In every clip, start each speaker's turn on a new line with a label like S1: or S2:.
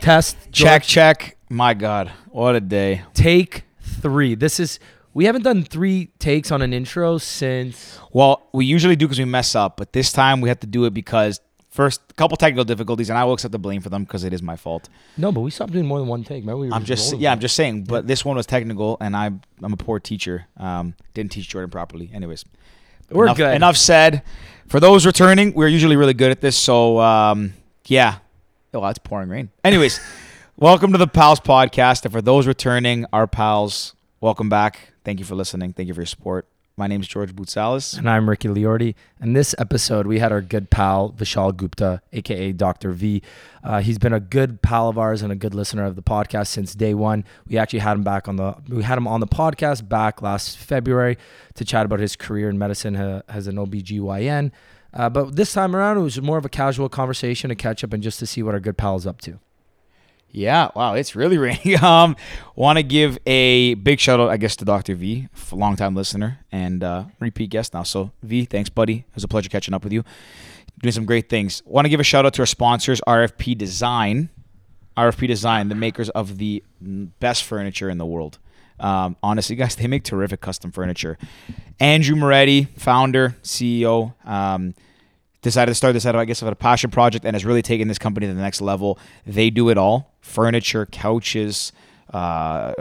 S1: test.
S2: Check,
S1: George,
S2: check. My God, what a day.
S1: Take three. This is we haven't done three takes on an intro since
S2: Well, we usually do because we mess up, but this time we have to do it because first, a couple technical difficulties, and I will accept the blame for them because it is my fault.
S1: no, but we stopped doing more than one take. Remember we were
S2: I'm just,
S1: rolling
S2: yeah, I'm
S1: with
S2: just saying, but this one was technical, and I, I'm a poor teacher. Um, didn't teach Jordan properly. Anyways,
S1: it. we're
S2: enough,
S1: good.
S2: Enough said. For those returning, we're usually really good at this. So, um, yeah. Oh, it's pouring rain. Anyways, welcome to the Pals Podcast. And for those returning, our pals, welcome back. Thank you for listening. Thank you for your support. My name is George Boutsalis.
S1: And I'm Ricky Liordi. And this episode, we had our good pal, Vishal Gupta, AKA Dr. V. Uh, he's been a good pal of ours and a good listener of the podcast since day one. We actually had him back on the, we had him on the podcast back last February to chat about his career in medicine uh, as an OBGYN. Uh, but this time around, it was more of a casual conversation to catch up and just to see what our good pal is up to.
S2: Yeah, wow, it's really raining. Um, want to give a big shout out, I guess, to Doctor V, f- longtime listener and uh, repeat guest now. So V, thanks, buddy. It was a pleasure catching up with you. Doing some great things. Want to give a shout out to our sponsors, RFP Design, RFP Design, the makers of the n- best furniture in the world. Um, honestly, guys, they make terrific custom furniture. Andrew Moretti, founder, CEO. Um, decided to start this out of, I guess, of a passion project and has really taken this company to the next level. They do it all furniture, couches, uh,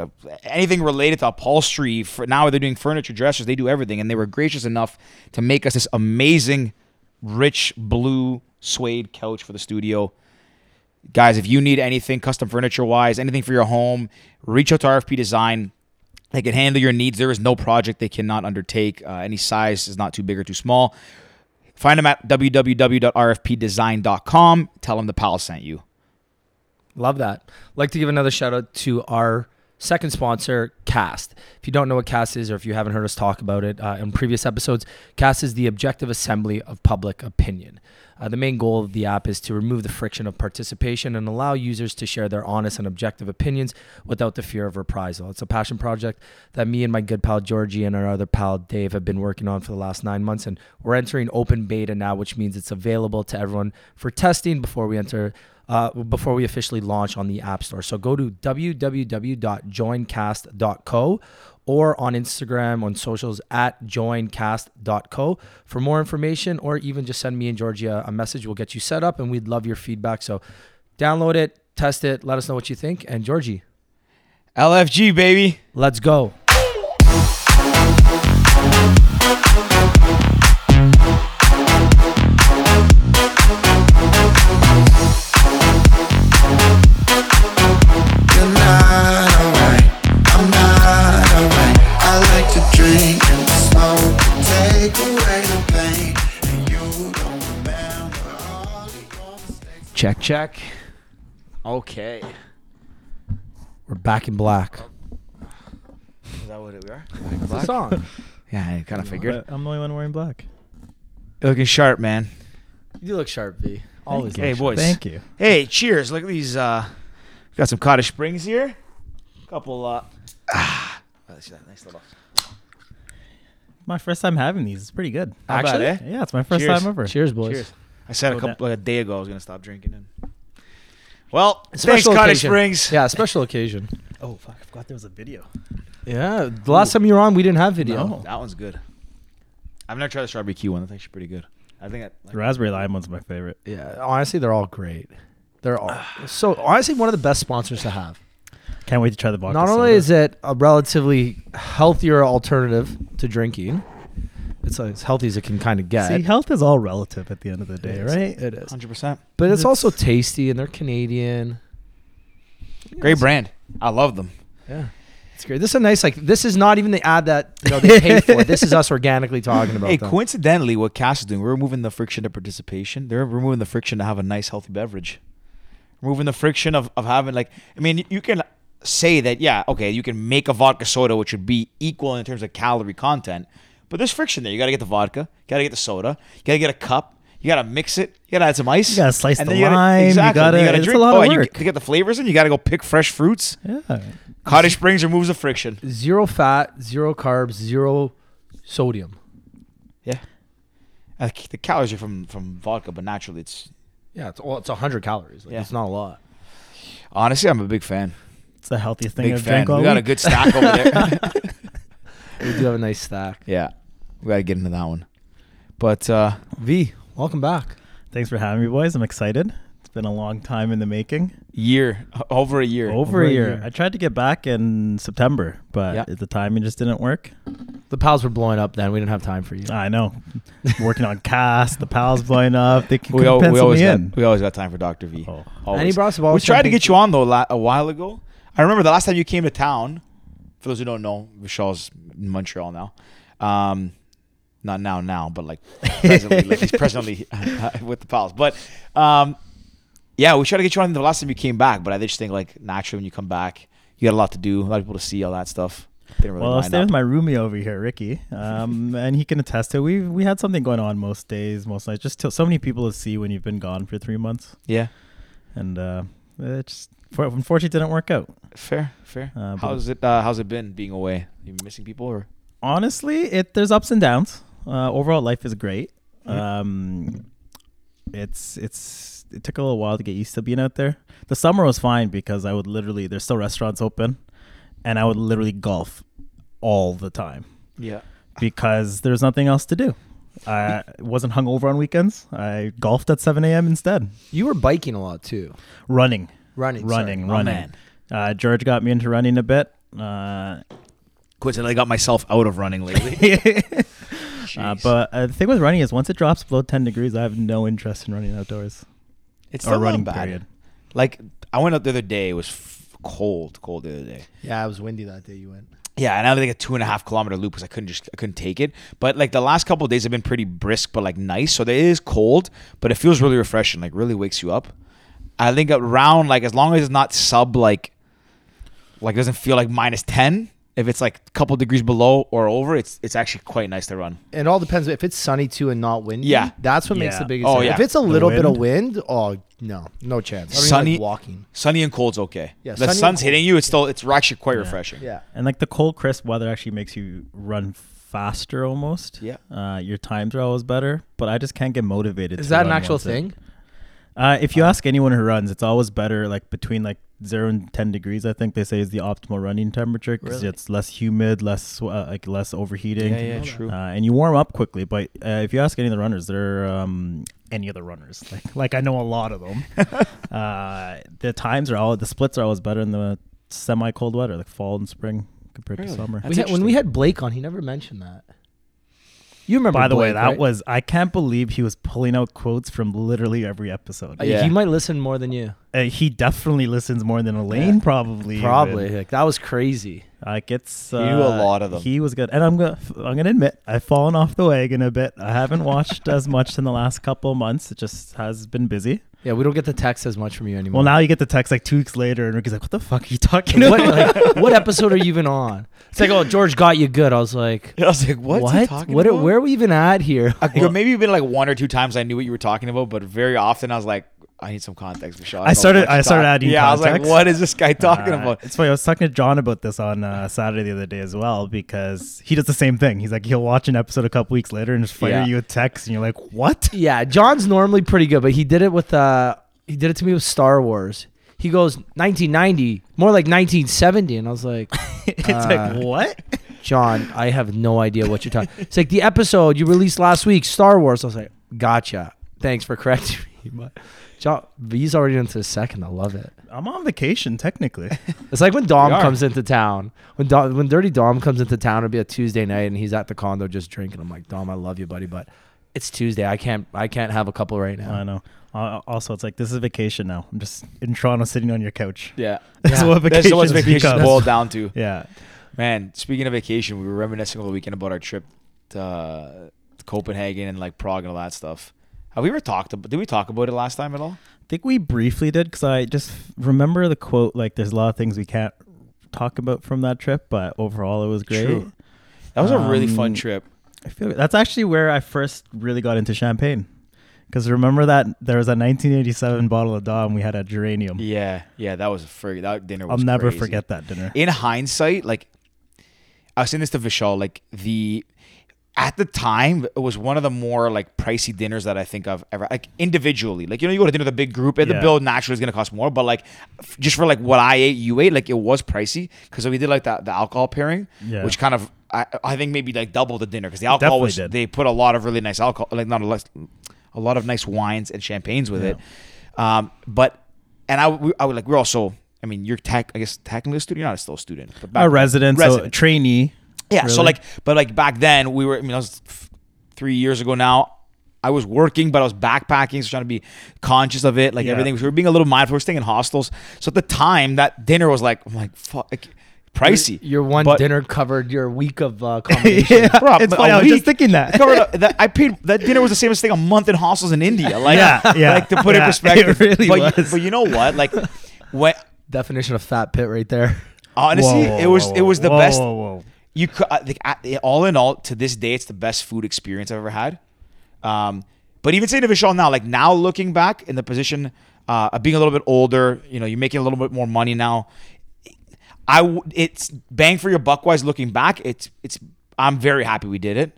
S2: anything related to upholstery. For now they're doing furniture, dressers, they do everything. And they were gracious enough to make us this amazing, rich blue suede couch for the studio. Guys, if you need anything custom furniture wise, anything for your home, reach out to RFP Design. They can handle your needs. There is no project they cannot undertake. Uh, any size is not too big or too small. Find them at www.rfpdesign.com. Tell them the pal sent you.
S1: Love that. Like to give another shout out to our second sponsor, Cast. If you don't know what Cast is, or if you haven't heard us talk about it uh, in previous episodes, Cast is the objective assembly of public opinion. Uh, the main goal of the app is to remove the friction of participation and allow users to share their honest and objective opinions without the fear of reprisal. It's a passion project that me and my good pal Georgie and our other pal Dave have been working on for the last nine months, and we're entering open beta now, which means it's available to everyone for testing before we enter uh, before we officially launch on the App Store. So go to www.joincast.co or on Instagram on socials at joincast.co for more information or even just send me and Georgia a message. We'll get you set up and we'd love your feedback. So download it, test it, let us know what you think. And Georgie,
S2: LFG, baby.
S1: let's go.
S3: You're not alright. I'm not alright. I like to drink and smoke to take away the pain. And you don't remember all of your mistakes.
S2: Check, check. Okay.
S1: We're back in black.
S2: Is that what we are?
S1: It's a song.
S2: Yeah, I kind of figured.
S4: But I'm the only one wearing black.
S2: Looking sharp, man.
S1: You do look sharp, V. Always.
S2: Hey,
S1: look
S2: boys.
S4: Thank you.
S2: Hey, cheers. Look at these. Uh, we got some cottage springs here. Couple. Uh, ah. Oh, see that nice little.
S4: My first time having these. It's pretty good.
S2: How about
S1: Actually?
S2: it, eh?
S4: Yeah, it's my first
S2: Cheers.
S4: time ever.
S1: sharp. Cheers, boys.
S2: Cheers. I said a
S4: Oh,
S2: couple
S4: that-
S2: like a day ago I was gonna stop drinking. And... Well, thanks,
S1: Special
S2: Cottage
S1: occasion.
S2: Springs.
S1: Yeah, special occasion.
S4: Oh fuck! I forgot there was a video.
S1: Yeah, the last time you were on, we didn't have video.
S4: No.
S2: Oh, That one's good. I've never tried the strawberry key one. That's actually pretty good. I think I
S4: The raspberry lime one's my favorite.
S1: Yeah, honestly, they're all great. They're all so honestly one of the best sponsors to have.
S4: Can't wait to try the vodka.
S1: Not only is it a relatively healthier alternative to drinking, it's as healthy as it can kind of get.
S4: see, health is all relative at the end of the day,
S1: It is,
S4: right?
S1: It is,
S2: hundred percent.
S1: but it's
S4: It's-
S1: also tasty, and they're Canadian.
S2: Great brand. I love them.
S1: Yeah, it's great. This is a nice like. This is not even the ad that you know they pay for. This is us organically talking about.
S2: Hey,
S1: them.
S2: coincidentally, what Cass is doing, we're removing the friction to participation. They're removing the friction to have a nice, healthy beverage. Removing the friction of, of having like, I mean, you can say that, yeah, okay, you can make a vodka soda, which would be equal in terms of calorie content, but there's friction there. You got to get the vodka, you got to get the soda, you got to get a cup, you got to mix it, you got to add some ice,
S4: You gotta slice
S2: and
S4: the
S2: then you gotta-
S4: lime, you
S2: exactly,
S4: gotta-
S2: you
S4: it's a
S2: drink.
S4: lot of
S2: oh, and you
S4: work.
S2: get- to get the flavors in, you got to go pick fresh fruits.
S4: yeah.
S2: Cottage Springs removes the friction.
S1: zero fat, zero carbs, zero sodium.
S2: Yeah. Uh, c- the calories are from from vodka, but naturally it's
S1: Yeah, it's all it's hundred calories. Like,
S2: Yeah.
S1: It's not a lot.
S2: Honestly, I'm a big fan.
S4: It's the healthiest thing
S2: Big
S4: I've
S2: fan.
S4: drank all
S2: We got a
S4: week.
S2: good stack over there.
S1: We do have a nice stack.
S2: yeah, we gotta get into that one. But uh,
S1: V, welcome back.
S4: Thanks for having me, boys. I'm excited. It's been a long time in the making.
S2: year over a year.
S4: Over, a year. I tried to get back in September, but
S2: Yeah.
S4: at the time it just didn't work.
S1: The pals were blowing up then. We didn't have time for you.
S4: I know. Working on cast, the pals blowing up. They can
S2: we, al- we
S4: pencil
S2: always
S4: me
S2: got,
S4: in.
S2: we always got time for Doctor V.
S4: Oh.
S2: Always.
S1: And he brought us
S2: we
S1: about
S2: tried to
S1: something-
S2: get you on though la- a while ago. I remember the last time you came to town. For those who don't know, Vishal's in Montreal now. Um, not now, now, but like presently, like he's presently uh, with the Pals. But um, yeah, we tried to get you on the last time you came back. But I just think like naturally when you come back, you got a lot to do, a lot of people to see, all that stuff. Didn't really
S4: Well, I was
S2: line
S4: staying
S2: up.
S4: with my roomie over here, Ricky, um, and he can attest to it. We we had something going on most days, most nights. Just till, so many people to see when you've been gone for three months,
S2: yeah,
S4: and uh, it just for, unfortunately didn't work out.
S2: fair, fair.
S4: Uh, but-
S2: how's it? Uh, how's it been being away? You missing people or?
S4: Honestly, it there's ups and downs. Uh, overall, life is great. Um, it's it's it took a little while to get used to being out there. The summer was fine because I would literally there's still restaurants open, and I would literally golf all the time.
S2: Yeah.
S4: because there was nothing else to do. I wasn't hungover on weekends. I golfed at 7 a.m. instead,
S1: You were biking a lot too.
S4: running,
S1: Running. sorry.
S4: running,
S2: Oh,
S4: running.
S2: man.
S4: Uh, George got me into running a bit. Uh,
S2: Coincidentally, got myself out of running lately.
S4: uh,
S2: Jeez.
S4: but uh, the thing with running is once it drops below 10 degrees, I have no interest in running outdoors
S2: It's
S4: or
S2: still
S4: running.
S2: running bad.
S4: Period.
S2: Like I went out the other day. It was f- cold, cold the other day.
S1: Yeah, it was windy that day you went.
S2: Yeah, and I had like a two and a half kilometer loop because I couldn't just I couldn't take it. But like the last couple of days have been pretty brisk, but like nice. So there is cold, but it feels really refreshing. Like really wakes you up. I think around like as long as it's not sub like like doesn't feel like minus ten. If it's like a couple degrees below or over, it's it's actually quite nice to run.
S1: It all depends if it's sunny too and not windy.
S2: Yeah.
S1: that's what makes
S4: Yeah.
S1: the biggest.
S2: Oh,
S1: Oh,
S2: yeah.
S1: If it's a
S4: The
S1: little bit of wind, oh no, no chance. I don't even
S2: Sunny-
S1: like walking.
S2: Sunny and cold's okay.
S1: Yeah,
S2: the
S1: sunny and
S2: sun's
S1: cold.
S2: hitting you. It's still it's actually quite refreshing.
S1: Yeah,
S4: And like the cold, crisp weather actually makes you run faster almost.
S2: Yeah.
S4: Uh, your times are always better, but I just can't get motivated.
S1: is
S4: to
S1: that an
S4: run
S1: actual
S4: once it-
S1: thing?
S4: Uh, if you ask anyone who runs, it's always better like between like zero and ten degrees. I think they say is the optimal running temperature because
S1: Really?
S4: it's less humid, less uh, like less overheating.
S2: Yeah, yeah, true.
S4: Uh, and you warm up quickly, but uh, if you ask any of the runners, they're um, any of the runners. Like, like I know a lot of them. uh, the times are all the splits are always better in the semi-cold weather, like fall and spring compared
S2: Really?
S4: to summer.
S1: We
S2: That's
S1: had, when we
S2: interesting.
S1: had Blake on, he never mentioned that. You remember?
S4: By the
S1: Blake,
S4: way, that
S1: right?
S4: was I can't believe he was pulling out quotes from literally every episode.
S1: Uh,
S2: Yeah.
S1: He might listen more than you.
S4: Uh, he definitely listens more than Elaine, probably. even.
S1: Probably. Like, that was crazy.
S4: Like it's
S2: He
S4: uh,
S2: knew a lot of them.
S4: He was good, and I'm gonna I'm gonna admit I've fallen off the wagon a bit. I haven't watched as much in the last couple of months. It just has been busy.
S1: Yeah, we don't get the text as much from you
S2: Mm.
S1: anymore.
S4: Well, now you get the text like two weeks later, and Ricky's like, "What the fuck are you talking
S1: what,
S4: about?"
S1: like, what episode are you even on? It's like, oh, George got you good. I was like,
S2: I was like, what's he
S1: what?
S2: talking
S1: What?
S2: about?
S1: Where are we even at here?
S2: I- maybe it'd been like one or two times I knew what you were talking about, but very often I was like, I need some context, Michelle.
S4: I started- I started adding
S2: Yeah, I was like,
S4: context.
S2: what is this guy talking
S4: Uh,
S2: about?
S4: It's funny. I was talking to John about this on uh, Saturday the other day as well because he does the same thing. He's like, he'll watch an episode a couple weeks later and just fire
S2: Yeah.
S4: you a text, and you're like, "What?"
S1: Yeah, John's normally pretty good, but he did it with uh he did it to me with Star Wars. He goes 1990, more like 1970, and I was like,
S4: it's
S1: Uh,
S4: like what?
S1: John, I have no idea what you're talking. It's like the episode you released last week, Star Wars. I was like, gotcha. Thanks for correcting me. But John, V's already into his second. I love it.
S4: I'm on vacation technically.
S1: It's like when Dom
S2: We are.
S1: comes into town. When Dom, when Dirty Dom comes into town, it'll be a Tuesday night, and he's at the condo just drinking. I'm like, Dom, I love you, buddy, but it's Tuesday. I can't I can't have a couple right now.
S4: I know. Uh, also, it's like this is vacation now. I'm just in Toronto, sitting on your couch.
S2: Yeah.
S4: That's
S1: Yeah.
S4: what
S2: That's so much
S4: vacations
S2: vacation
S4: become.
S2: boiled down to.
S4: Yeah,
S2: Man, speaking of vacation, we were reminiscing over the weekend about our trip to, uh, to Copenhagen and like Prague and all that stuff. Have we ever talked about, did we talk about it last time at all?
S4: I think we briefly did because I just remember the quote. Like, there's a lot of things we can't talk about from that trip, but overall, it was great.
S2: True. That was a really fun
S4: Um,
S2: trip.
S4: I feel that's actually where I first really got into champagne. Because remember that there was a 1987 bottle of Dom we had at Geranium.
S2: Yeah. Yeah. That was a free, that dinner
S4: I'll
S2: was
S4: never
S2: crazy.
S4: forget that dinner.
S2: in hindsight, like I was saying this to Vishal, like the at the time it was one of the more like pricey dinners that I think I've ever like individually. Like you know, you go to dinner with a big group, and the
S4: Yeah.
S2: bill naturally is gonna cost more. But like, f- just for like what I ate, you ate, like it was pricey because we did like the, the alcohol pairing,
S4: Yeah.
S2: which kind of I, I think maybe like double the dinner because the alcohol
S4: Definitely
S2: was
S4: did.
S2: they put a lot of really nice alcohol, like not a lot, a lot of nice wines and champagnes with it. Um, but and I we, I would like we're also. I mean, you're tech. I guess technically a student. You're not still a student. But back-
S4: a resident, so
S2: resident.
S4: trainee.
S2: Yeah. So
S4: really.
S2: like, but like back then we were. I mean, that was f- three years ago now. I was working, but I was backpacking, so trying to be conscious of it, like
S4: Yeah.
S2: everything. We were being a little mindful. We were staying in hostels, so at the time that dinner was like, I'm like, fuck, like, pricey.
S1: Your one
S2: But-
S1: dinner covered your week of uh, accommodation.
S4: yeah,
S2: Bro,
S4: it's
S2: a
S4: funny. I was
S2: week
S4: just thinking that.
S2: it covered up- that I paid that dinner was the same as staying a month in hostels in India. Like,
S4: Yeah, yeah,
S2: like to put it in
S4: yeah, it
S2: perspective,
S4: really
S2: but, You,
S4: was.
S2: but you know what? Like, what
S1: Definition of fat pit right there.
S2: honestly,
S4: Whoa,
S2: it was
S4: whoa,
S2: it was the
S4: whoa,
S2: best.
S4: whoa, whoa.
S2: you could I think I- all in all to this day it's the best food experience i've ever had um but even saying to vishal now like now looking back in the position uh of being a little bit older you know you're making a little bit more money now i w- it's bang for your buck wise looking back it's it's i'm very happy we did it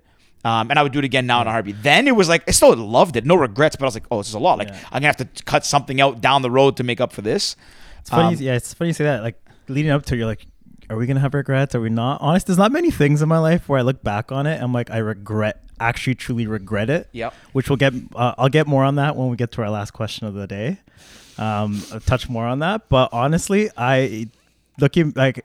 S2: um, and I would do it again now in a heartbeat. Then it was like I still loved it, no regrets. But I was like, oh, this is a lot. Like I'm gonna have to cut something out down the road to make up for this.
S4: It's funny.
S2: Um,
S4: yeah, it's funny you say that. Like leading up to, it, you're like, are we gonna have regrets? Are we not? Honest, there's not many things in my life where I look back on it. I'm like, I regret, actually, truly regret it.
S2: Yep.
S4: Which we'll get. Uh, I'll get more on that when we get to our last question of the day. Um, I'll touch more on that. But honestly, I looking like.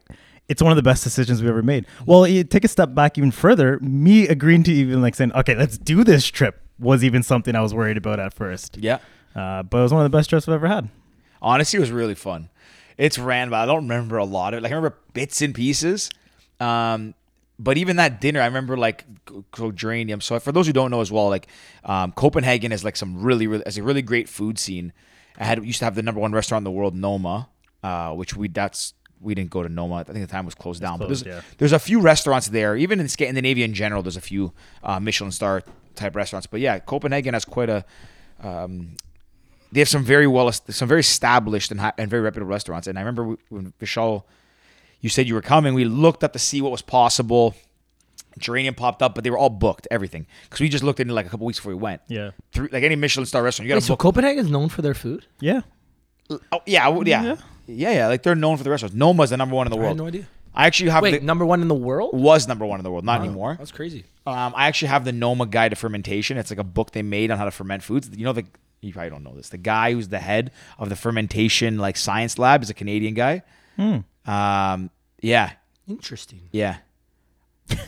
S4: It's one of the best decisions we ever made. Well, you take a step back even further. Me agreeing to even like saying, "Okay, let's do this trip," was even something I was worried about at first.
S2: Yeah.
S4: Uh, but it was one of the best trips I've ever had.
S2: Honestly, it was really fun. It's ran, but I don't remember a lot of it. Like I remember bits and pieces. Um, but even that dinner, I remember like g- g- geranium. So for those who don't know as well, like um, Copenhagen is like some really, really, is a really great food scene. I had used to have the number one restaurant in the world, Noma, uh, which we that's we didn't go to Noma. I think the time was closed down.
S4: closed,
S2: but there's,
S4: yeah.
S2: there's a few restaurants there, even in Scandinavia in general. There's a few uh, Michelin star type restaurants. But yeah, Copenhagen has quite a um, they have some very well some very established and, high, and very reputable restaurants and i remember we- when vishal you said you were coming we looked up to see what was possible geranium popped up but they were all booked everything because we just looked into like a couple weeks before we went
S4: Yeah.
S2: Three, like any michelin star restaurant you
S1: Wait,
S2: gotta
S1: so
S2: book
S1: Copenhagen is known for their food.
S4: Yeah.
S2: oh, yeah, I would- yeah yeah
S4: Yeah.
S2: yeah like they're known for the restaurants noma's the number one in the
S1: I had
S2: world
S1: no idea.
S2: I actually have
S1: Wait,
S2: the,
S1: number one in the world.
S2: was number one in the world not anymore
S1: That's crazy.
S2: Um, I actually have the Noma Guide to Fermentation. It's like a book they made on how to ferment foods. You know the you probably don't know this. The guy who's the head of the fermentation like science lab is a Canadian guy. Um, yeah,
S1: Interesting.
S2: yeah,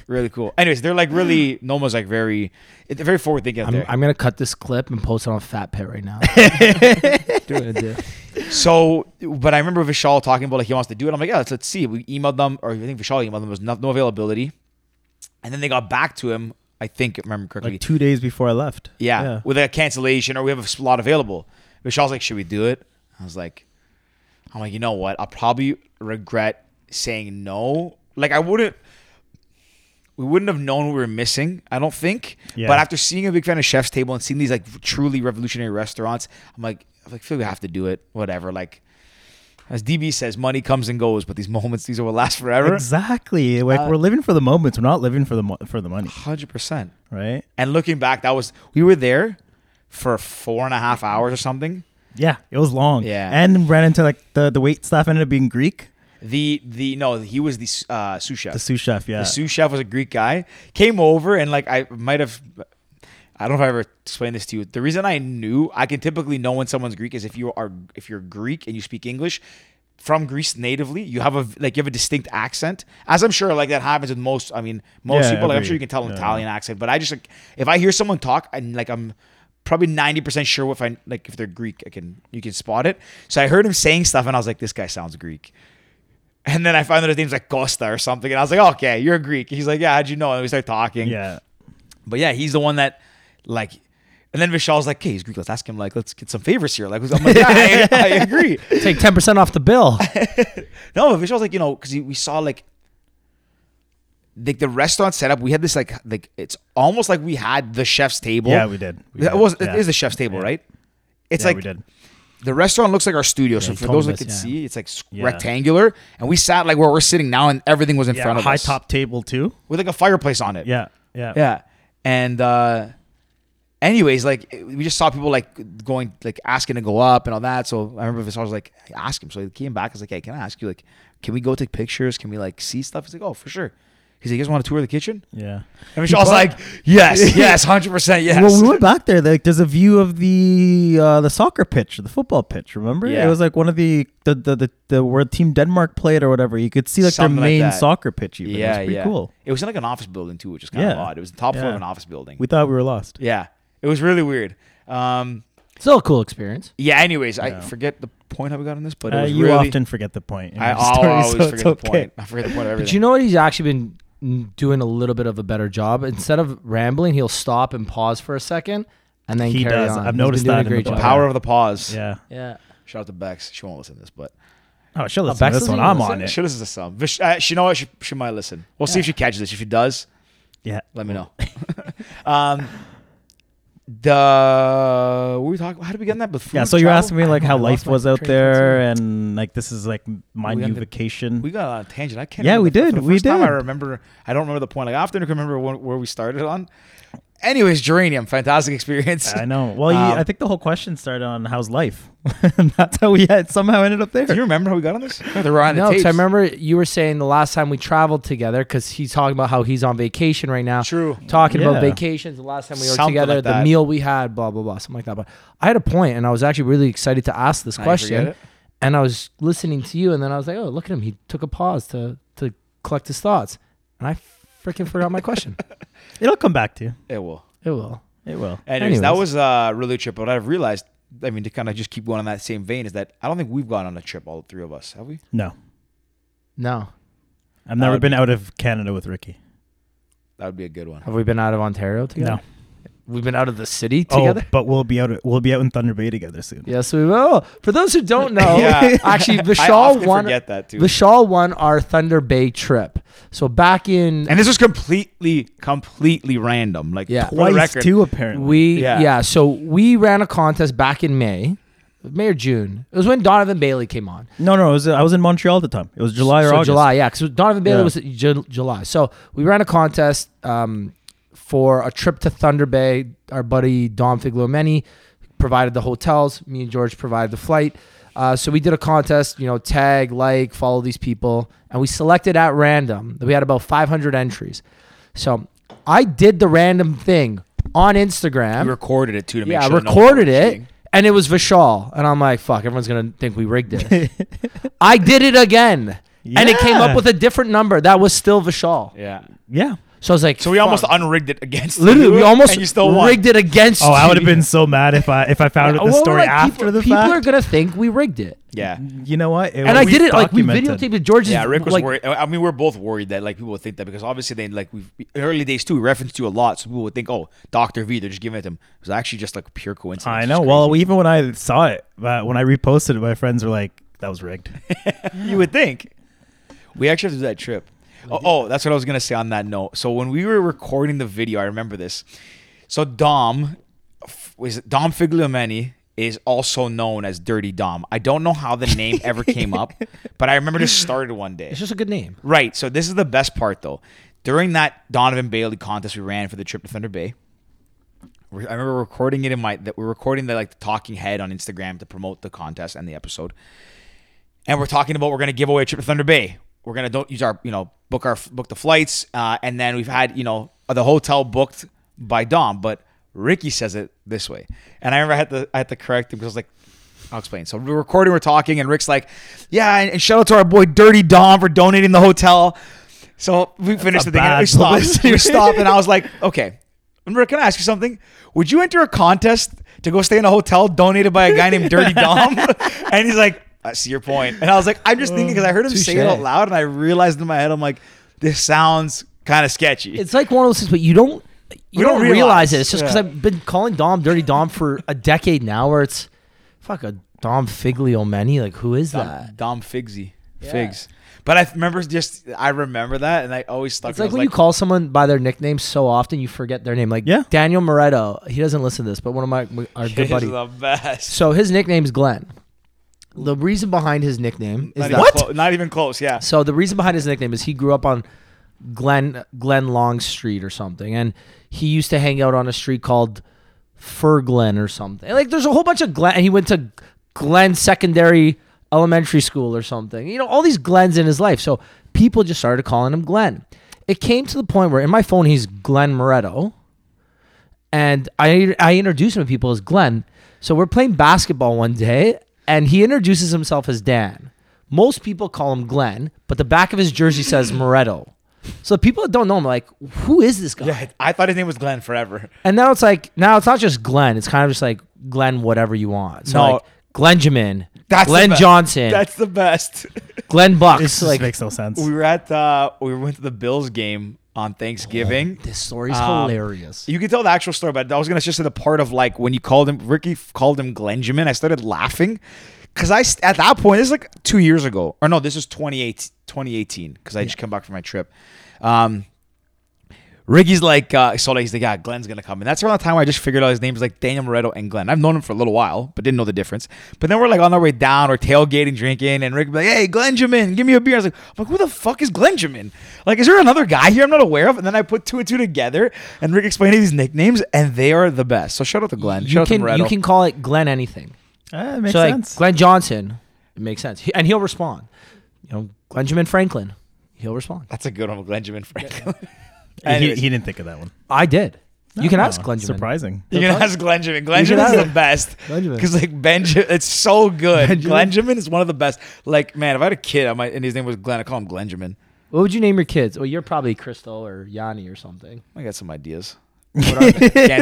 S2: really cool. Anyways, they're like really Noma's like very it- they're very forward thinking. out
S1: I'm,
S2: there.
S1: I'm gonna cut this clip and post it on Fat Pit right now. Do what I do.
S2: So, but I remember Vishal talking about like he wants to do it. I'm like, yeah, let's, let's see. We emailed them, or I think Vishal emailed them. There was no, no availability, and then they got back to him. I think if I remember correctly.
S4: Like two days before I left.
S2: Yeah,
S4: Yeah.
S2: with a cancellation or we have a slot available. Michelle's like, should we do it? I was like, I'm like, you know what? I'll probably regret saying no. Like I wouldn't. We wouldn't have known what we were missing, I don't think.
S4: Yeah.
S2: But after seeing a big fan of Chef's Table and seeing these like truly revolutionary restaurants, I'm like, I like feel we have to do it. Whatever. Like, as DB says, money comes and goes, but these moments, these will last forever.
S4: Exactly.
S2: Uh,
S4: Like we're living for the moments. We're not living for the mo- for the money,
S2: Hundred percent.
S4: right?
S2: And looking back, that was we were there for four and a half hours or something.
S4: Yeah. It was long.
S2: Yeah.
S4: And ran into like the the wait staff ended up being Greek.
S2: The the no, he was the uh, sous chef.
S4: The sous chef. Yeah.
S2: The sous chef was a Greek guy. Came over and like I might have. I don't know if I ever explained this to you. The reason I knew I can typically know when someone's Greek is if you are if you're Greek and you speak English from Greece natively, you have a like you have a distinct accent. As I'm sure like that happens with most. I mean, most
S4: Yeah,
S2: people. Like, I'm
S4: every-
S2: sure you can tell an
S4: yeah.
S2: Italian accent, but I just like if I hear someone talk, and like I'm probably 90% sure if I like if they're Greek, I can you can spot it. So I heard him saying stuff, and I was like, this guy sounds Greek. And then I found out his name's like Costa or something. And I was like, okay, you're Greek. He's like, yeah, how'd you know? And we start talking.
S4: yeah.
S2: But yeah, he's the one that like, and then Vishal's like, okay, he's Greek. Let's ask him, like, let's get some favors here. Like, I'm like, yeah, I, I agree.
S1: Take ten percent off the bill.
S2: No, but Vishal's like, you know, because we saw like, like the restaurant setup, we had this like, like it's almost like we had the chef's table.
S4: Yeah, we did. We
S2: That
S4: did.
S2: was
S4: Yeah.
S2: it is the chef's table,
S4: Yeah.
S2: right? It's
S4: yeah,
S2: like
S4: we did.
S2: the restaurant looks like our studio. so
S1: you
S2: for
S1: told
S2: those
S1: me
S2: that
S1: this,
S2: could
S1: yeah.
S2: see, it's like s-
S4: Yeah.
S2: rectangular, and we sat like where we're sitting now, and everything was in
S4: Yeah.
S2: front of
S4: high
S2: us.
S4: top table too.
S2: with like a fireplace on it.
S4: Yeah. Yeah.
S2: Yeah. And uh, anyways, like we just saw people like going like asking to go up and all that. So I remember Visal was like, ask him. So he came back. I was like, hey, can I ask you like, can we go take pictures? Can we like see stuff? He's like, oh, for sure. He's like, you guys want to tour the kitchen?
S4: Yeah.
S2: And Vishal's like, yes, yes, hundred percent, yes.
S4: Well, we went back there. Like, there's a view of the uh, the soccer pitch, the football pitch. Remember?
S2: Yeah.
S4: It was like one of the the, the the the where Team Denmark played or whatever. You could see like
S2: Something
S4: their
S2: like
S4: main
S2: that.
S4: soccer pitch. Even. it was pretty cool.
S2: It was in like an office building too, which is kind of
S4: Yeah.
S2: odd. It was the top floor of
S4: Yeah.
S2: an office building.
S4: We thought we were lost.
S2: yeah, it was really weird. Um,
S1: Still a cool experience.
S2: yeah. Anyways, I
S4: Yeah.
S2: forget the point I got on this, but it
S4: Uh,
S2: was
S4: you
S2: really,
S4: often forget the point. in
S2: I
S4: your
S2: al-
S4: story,
S2: always
S4: so
S2: forget
S4: it's
S2: the
S4: okay.
S2: point. I forget the point of everything.
S1: But you know what? He's actually been doing a little bit of a better job. Instead of rambling, he'll stop and pause for a second, and then
S4: He
S1: carry
S4: does.
S1: on.
S4: I've
S1: He's been
S4: noticed
S1: doing
S4: that
S1: a
S4: in the
S1: great
S4: book.
S1: job.
S2: power of the pause.
S4: Yeah.
S1: Yeah.
S2: Shout out to Bex. She won't listen to this, but
S4: Oh, she'll listen
S1: Bex
S4: to this
S1: doesn't
S4: one.
S1: even
S4: I'm on
S1: listen.
S4: it.
S2: she listens to some. But she, uh, she know what? She, she might listen. We'll see if she catches this. If she does,
S4: Yeah.
S2: let me know. um, the what were we talking? How did we get on that? But
S4: Yeah,
S2: food,
S4: so you're
S2: travel?
S4: asking me like
S1: I
S4: how
S1: lost
S4: life
S1: my
S4: was out
S1: train of
S4: there, and like this is like my
S2: We
S4: new
S2: ended-
S4: vacation.
S2: We got on a tangent. I can't.
S4: Yeah,
S2: remember
S4: we
S2: the- for
S4: did.
S2: the
S4: We
S2: first time I
S4: did.
S2: remember. I don't remember the point. Like I often can remember when, where we started on. Anyways, geranium, fantastic experience.
S4: I know. Well, you,
S2: Um,
S4: I think the whole question started on how's life, and that's how we had somehow ended up there.
S2: Do you remember how we got on this? No, they were on the
S1: No, because I
S2: tapes.
S1: remember you were saying the last time we traveled together, because he's talking about how he's on vacation right now.
S2: True.
S1: Talking about
S4: Yeah.
S1: vacations, the last time we were
S2: Something
S1: together,
S2: like
S1: the
S2: that.
S1: meal we had, blah blah blah, something like that. But I had a point, and I was actually really excited to ask this
S2: Now you forget
S1: question.
S2: it.
S1: And I was listening to you, and then I was like, "Oh, look at him! He took a pause to to collect his thoughts." And I freaking forgot my question.
S4: It'll come back to you.
S2: It will.
S1: It will.
S4: It will.
S2: Anyways, that
S1: Anyways.
S2: was uh, really a trip. But I've realized, I mean, to kind of just keep going on that same vein, is that I don't think we've gone on a trip, all three of us, have we?
S4: No,
S1: No.
S4: I've never
S2: would
S4: been out of Canada with Ricky.
S2: That would be a good one.
S1: Have we been out of Ontario together?
S4: No,
S1: We've been out of the city together.
S4: Oh, but we'll be out. We'll be out in Thunder Bay together soon.
S1: Yes, we will. For those who don't know,
S2: Yeah.
S1: Oh. actually,
S2: I
S1: Vishal
S2: often
S1: won.
S2: forget that too.
S1: Vishal won our Thunder Bay trip. So back in
S2: and this was completely, completely random. Like
S1: Yeah.
S2: for the
S4: Twice
S2: record.
S4: too, apparently.
S1: we yeah.
S2: Yeah.
S1: so we ran a contest back in May, May or June. It was when Donovan Bailey came on.
S4: no, no, it was, I was in Montreal at the time. It was July or
S1: so
S4: August.
S1: July, yeah, because Donovan Bailey
S4: Yeah.
S1: was in Ju- July. So we ran a contest um, for a trip to Thunder Bay. Our buddy Dom Figliomeni provided the hotels. Me and George provided the flight. Uh, so we did a contest, you know, tag, like, follow these people, and we selected at random. We had about 500 entries. So I did the random thing on Instagram.
S2: We recorded it too to make
S1: Yeah, I
S2: sure. no one
S1: recorded
S2: was
S1: it,
S2: cheating.
S1: and it was Vishal, and I'm like, "Fuck, everyone's gonna think we rigged it." I did it again, and it came up
S4: Yeah.
S1: with a different number that was still Vishal.
S2: Yeah.
S4: Yeah.
S1: So I was like,
S2: So we
S1: "Fuck."
S2: almost unrigged it against
S1: literally we
S2: you,
S1: almost
S2: and you still won.
S1: rigged it against.
S4: Oh, I
S1: you.
S4: would have been so mad if I if I found out
S1: Well,
S4: the
S1: we're
S4: story
S1: like,
S4: after
S1: people,
S4: the
S1: people
S4: fact.
S1: are gonna think we rigged it,
S2: Yeah.
S4: you know what?
S1: and I did it like we videotaped it. George's
S2: Yeah, Rick was
S1: like,
S2: worried. I mean, we are both worried that like people would think that because obviously they like we early days too. We referenced you a lot, so people would think, oh, Doctor V, they're just giving it to him. It was actually just like pure coincidence.
S4: I
S2: It's
S4: know.
S2: just
S4: Well,
S2: crazy.
S4: even when I saw it, uh, when I reposted it, my friends were like, "That was rigged."
S2: you would think we actually have to do that trip. Oh, oh, that's what I was gonna say on that note. So when we were recording the video, I remember this. So Dom f- was Dom Figliomeni is also known as Dirty Dom. I don't know how the name ever came up, but I remember this started one day.
S1: It's just a good name.
S2: Right. So this is the best part though. During that Donovan Bailey contest we ran for the trip to Thunder Bay, we- I remember recording it in my that we're recording the like the talking head on Instagram to promote the contest and the episode. And we're talking about we're gonna give away a trip to Thunder Bay. We're gonna don't use our you know book our book the flights, uh, and then we've had you know the hotel booked by Dom, but Ricky says it this way, and I remember I had to I had to correct him because I was like. I'll explain. So we're recording, we're talking, and Rick's like, "Yeah," and, and shout out to our boy Dirty Dom for donating the hotel. So we finished
S4: a
S2: the thing. And
S4: bad
S2: we stopped.
S4: publicity.
S2: we stopped, and I was like, "Okay, Rick, can I ask you something? Would you enter a contest to go stay in a hotel donated by a guy named Dirty Dom?" and he's like, "I see your point." And I was like, "I'm just thinking because I heard him say it
S1: touche.
S2: out loud, and I realized in my head, I'm like, this sounds kind of sketchy."
S1: It's like one of those things, but you don't. You
S2: We
S1: don't,
S2: don't
S1: realize,
S2: realize.
S1: it. It's just because
S2: Yeah.
S1: I've been calling Dom Dirty Dom for a decade now, where it's fuck a Dom Figliomeni. Like, who is
S2: Dom,
S1: that?
S2: Dom Figsy, Figs. But I remember just I remember that, and I always stuck.
S1: It's
S2: and I
S1: like
S2: was
S1: when you call someone by their nickname so often, you forget their name. Like
S4: Yeah.
S1: Daniel Moretto, he doesn't listen to this, but one of my our good
S2: "This is
S1: buddies.
S2: the best.
S1: So his nickname's Glenn. The reason behind his nickname is
S2: Not
S1: that
S2: Even clo- not even close. Yeah.
S1: so the reason behind his nickname is he grew up on Glenn Glenn Longstreet or something, and he used to hang out on a street called Ferglen or something. Like there's a whole bunch of Glenn. And he went to Glenn Secondary Elementary School or something. You know all these Glens in his life. So people just started calling him Glenn. It came to the point where in my phone he's Glenn Moretto, and I I introduce him to people as Glenn. So we're playing basketball one day, and he introduces himself as Dan. Most people call him Glenn, but the back of his jersey says Moretto. So people that don't know him are like, who is this guy?
S2: I thought his name was Glenn forever.
S1: And now it's like now it's not just Glenn. It's kind of just like Glenn, whatever you want. So
S2: No.
S1: like Glenjamin,
S2: That's the
S1: Glenn
S2: best.
S1: Johnson,
S2: That's the best.
S1: Glenn
S4: It just
S1: Bucks. Like
S4: makes no sense.
S2: we were at the we went to the Bills game on Thanksgiving.
S1: this story's
S2: Um,
S1: hilarious.
S2: You can tell the actual story, but I was gonna just say the part of like when you called him Ricky f- called him Glenjamin. I started laughing because I st- at that point this is like two years ago or no, this is 28, 2018 because I just come back from my trip. Um, Ricky's like uh, so like he's like yeah, Glenn's gonna come, and that's around the time where I just figured out his name's like Daniel Moretto and Glenn. I've known him for a little while, but didn't know the difference. But then we're like on our way down or tailgating, drinking, and Rick be like, "Hey, Glenjamin, give me a beer." I was like, "I'm like, who the fuck is Glenjamin? Like, is there another guy here I'm not aware of?" And then I put two and two together, and Rick explained these nicknames, and they are the best. So shout out to Glenn.
S1: you
S2: shout out to
S1: can
S2: Moretto.
S1: you can call it Glenn anything.
S4: Ah, it makes
S1: so like
S4: sense.
S1: Glenn Johnson, it makes sense, He- and he'll respond. You know, Glenjamin Franklin, he'll respond.
S2: That's a good one, Glenjamin Franklin.
S4: he,
S2: Anyways,
S4: he didn't think of that one. Oh,
S1: I did. you can ask Glenjamin.
S4: Surprising.
S2: you can ask Glenjamin.
S1: can
S2: Glenjamin's
S1: ask
S2: the
S1: him.
S2: best.
S1: Glenjamin.
S2: Because like Benjamin, it's so good. Glenjamin is one of the best. Like man, if I had a kid, I might, and his name was Glenn, I call him Glenjamin.
S1: What would you name your kids? Well, you're probably Crystal or Yanni or something.
S2: I got some ideas. Can't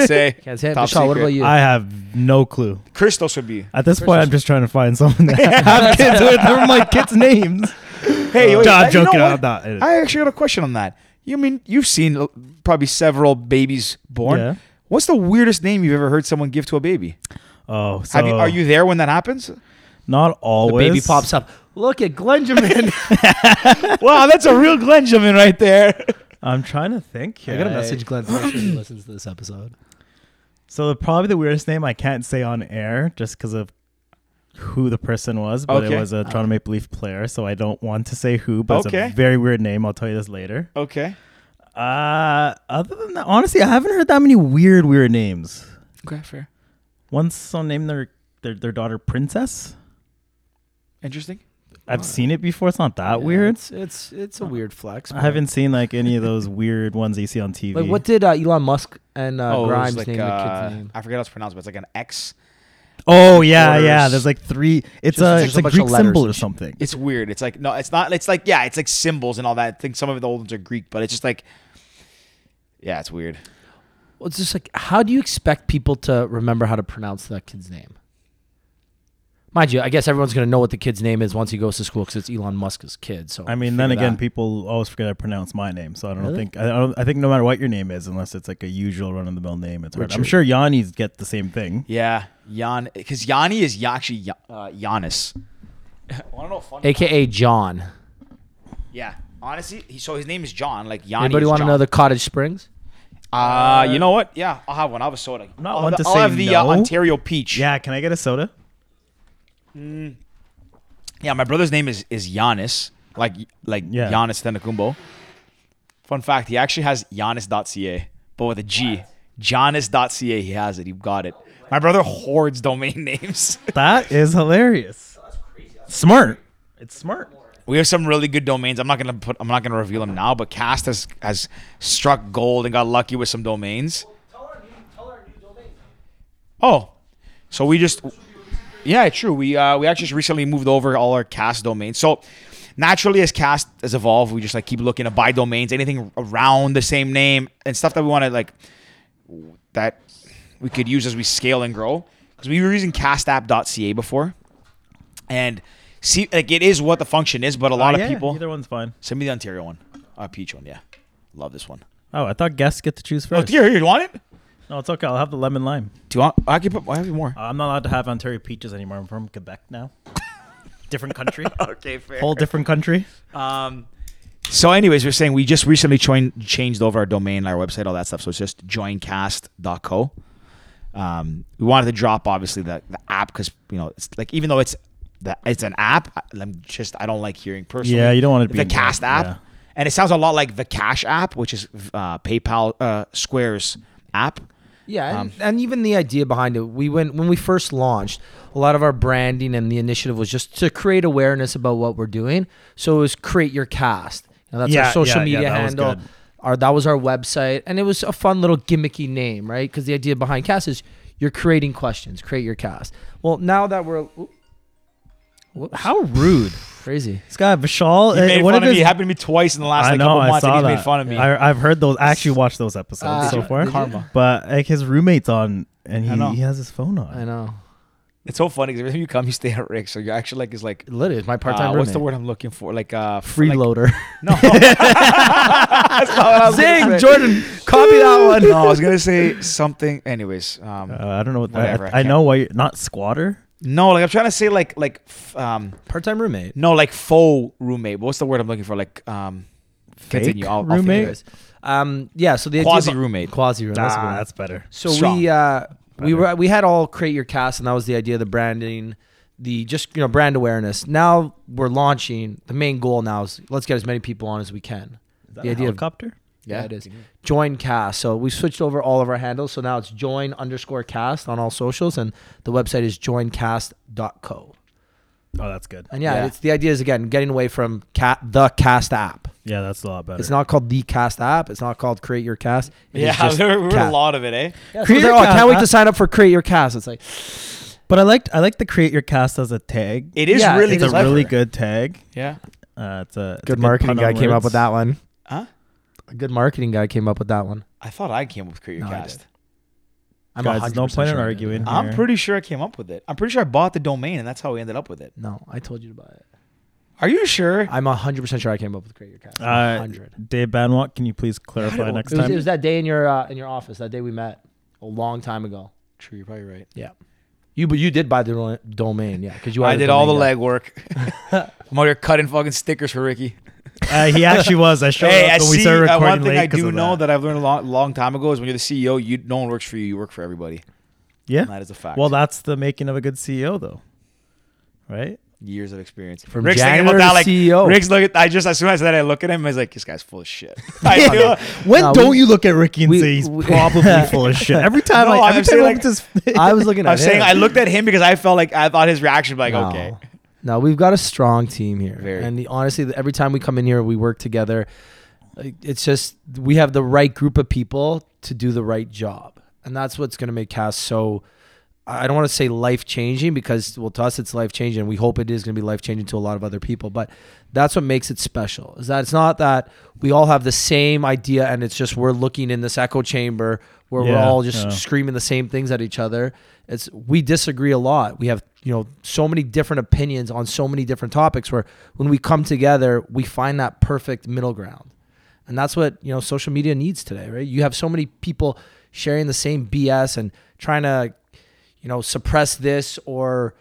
S2: say.
S1: Can't say it.
S2: Top
S1: Michelle, what
S2: secret.
S1: about you?
S4: I have no clue.
S2: Christos would be.
S4: At this point, I'm just trying to find someone that have kids with. They're my kids' names.
S2: Hey, wait,
S4: Nah,
S2: I-
S4: I'm
S2: you
S4: joking.
S2: know
S4: I'm
S2: what?
S4: not.
S2: I actually got a question on that. You mean you've seen uh, probably several babies born?
S4: Yeah.
S2: What's the weirdest name you've ever heard someone give to a baby?
S4: Oh, so
S2: Have you, are you there when that happens?
S4: not
S1: the
S4: always?
S1: baby pops up. Look at Glenjamin.
S2: wow, that's a real Glenjamin right there.
S4: I'm trying to think. Here.
S1: I got to message Glenn to make sure he listens to this episode.
S4: So the, probably the weirdest name I can't say on air just because of who the person was, but
S2: Okay.
S4: it was a Toronto Maple Leaf player, so I don't want to say who, but
S2: Okay.
S4: it's a very weird name. I'll tell you this later.
S2: Okay.
S4: Uh, other than that, honestly, I haven't heard that many weird, weird names.
S2: Okay, fair.
S4: Once someone named their their, their daughter Princess.
S2: Interesting.
S4: I've seen it before. It's not that
S1: Yeah,
S4: weird.
S1: Uh, It's it's it's a weird flex.
S4: I
S1: but-
S4: haven't seen like any of those weird ones that you see on TV.
S1: Like, what did uh, Elon Musk and uh,
S2: Oh, it was
S1: Grimes
S2: like,
S1: name the
S2: uh,
S1: kid's name?
S2: I forget how it's pronounced, but it's like an X.
S4: oh yeah, yeah.
S2: Orders.
S4: There's like three. It's
S1: Just-
S4: a
S1: just
S4: it's
S1: a
S4: a
S1: bunch of
S4: Greek
S1: letters
S4: symbol
S1: and
S4: or
S1: shit.
S4: something.
S2: It's weird. It's like no, it's not. It's like yeah, it's like symbols and all that. I think some of the old ones are Greek, but it's just like yeah, it's weird.
S1: Well, it's just like, how do you expect people to remember how to pronounce that kid's name? Mind you, I guess everyone's gonna know what the kid's name is once he goes to school because it's Elon Musk's kid.
S2: Oh,
S1: So
S4: I mean, then
S2: figure
S4: again,
S2: that.
S4: people always forget how to pronounce my name, so I don't
S1: Really?
S4: think I, don't, I think no matter what your name is, unless it's like a usual run of the mill name, it's hard. I'm
S1: Richard.
S4: sure Yanni's get the same thing.
S2: Yeah, Jan, because Yanni is Ya- actually Ya- uh, Giannis. Want to know a funny?
S1: AKA John.
S2: Yeah, honestly, he, so his name is John. Like Yanni.
S1: Anybody
S2: is
S1: want
S2: John.
S1: another Cottage Springs?
S2: Uh, you know what? Yeah, I'll have one. I'll have a soda. I'm
S4: not
S2: I'll
S4: one
S2: have
S4: to
S2: the, I'll
S4: say
S2: have the uh,
S4: no.
S2: Ontario peach.
S4: Yeah, can I get a soda?
S2: yeah. My brother's name is is Giannis, like like
S4: Yeah.
S2: Giannis Tenakumbo. Fun fact: he actually has Giannis.ca, but with a G. Giannis.ca, he has it. He got it. My brother hoards domain names.
S4: That is hilarious.
S2: Oh,
S4: Smart. It's smart.
S2: We have some really good domains. I'm not gonna put. I'm not gonna reveal them now. But Cast has has struck gold and got lucky with some domains. Oh, so we just. Yeah, true. We uh, we actually just recently moved over all our Cast domains. So naturally, as Cast has evolved, we just like keep looking to buy domains, anything around the same name and stuff that we want to like that we could use as we scale and grow. Because we were using castapp.ca before, and see, like it is what the function is, but a lot
S4: Yeah,
S2: of people
S4: Either one's fine.
S2: Send me the Ontario one. Uh, peach one, yeah. Love this one.
S4: Oh, I thought guests get to choose
S2: Oh,
S4: first.
S2: here, here, you want it?
S4: No, it's okay. I'll have the lemon lime.
S2: Do you want? I can put. I have more.
S4: I'm not allowed to have Ontario peaches anymore. I'm from Quebec now. different country.
S2: Okay, fair.
S4: Whole different country.
S2: Um. So, anyways, we're saying we just recently joined, changed over our domain, our website, all that stuff. So it's just joincast.co. Um, we wanted to drop obviously the, the app because you know it's like even though it's the, it's an app, I- I'm just I don't like hearing personally.
S4: Yeah, you don't want it to
S2: It's
S4: be
S2: a
S4: in there,
S2: cast app.
S4: yeah.
S2: and it sounds a lot like the Cash app, which is uh, PayPal uh, Square's app.
S1: Yeah,
S4: Um,
S1: and, and even the idea behind it, we went when we first launched. A lot of our branding and the initiative was just to create awareness about what we're doing. So it was create your cast. And that's
S4: Yeah,
S1: our social
S4: yeah, yeah,
S1: media
S4: that was
S1: handle.
S4: good.
S1: Our that was our website, and it was a fun little gimmicky name, right? Because the idea behind cast is you're creating questions, create your cast. Well, now that we're oop, whoops,
S4: How rude!
S1: crazy.
S4: This guy Vishal.
S2: He
S4: uh,
S2: made
S4: one
S2: fun of
S4: his-
S2: me. It happened to me twice in the last
S4: I
S2: like,
S4: know.
S2: couple
S4: I
S2: months. I
S4: saw
S2: think he's
S4: that.
S2: made fun of me.
S4: I, have heard those. I actually watched those episodes
S1: Ah,
S4: so
S1: did you?
S4: far.
S2: Karma.
S4: But like his roommate's on, and
S2: I know.
S4: he, he has his phone on.
S1: I know.
S2: It's so funny because every time you come, you stay at Rick's. So you're actually like, it's like,
S1: Literally, it's my part-time
S2: uh,
S1: roommate.
S2: what's the word I'm looking for? Like, uh, f- like-
S1: Freeloader.
S2: no. That's not what I was gonna
S1: Zing,
S2: say.
S1: Jordan, copy that one.
S2: No, I was gonna say something. Anyways, um,
S4: Uh, I don't know what that.
S2: Whatever, I
S4: I, I know why you're not squatter.
S2: no, like I'm trying to say like like f- um,
S1: Part-time roommate.
S2: no, like faux roommate. What's the word I'm looking for? Like um, continue. I'll, I'll think of
S4: roommate?
S2: it.
S1: Um, yeah. So the
S2: Quasi roommate. Ah,
S1: Quasi roommate. that's a good one.
S4: better.
S1: So
S2: Strong.
S1: we uh, we were we had all create your cast, and that was the idea, the branding, the just you know brand awareness. Now we're launching. The main goal now is let's get as many people on as we can.
S4: The
S1: The
S4: idea
S1: idea of-
S4: helicopter.
S1: Yeah, it is. Join cast. So we switched over all of our handles. So now it's join underscore cast on all socials, and the website is joincast.co.
S4: oh, that's good.
S1: And yeah,
S2: Yeah.
S1: it's the idea is again getting away from cat the cast app.
S4: Yeah, that's a lot better.
S1: It's not called the cast app. It's not called create your cast. It is
S2: Yeah,
S1: just
S2: there were a
S1: Cast.
S2: lot of it, eh?
S1: Yeah, so
S4: Create
S1: they're,
S4: your
S1: oh, I
S4: cast
S1: can't wait
S4: app."
S1: to sign up for create your cast. It's like
S4: but I liked I like to create your cast as a tag.
S2: It is
S1: Yeah,
S2: really
S4: it's a
S2: clever.
S4: really good tag.
S2: yeah.
S4: Uh, it's a it's a
S1: good marketing
S4: pun
S1: guy
S4: on
S1: came up
S4: words.
S1: with that one.
S2: Huh?
S1: A good marketing guy came up with that one.
S2: I thought I came up with Create Your
S1: No, I
S2: Cast.
S1: I'm
S4: Guys, there's no
S1: 100%
S4: point in
S1: sure I did.
S4: arguing.
S1: Uh,
S2: I'm
S4: Here.
S2: pretty sure I came up with it. I'm pretty sure I bought the domain, and that's how we ended up with it.
S1: No, I told you to buy it.
S2: Are you sure?
S1: I'm 100% sure I came up with create your cast.
S4: Uh,
S1: 100.
S4: Dave Banwat, can you please
S2: I
S4: clarify
S2: don't-
S4: next
S1: It was,
S4: time?
S1: it was that day in your uh, in your office. That day we met a long time ago.
S2: True, you're probably right.
S1: Yeah. You but you did buy the ro- domain, yeah, because you. are
S2: I did all the
S1: domain guy.
S2: legwork. I'm out here cutting fucking stickers for Ricky.
S4: uh, he actually was. I showed
S2: Hey,
S4: up
S2: I
S4: when we
S2: see.
S4: started
S2: uh,
S4: recording
S2: one thing
S4: late
S2: I
S4: 'cause
S2: do
S4: of
S2: know
S4: that.
S2: that I've learned a long, long time ago is when you're the CEO, you no one works for you. You work for everybody.
S4: Yeah.
S2: And that is a fact.
S4: Well, that's the making of a good CEO, though, right?
S2: years of experience.
S1: From
S2: Rick's thinking
S1: janitor
S2: about that,
S1: to E
S2: like
S1: CEO.
S2: Rick's looking. I just as soon as that I look at him, I was like, this guy's full of shit. I do.
S4: When
S1: No,
S4: don't
S1: we-
S4: you look at Ricky and
S1: we-
S4: say he's
S1: we-
S4: probably full of shit? Every time
S2: No,
S4: I,
S2: I'm
S4: every
S2: saying,
S4: time I
S2: like-
S4: look at his
S1: I was looking at.
S2: I was
S1: him.
S2: saying I looked at him because I felt like I thought his reaction would be like,
S1: no.
S2: okay.
S1: No, we've got a strong team here,
S2: Very.
S1: and the, honestly, the- every time we come in here, we work together. Like, It's just we have the right group of people to do the right job, and that's what's going to make cast so. I I don't want to say life changing because well to us it's life changing. We hope it is going to be life changing to a lot of other people, but that's what makes it special. Is that it's not that we all have the same idea and it's just we're looking in this echo chamber where we're
S4: Yeah,
S1: all just
S4: yeah.
S1: screaming the same things at each other. It's we disagree a lot. We have you know so many different opinions on so many different topics. Where when we come together, we find that perfect middle ground, and that's what you know social media needs today, right? You have so many people sharing the same BS and trying to you know suppress this or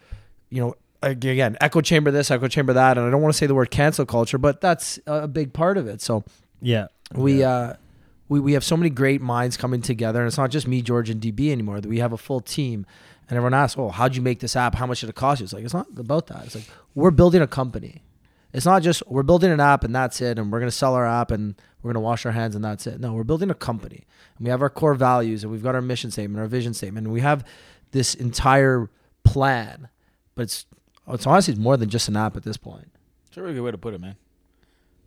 S1: you know ag- again echo chamber this, echo chamber that, and I don't want to say the word cancel culture, but that's a a big part of it. So
S4: yeah,
S1: we uh we, we have so many great minds coming together and it's not just me george and db anymore that we have a full team and everyone asks oh how'd you make this app how much did it cost you it's like it's not about that it's like we're building a company it's not just we're building an app and that's it and we're going to sell our app and we're going to wash our hands and that's it no we're building a company and we have our core values and we've got our mission statement our vision statement and we have this entire plan but it's it's honestly more than just an app at this point
S2: It's a really good way to put it, man.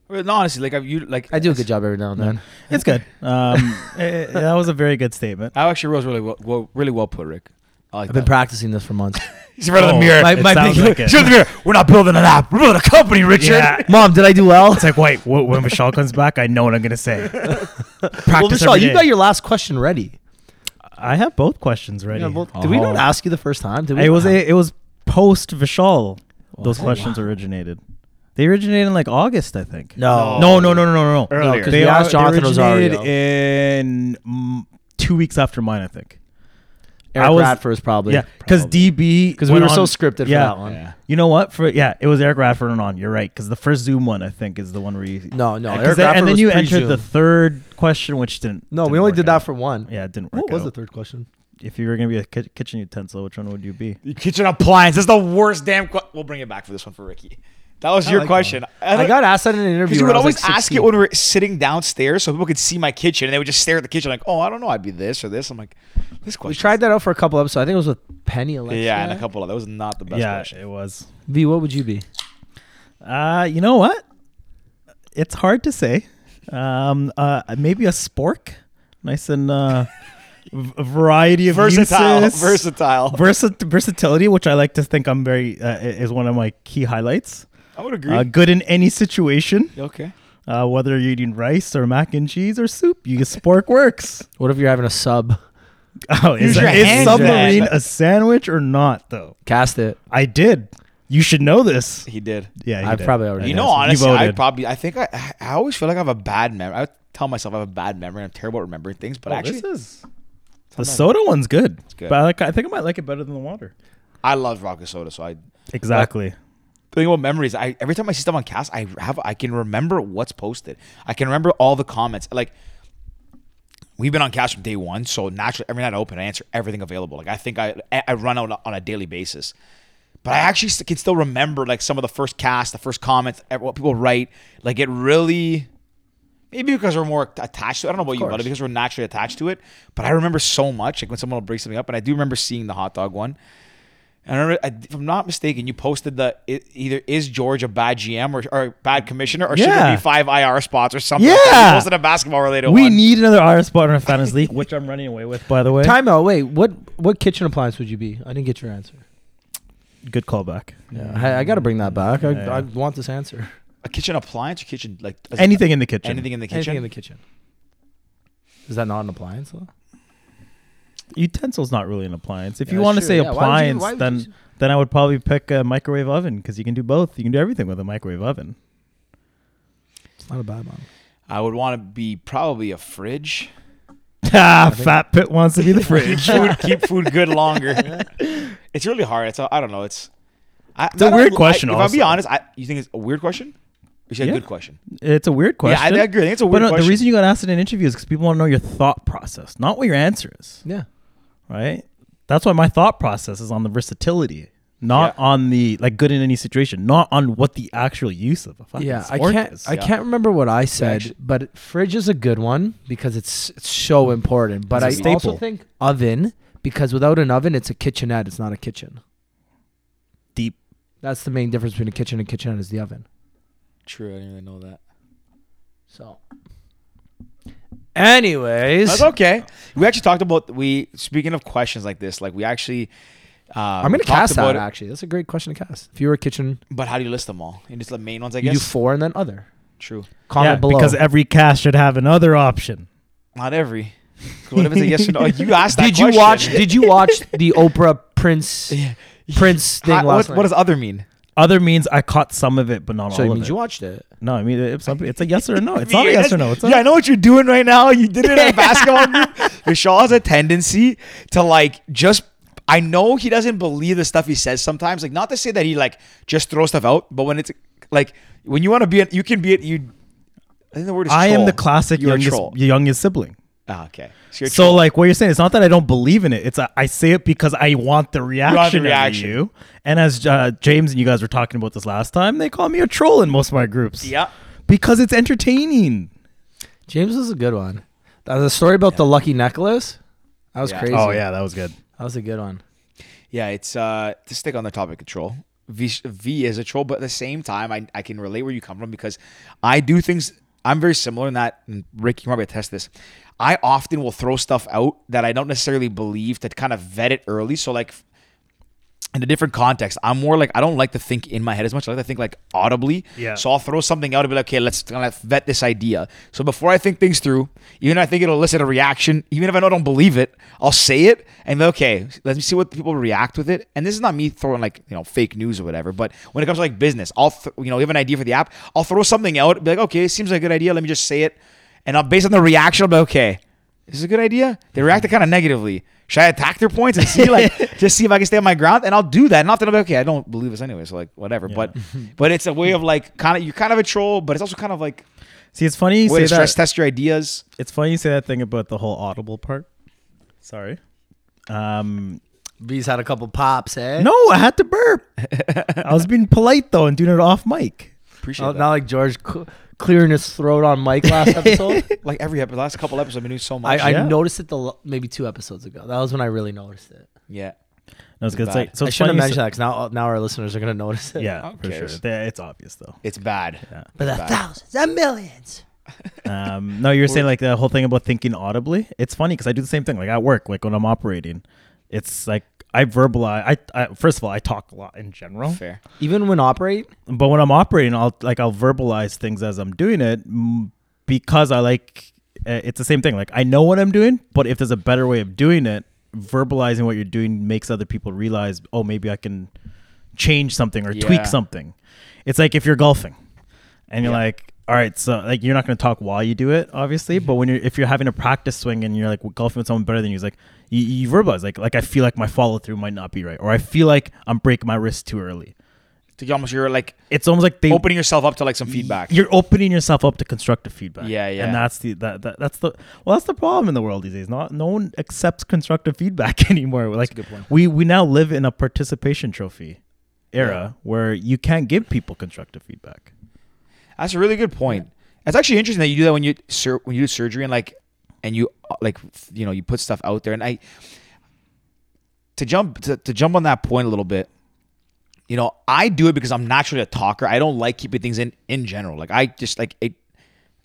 S2: Well, No, honestly, like I've, you, like
S1: i do a good job every now and then
S4: it's good. Um, eh, that was a very good statement.
S2: I actually was really well, well, really well put, Rick. I like
S1: i've been
S2: that.
S1: practicing this for months
S2: He's in front of
S4: Oh,
S2: the mirror.
S4: my- It my sounds big- like it.
S2: He's in front of the mirror. We're not building an app. We're building a company, Richard.
S4: Yeah.
S1: mom did i do well
S4: It's like, wait, wh- when Michelle comes back, I know what I'm gonna say.
S1: Well,
S4: Practice
S1: Michelle,
S4: every
S1: you
S4: day.
S1: got your last question ready.
S4: I have both questions ready.
S1: Yeah, well, Did we not
S2: Oh.
S1: ask you the first time? Did we
S4: it was
S1: not?
S4: a, it was post Vishal. Those
S1: Oh,
S4: questions originated. They originated in like August, I think.
S1: no.
S4: no, no, no, no, no, no.
S2: Earlier.
S1: No, 'cause
S4: They
S1: we
S4: are-
S1: asked Jonathan
S4: they originated
S1: Rosario.
S4: in mm, two weeks after mine, I think.
S1: Eric
S4: I was-
S1: Radford is probably.
S4: Yeah, because DB
S1: Because we
S4: went
S1: were so
S4: on-
S1: scripted for
S4: yeah.
S1: that one.
S2: Yeah.
S4: You know what? For yeah, it was Eric Radford and on. You're right because the first Zoom one I think is the one where you
S1: No, no.
S4: 'cause
S1: Eric
S4: then-
S1: Radford
S4: and then
S1: was
S4: you
S1: pre-Zoom.
S4: entered the third question, which didn't.
S1: No, we
S4: didn't
S1: only
S4: work
S1: did that
S4: out.
S1: for one.
S4: Yeah, it didn't work.
S1: What was
S4: out.
S1: the third question?
S4: If you were gonna be a ki- kitchen utensil, which one would you be?
S2: Your kitchen appliance. That's the worst damn. Qu- we'll bring it back for this one for Ricky. That was your question.
S1: I got asked that in an interview.
S2: because you
S1: when
S2: would
S1: I was,
S2: always
S1: like,
S2: ask it
S1: 16.
S2: when we were sitting downstairs, so people could see my kitchen, and they would just stare at the kitchen like, "Oh, I don't know, I'd be this or this." I'm like, "This question."
S1: We tried that out for a couple episodes. I think it was with Penny Alexa.
S2: Yeah, and a couple of that was not the best
S4: yeah,
S2: question.
S4: it was.
S1: V, what would you be?
S4: Uh, you know what? It's hard to say. Um, uh, maybe a spork, nice and uh, v- a variety of
S2: Versatile,
S4: uses.
S2: versatile.
S4: Versa- versatility, which I like to think I'm very uh, is one of my key highlights.
S2: I would agree.
S4: Uh, good in any situation,
S2: okay.
S4: uh, whether you're eating rice or mac and cheese or soup, you spork works.
S1: What if you're having a sub?
S4: Oh, is,
S2: Use your
S4: that- is
S2: hands,
S4: submarine
S2: man.
S4: a sandwich or not? Though
S1: Cast it.
S4: I did. You should know this.
S2: He did.
S4: Yeah, he
S1: I
S4: did.
S1: probably already
S2: You
S1: I
S2: know,
S1: guess.
S2: honestly,
S4: You
S2: I
S4: voted.
S2: probably, I think I, I always feel like I have a bad memory. I would tell myself I have a bad memory. I'm terrible at remembering things, but
S4: Oh,
S2: actually,
S4: this is the soda one's good.
S2: good.
S4: But I, like, I think I might like it better than the water.
S2: I love rocket soda. So I
S4: Exactly.
S2: think about memories. I every time I see stuff on cast, I have, I can remember what's posted. I can remember all the comments. Like we've been on cast from day one, so naturally every night I open, I answer everything available. Like I think I, I run out on a daily basis. But I actually st- can still remember like some of the first cast, the first comments, ev- what people write. Like it really, maybe because we're more attached to it. I don't know about you, but because we're naturally attached to it. But I remember so much. Like when someone will bring something up, and I do remember seeing the hot dog one. And I remember, I, if I'm not mistaken, you posted the i either is George a bad GM or, or bad commissioner or should there
S4: Yeah.
S2: be five IR spots or something? like
S4: Yeah.
S2: that. You posted a basketball related
S4: We
S2: one.
S4: need another RS spot in our fantasy league, which I'm running away with, by the way.
S1: Time out. Wait, what what kitchen appliance would you be? I didn't get your answer.
S4: Good callback.
S1: Yeah, I, I got to bring that back. I,
S4: Yeah.
S1: I want this answer.
S2: a kitchen appliance or kitchen like as-
S4: Anything in the kitchen.
S2: anything in the kitchen.
S1: Anything in the kitchen. Is that not an appliance? Though?
S4: Utensil's not really an appliance. If
S1: Yeah,
S4: you want to
S1: sure.
S4: say
S1: Yeah, why would you-
S4: appliance,
S1: why would
S4: then
S1: you-
S4: then I would probably pick a microwave oven because you can do both. You can do everything with a microwave oven.
S1: It's not a bad one.
S2: I would want to be probably a fridge.
S4: ah, Fat Pit wants to be the fridge.
S2: food, keep food good longer. it's really hard. It's I don't know. It's I, it's
S4: a weird question
S2: if I'll be
S4: also.
S2: honest, I, you think it's a weird question? You said a
S4: Yeah.
S2: good question.
S4: It's a weird
S2: Yeah, I
S4: question.
S2: agree. I think it's a
S4: But
S2: weird
S4: no,
S2: question.
S4: the reason you got asked it in an interview is because people want to know your thought process, not what your answer is,
S1: Yeah.
S4: right? That's why my thought process is on the versatility, not
S2: Yeah.
S4: on the like good in any situation, not on what the actual use of a fucking
S1: yeah, I
S4: spork
S1: can't.
S4: is.
S1: I
S2: Yeah.
S1: can't remember what I said,
S2: actu-
S1: but fridge is a good one because it's, it's so important. But I
S4: It's a
S1: also
S4: staple.
S1: think oven because without an oven, it's a kitchenette. It's not a kitchen.
S4: Deep.
S1: That's the main difference between a kitchen and kitchenette is the oven.
S2: True, I didn't really know that.
S1: So, anyways,
S2: That's okay. We actually talked about we speaking of questions like this. Like we actually, um,
S1: I'm gonna
S2: talked
S1: cast that.
S2: about it,
S1: Actually, that's a great question to cast. If you were a kitchen,
S2: But how do you list them all? And just the main ones, I
S1: you
S2: guess.
S1: do four and then other.
S2: True.
S1: Comment
S4: yeah,
S1: below.
S4: because every cast should have another option.
S2: Not every. What if it's a yes or no? You asked that
S1: did you
S2: question.
S1: watch? Did you watch the Oprah Prince Prince thing
S2: How-
S1: last
S2: what,
S1: night?
S2: what does other mean?
S4: Other means I caught some of it, but not
S1: so
S4: all
S1: it
S4: of
S1: means
S4: it.
S1: you watched it.
S4: no, I mean it's, some- it's a yes or a no. It's not a yes or no. It's a,
S2: yeah, I know what you're doing right now. You did it at basketball group. Vishal has a tendency to like just. I know he doesn't believe the stuff he says sometimes. Like not to say that he like just throws stuff out, but when it's like when you want to be, an, you can be. An, you. I think the word is.
S4: I am
S2: troll.
S4: the classic
S2: You're a
S4: youngest,
S2: troll.
S4: youngest sibling.
S2: Ah, okay. So, you're a
S4: So
S2: troll.
S4: like what you're saying, it's not that I don't believe in it. It's a, I say it because I want the reaction,
S2: want the
S4: out of
S2: reaction.
S4: you. And as uh, James and you guys were talking about this last time, they call me a troll in most of my groups.
S2: Yeah.
S4: because it's entertaining.
S1: James was a good one. Uh, The story about the lucky necklace. That was
S2: Yeah.
S1: crazy.
S4: Oh yeah, that was good.
S1: that was a good one.
S2: Yeah, it's uh to stick on the topic of troll. V V is a troll, but at the same time, I, I can relate where you come from because I do things. I'm very similar in that. And Rick, you can probably attest to this. I often will throw stuff out that I don't necessarily believe to kind of vet it early. So like in a different context, I'm more like I don't like to think in my head as much. I like to think like audibly.
S4: Yeah.
S2: So I'll throw something out and be like, okay, let's kind of vet this idea. So before I think things through, even if I think it'll elicit a reaction, even if I know I don't believe it, I'll say it and be like, okay, let me see what people react with it. And this is not me throwing like you know fake news or whatever. But when it comes to like business, I'll th- you know we have an idea for the app. I'll throw something out, be like, okay, it seems like a good idea. Let me just say it, and I'll based on the reaction, I'll be like, okay. This is a good idea. They reacted kind of negatively. Should I attack their points and see like just see if I can stay on my ground? And I'll do that. And often I'll be like, okay, I don't believe this anyway, so like whatever. But but it's a way of like kind of you're kind of a troll, but it's also kind of like
S4: See, it's funny you
S2: way
S4: say
S2: to
S4: that.
S2: stress test your ideas.
S4: it's funny you say that thing about the whole audible part. Sorry. Um,
S1: V's had a couple pops, eh?
S4: No, I had to burp. I was being polite though and doing it off mic.
S2: Appreciate
S1: Oh,
S2: that.
S1: not like George cl- clearing his throat on Mike last episode.
S2: like every episode, last couple episodes, I've been doing so
S1: I,
S2: much.
S1: I
S4: Yeah.
S1: noticed it the l- maybe two episodes ago. That was when I really noticed it.
S2: yeah.
S4: No, it's good. It's
S2: Bad.
S4: like, so
S1: I
S4: it's
S1: shouldn't have
S4: funny you
S1: mentioned that because now, now our listeners are gonna notice
S4: said-
S1: it.
S4: Yeah,
S2: Who
S4: for sure.
S2: cares?
S4: They- It's obvious though.
S2: It's bad.
S1: but the
S2: Bad.
S1: thousands and millions.
S4: Um, no, you were saying like the whole thing about thinking audibly. It's funny because I do the same thing. Like at work, like when I'm operating, it's like I verbalize. I, I first of all, I talk a lot in general,
S2: Fair.
S1: Even when operate,
S4: but when I'm operating, I'll like I'll verbalize things as I'm doing it mm, because I like. Uh, it's the same thing. Like I know what I'm doing, but if there's a better way of doing it, verbalizing what you're doing makes other people realize, oh, maybe I can change something or
S2: Yeah.
S4: tweak something. It's like if you're golfing and you're
S2: Yeah.
S4: like, all right, so like you're not going to talk while you do it, obviously,
S2: Mm-hmm.
S4: but when you're if you're having a practice swing and you're like golfing with someone better than you, it's like you, you verbalize like like I feel like my follow through might not be right, or I feel like I'm breaking my wrist too early.
S2: To almost you're like
S4: It's almost like they
S2: opening yourself up to like some feedback.
S4: You're opening yourself up to constructive feedback.
S2: Yeah, yeah.
S4: And that's the that, that that's the well, that's the problem in the world these days. Not no one accepts constructive feedback anymore. Like
S2: a good point.
S4: we we now live in a participation trophy era where you can't give people constructive feedback.
S2: That's a really good point. It's actually interesting that you do that when you sur- when you do surgery and like and you uh, like f- you know you put stuff out there and I to jump to, to jump on that point a little bit. You know, I do it because I'm naturally a talker. I don't like keeping things in in general. Like I just like it.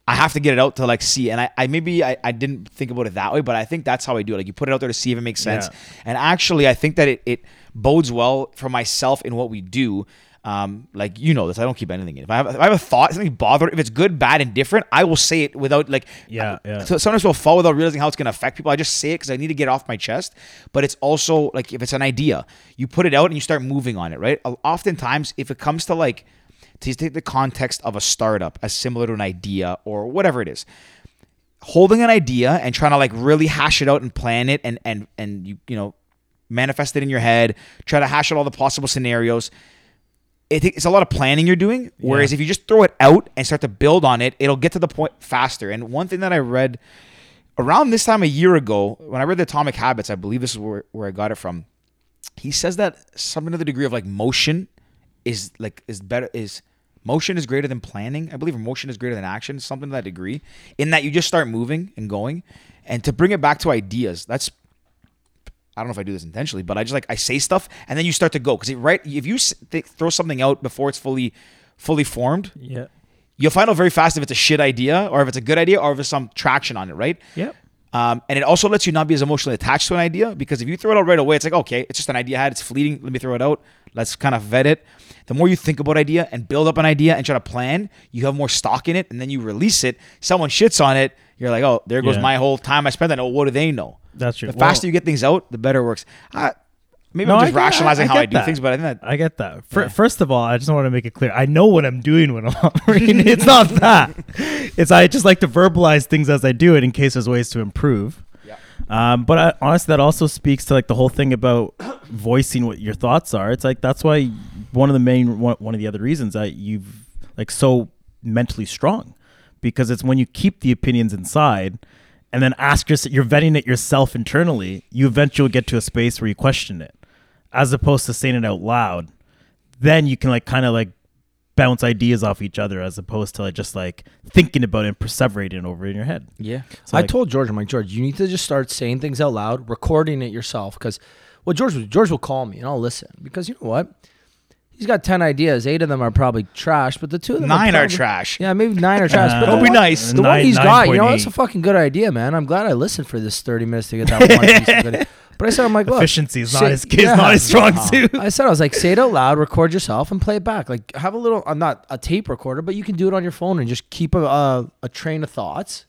S2: I have to get it out to like see, and I, I maybe I, I didn't think about it that way, but I think that's how I do it. Like you put it out there to see if it makes sense,
S4: Yeah.
S2: and actually I think that it, it bodes well for myself in what we do. Um, like you know this, I don't keep anything in. If I have, if I have a thought, something bothered, if it's good, bad, and different, I will say it without like
S4: Yeah, yeah.
S2: So sometimes we'll fall without realizing how it's going to affect people. I just say it because I need to get it off my chest. But it's also like if it's an idea, you put it out and you start moving on it, right? Oftentimes, if it comes to like to take the context of a startup as similar to an idea or whatever it is holding an idea and trying to like really hash it out and plan it and and and you you know manifest it in your head try to hash out all the possible scenarios it, it's a lot of planning you're doing whereas
S4: Yeah.
S2: if you just throw it out and start to build on it it'll get to the point faster and one thing that i read around this time a year ago when i read the atomic habits i believe this is where, where i got it from he says that something to the degree of like motion is like is better is motion is greater than planning i believe or motion is greater than action something to that degree in that you just start moving and going and to bring it back to ideas that's i don't know if i do this intentionally but i just like i say stuff and then you start to go because right if you s- th- throw something out before it's fully fully formed
S4: Yeah.
S2: you'll find out very fast if it's a shit idea or if it's a good idea or if there's some traction on it right
S4: Yep.
S2: um, and it also lets you not be as emotionally attached to an idea because if you throw it out right away, it's like, okay, it's just an idea I had, it's fleeting. Let me throw it out. Let's kind of vet it. The more you think about idea and build up an idea and try to plan, you have more stock in it, and then you release it. Someone shits on it. You're like, oh, there goes
S4: Yeah.
S2: my whole time I spent on it. What do they know?
S4: That's true.
S2: The faster
S4: Well-
S2: you get things out, the better it works. I, maybe
S4: No,
S2: I'm
S4: I
S2: just
S4: get-
S2: rationalizing
S4: I- I
S2: how I
S4: get
S2: do
S4: that.
S2: things, but I think that
S4: I get that. Fir- First of all, I just want to make it clear. I know what I'm doing when I'm operating. it's not that. It's I just like to verbalize things as I do it in case there's ways to improve.
S2: Yeah.
S4: Um, but I, honestly, that also speaks to like the whole thing about voicing what your thoughts are. It's like that's why one of the main one, one of the other reasons that you've like so mentally strong because it's when you keep the opinions inside and then ask yourself you're vetting it yourself internally. You eventually get to a space where you question it as opposed to saying it out loud, then you can like kind of like bounce ideas off each other as opposed to like just like thinking about it and perseverating over it in your head.
S2: yeah,
S4: So,
S1: I
S4: like-
S1: told George, I'm like, George, you need to just start saying things out loud, recording it yourself. Because what George would, George will call me and I'll listen. Because you know what? He's got 10 ideas. Eight of them are probably trash, but the two of them
S2: nine are
S1: probably-
S2: trash.
S1: Yeah, maybe nine are trash. but
S4: Don't
S1: the
S4: be
S1: one-
S2: nice.
S1: The one
S4: Uh, Nine-
S1: he's got, you know, that's a
S4: 9.8.
S1: fucking good idea, man. I'm glad I listened for this 30 minutes to get that one piece of good. But I said, I'm like, look,
S4: Efficiency is not
S1: say-
S4: his is not his strong suit.
S1: I said, I was like, say it out loud, record yourself, and play it back. Like, have a little. I'm not a tape recorder, but you can do it on your phone and just keep a a, a train of thoughts.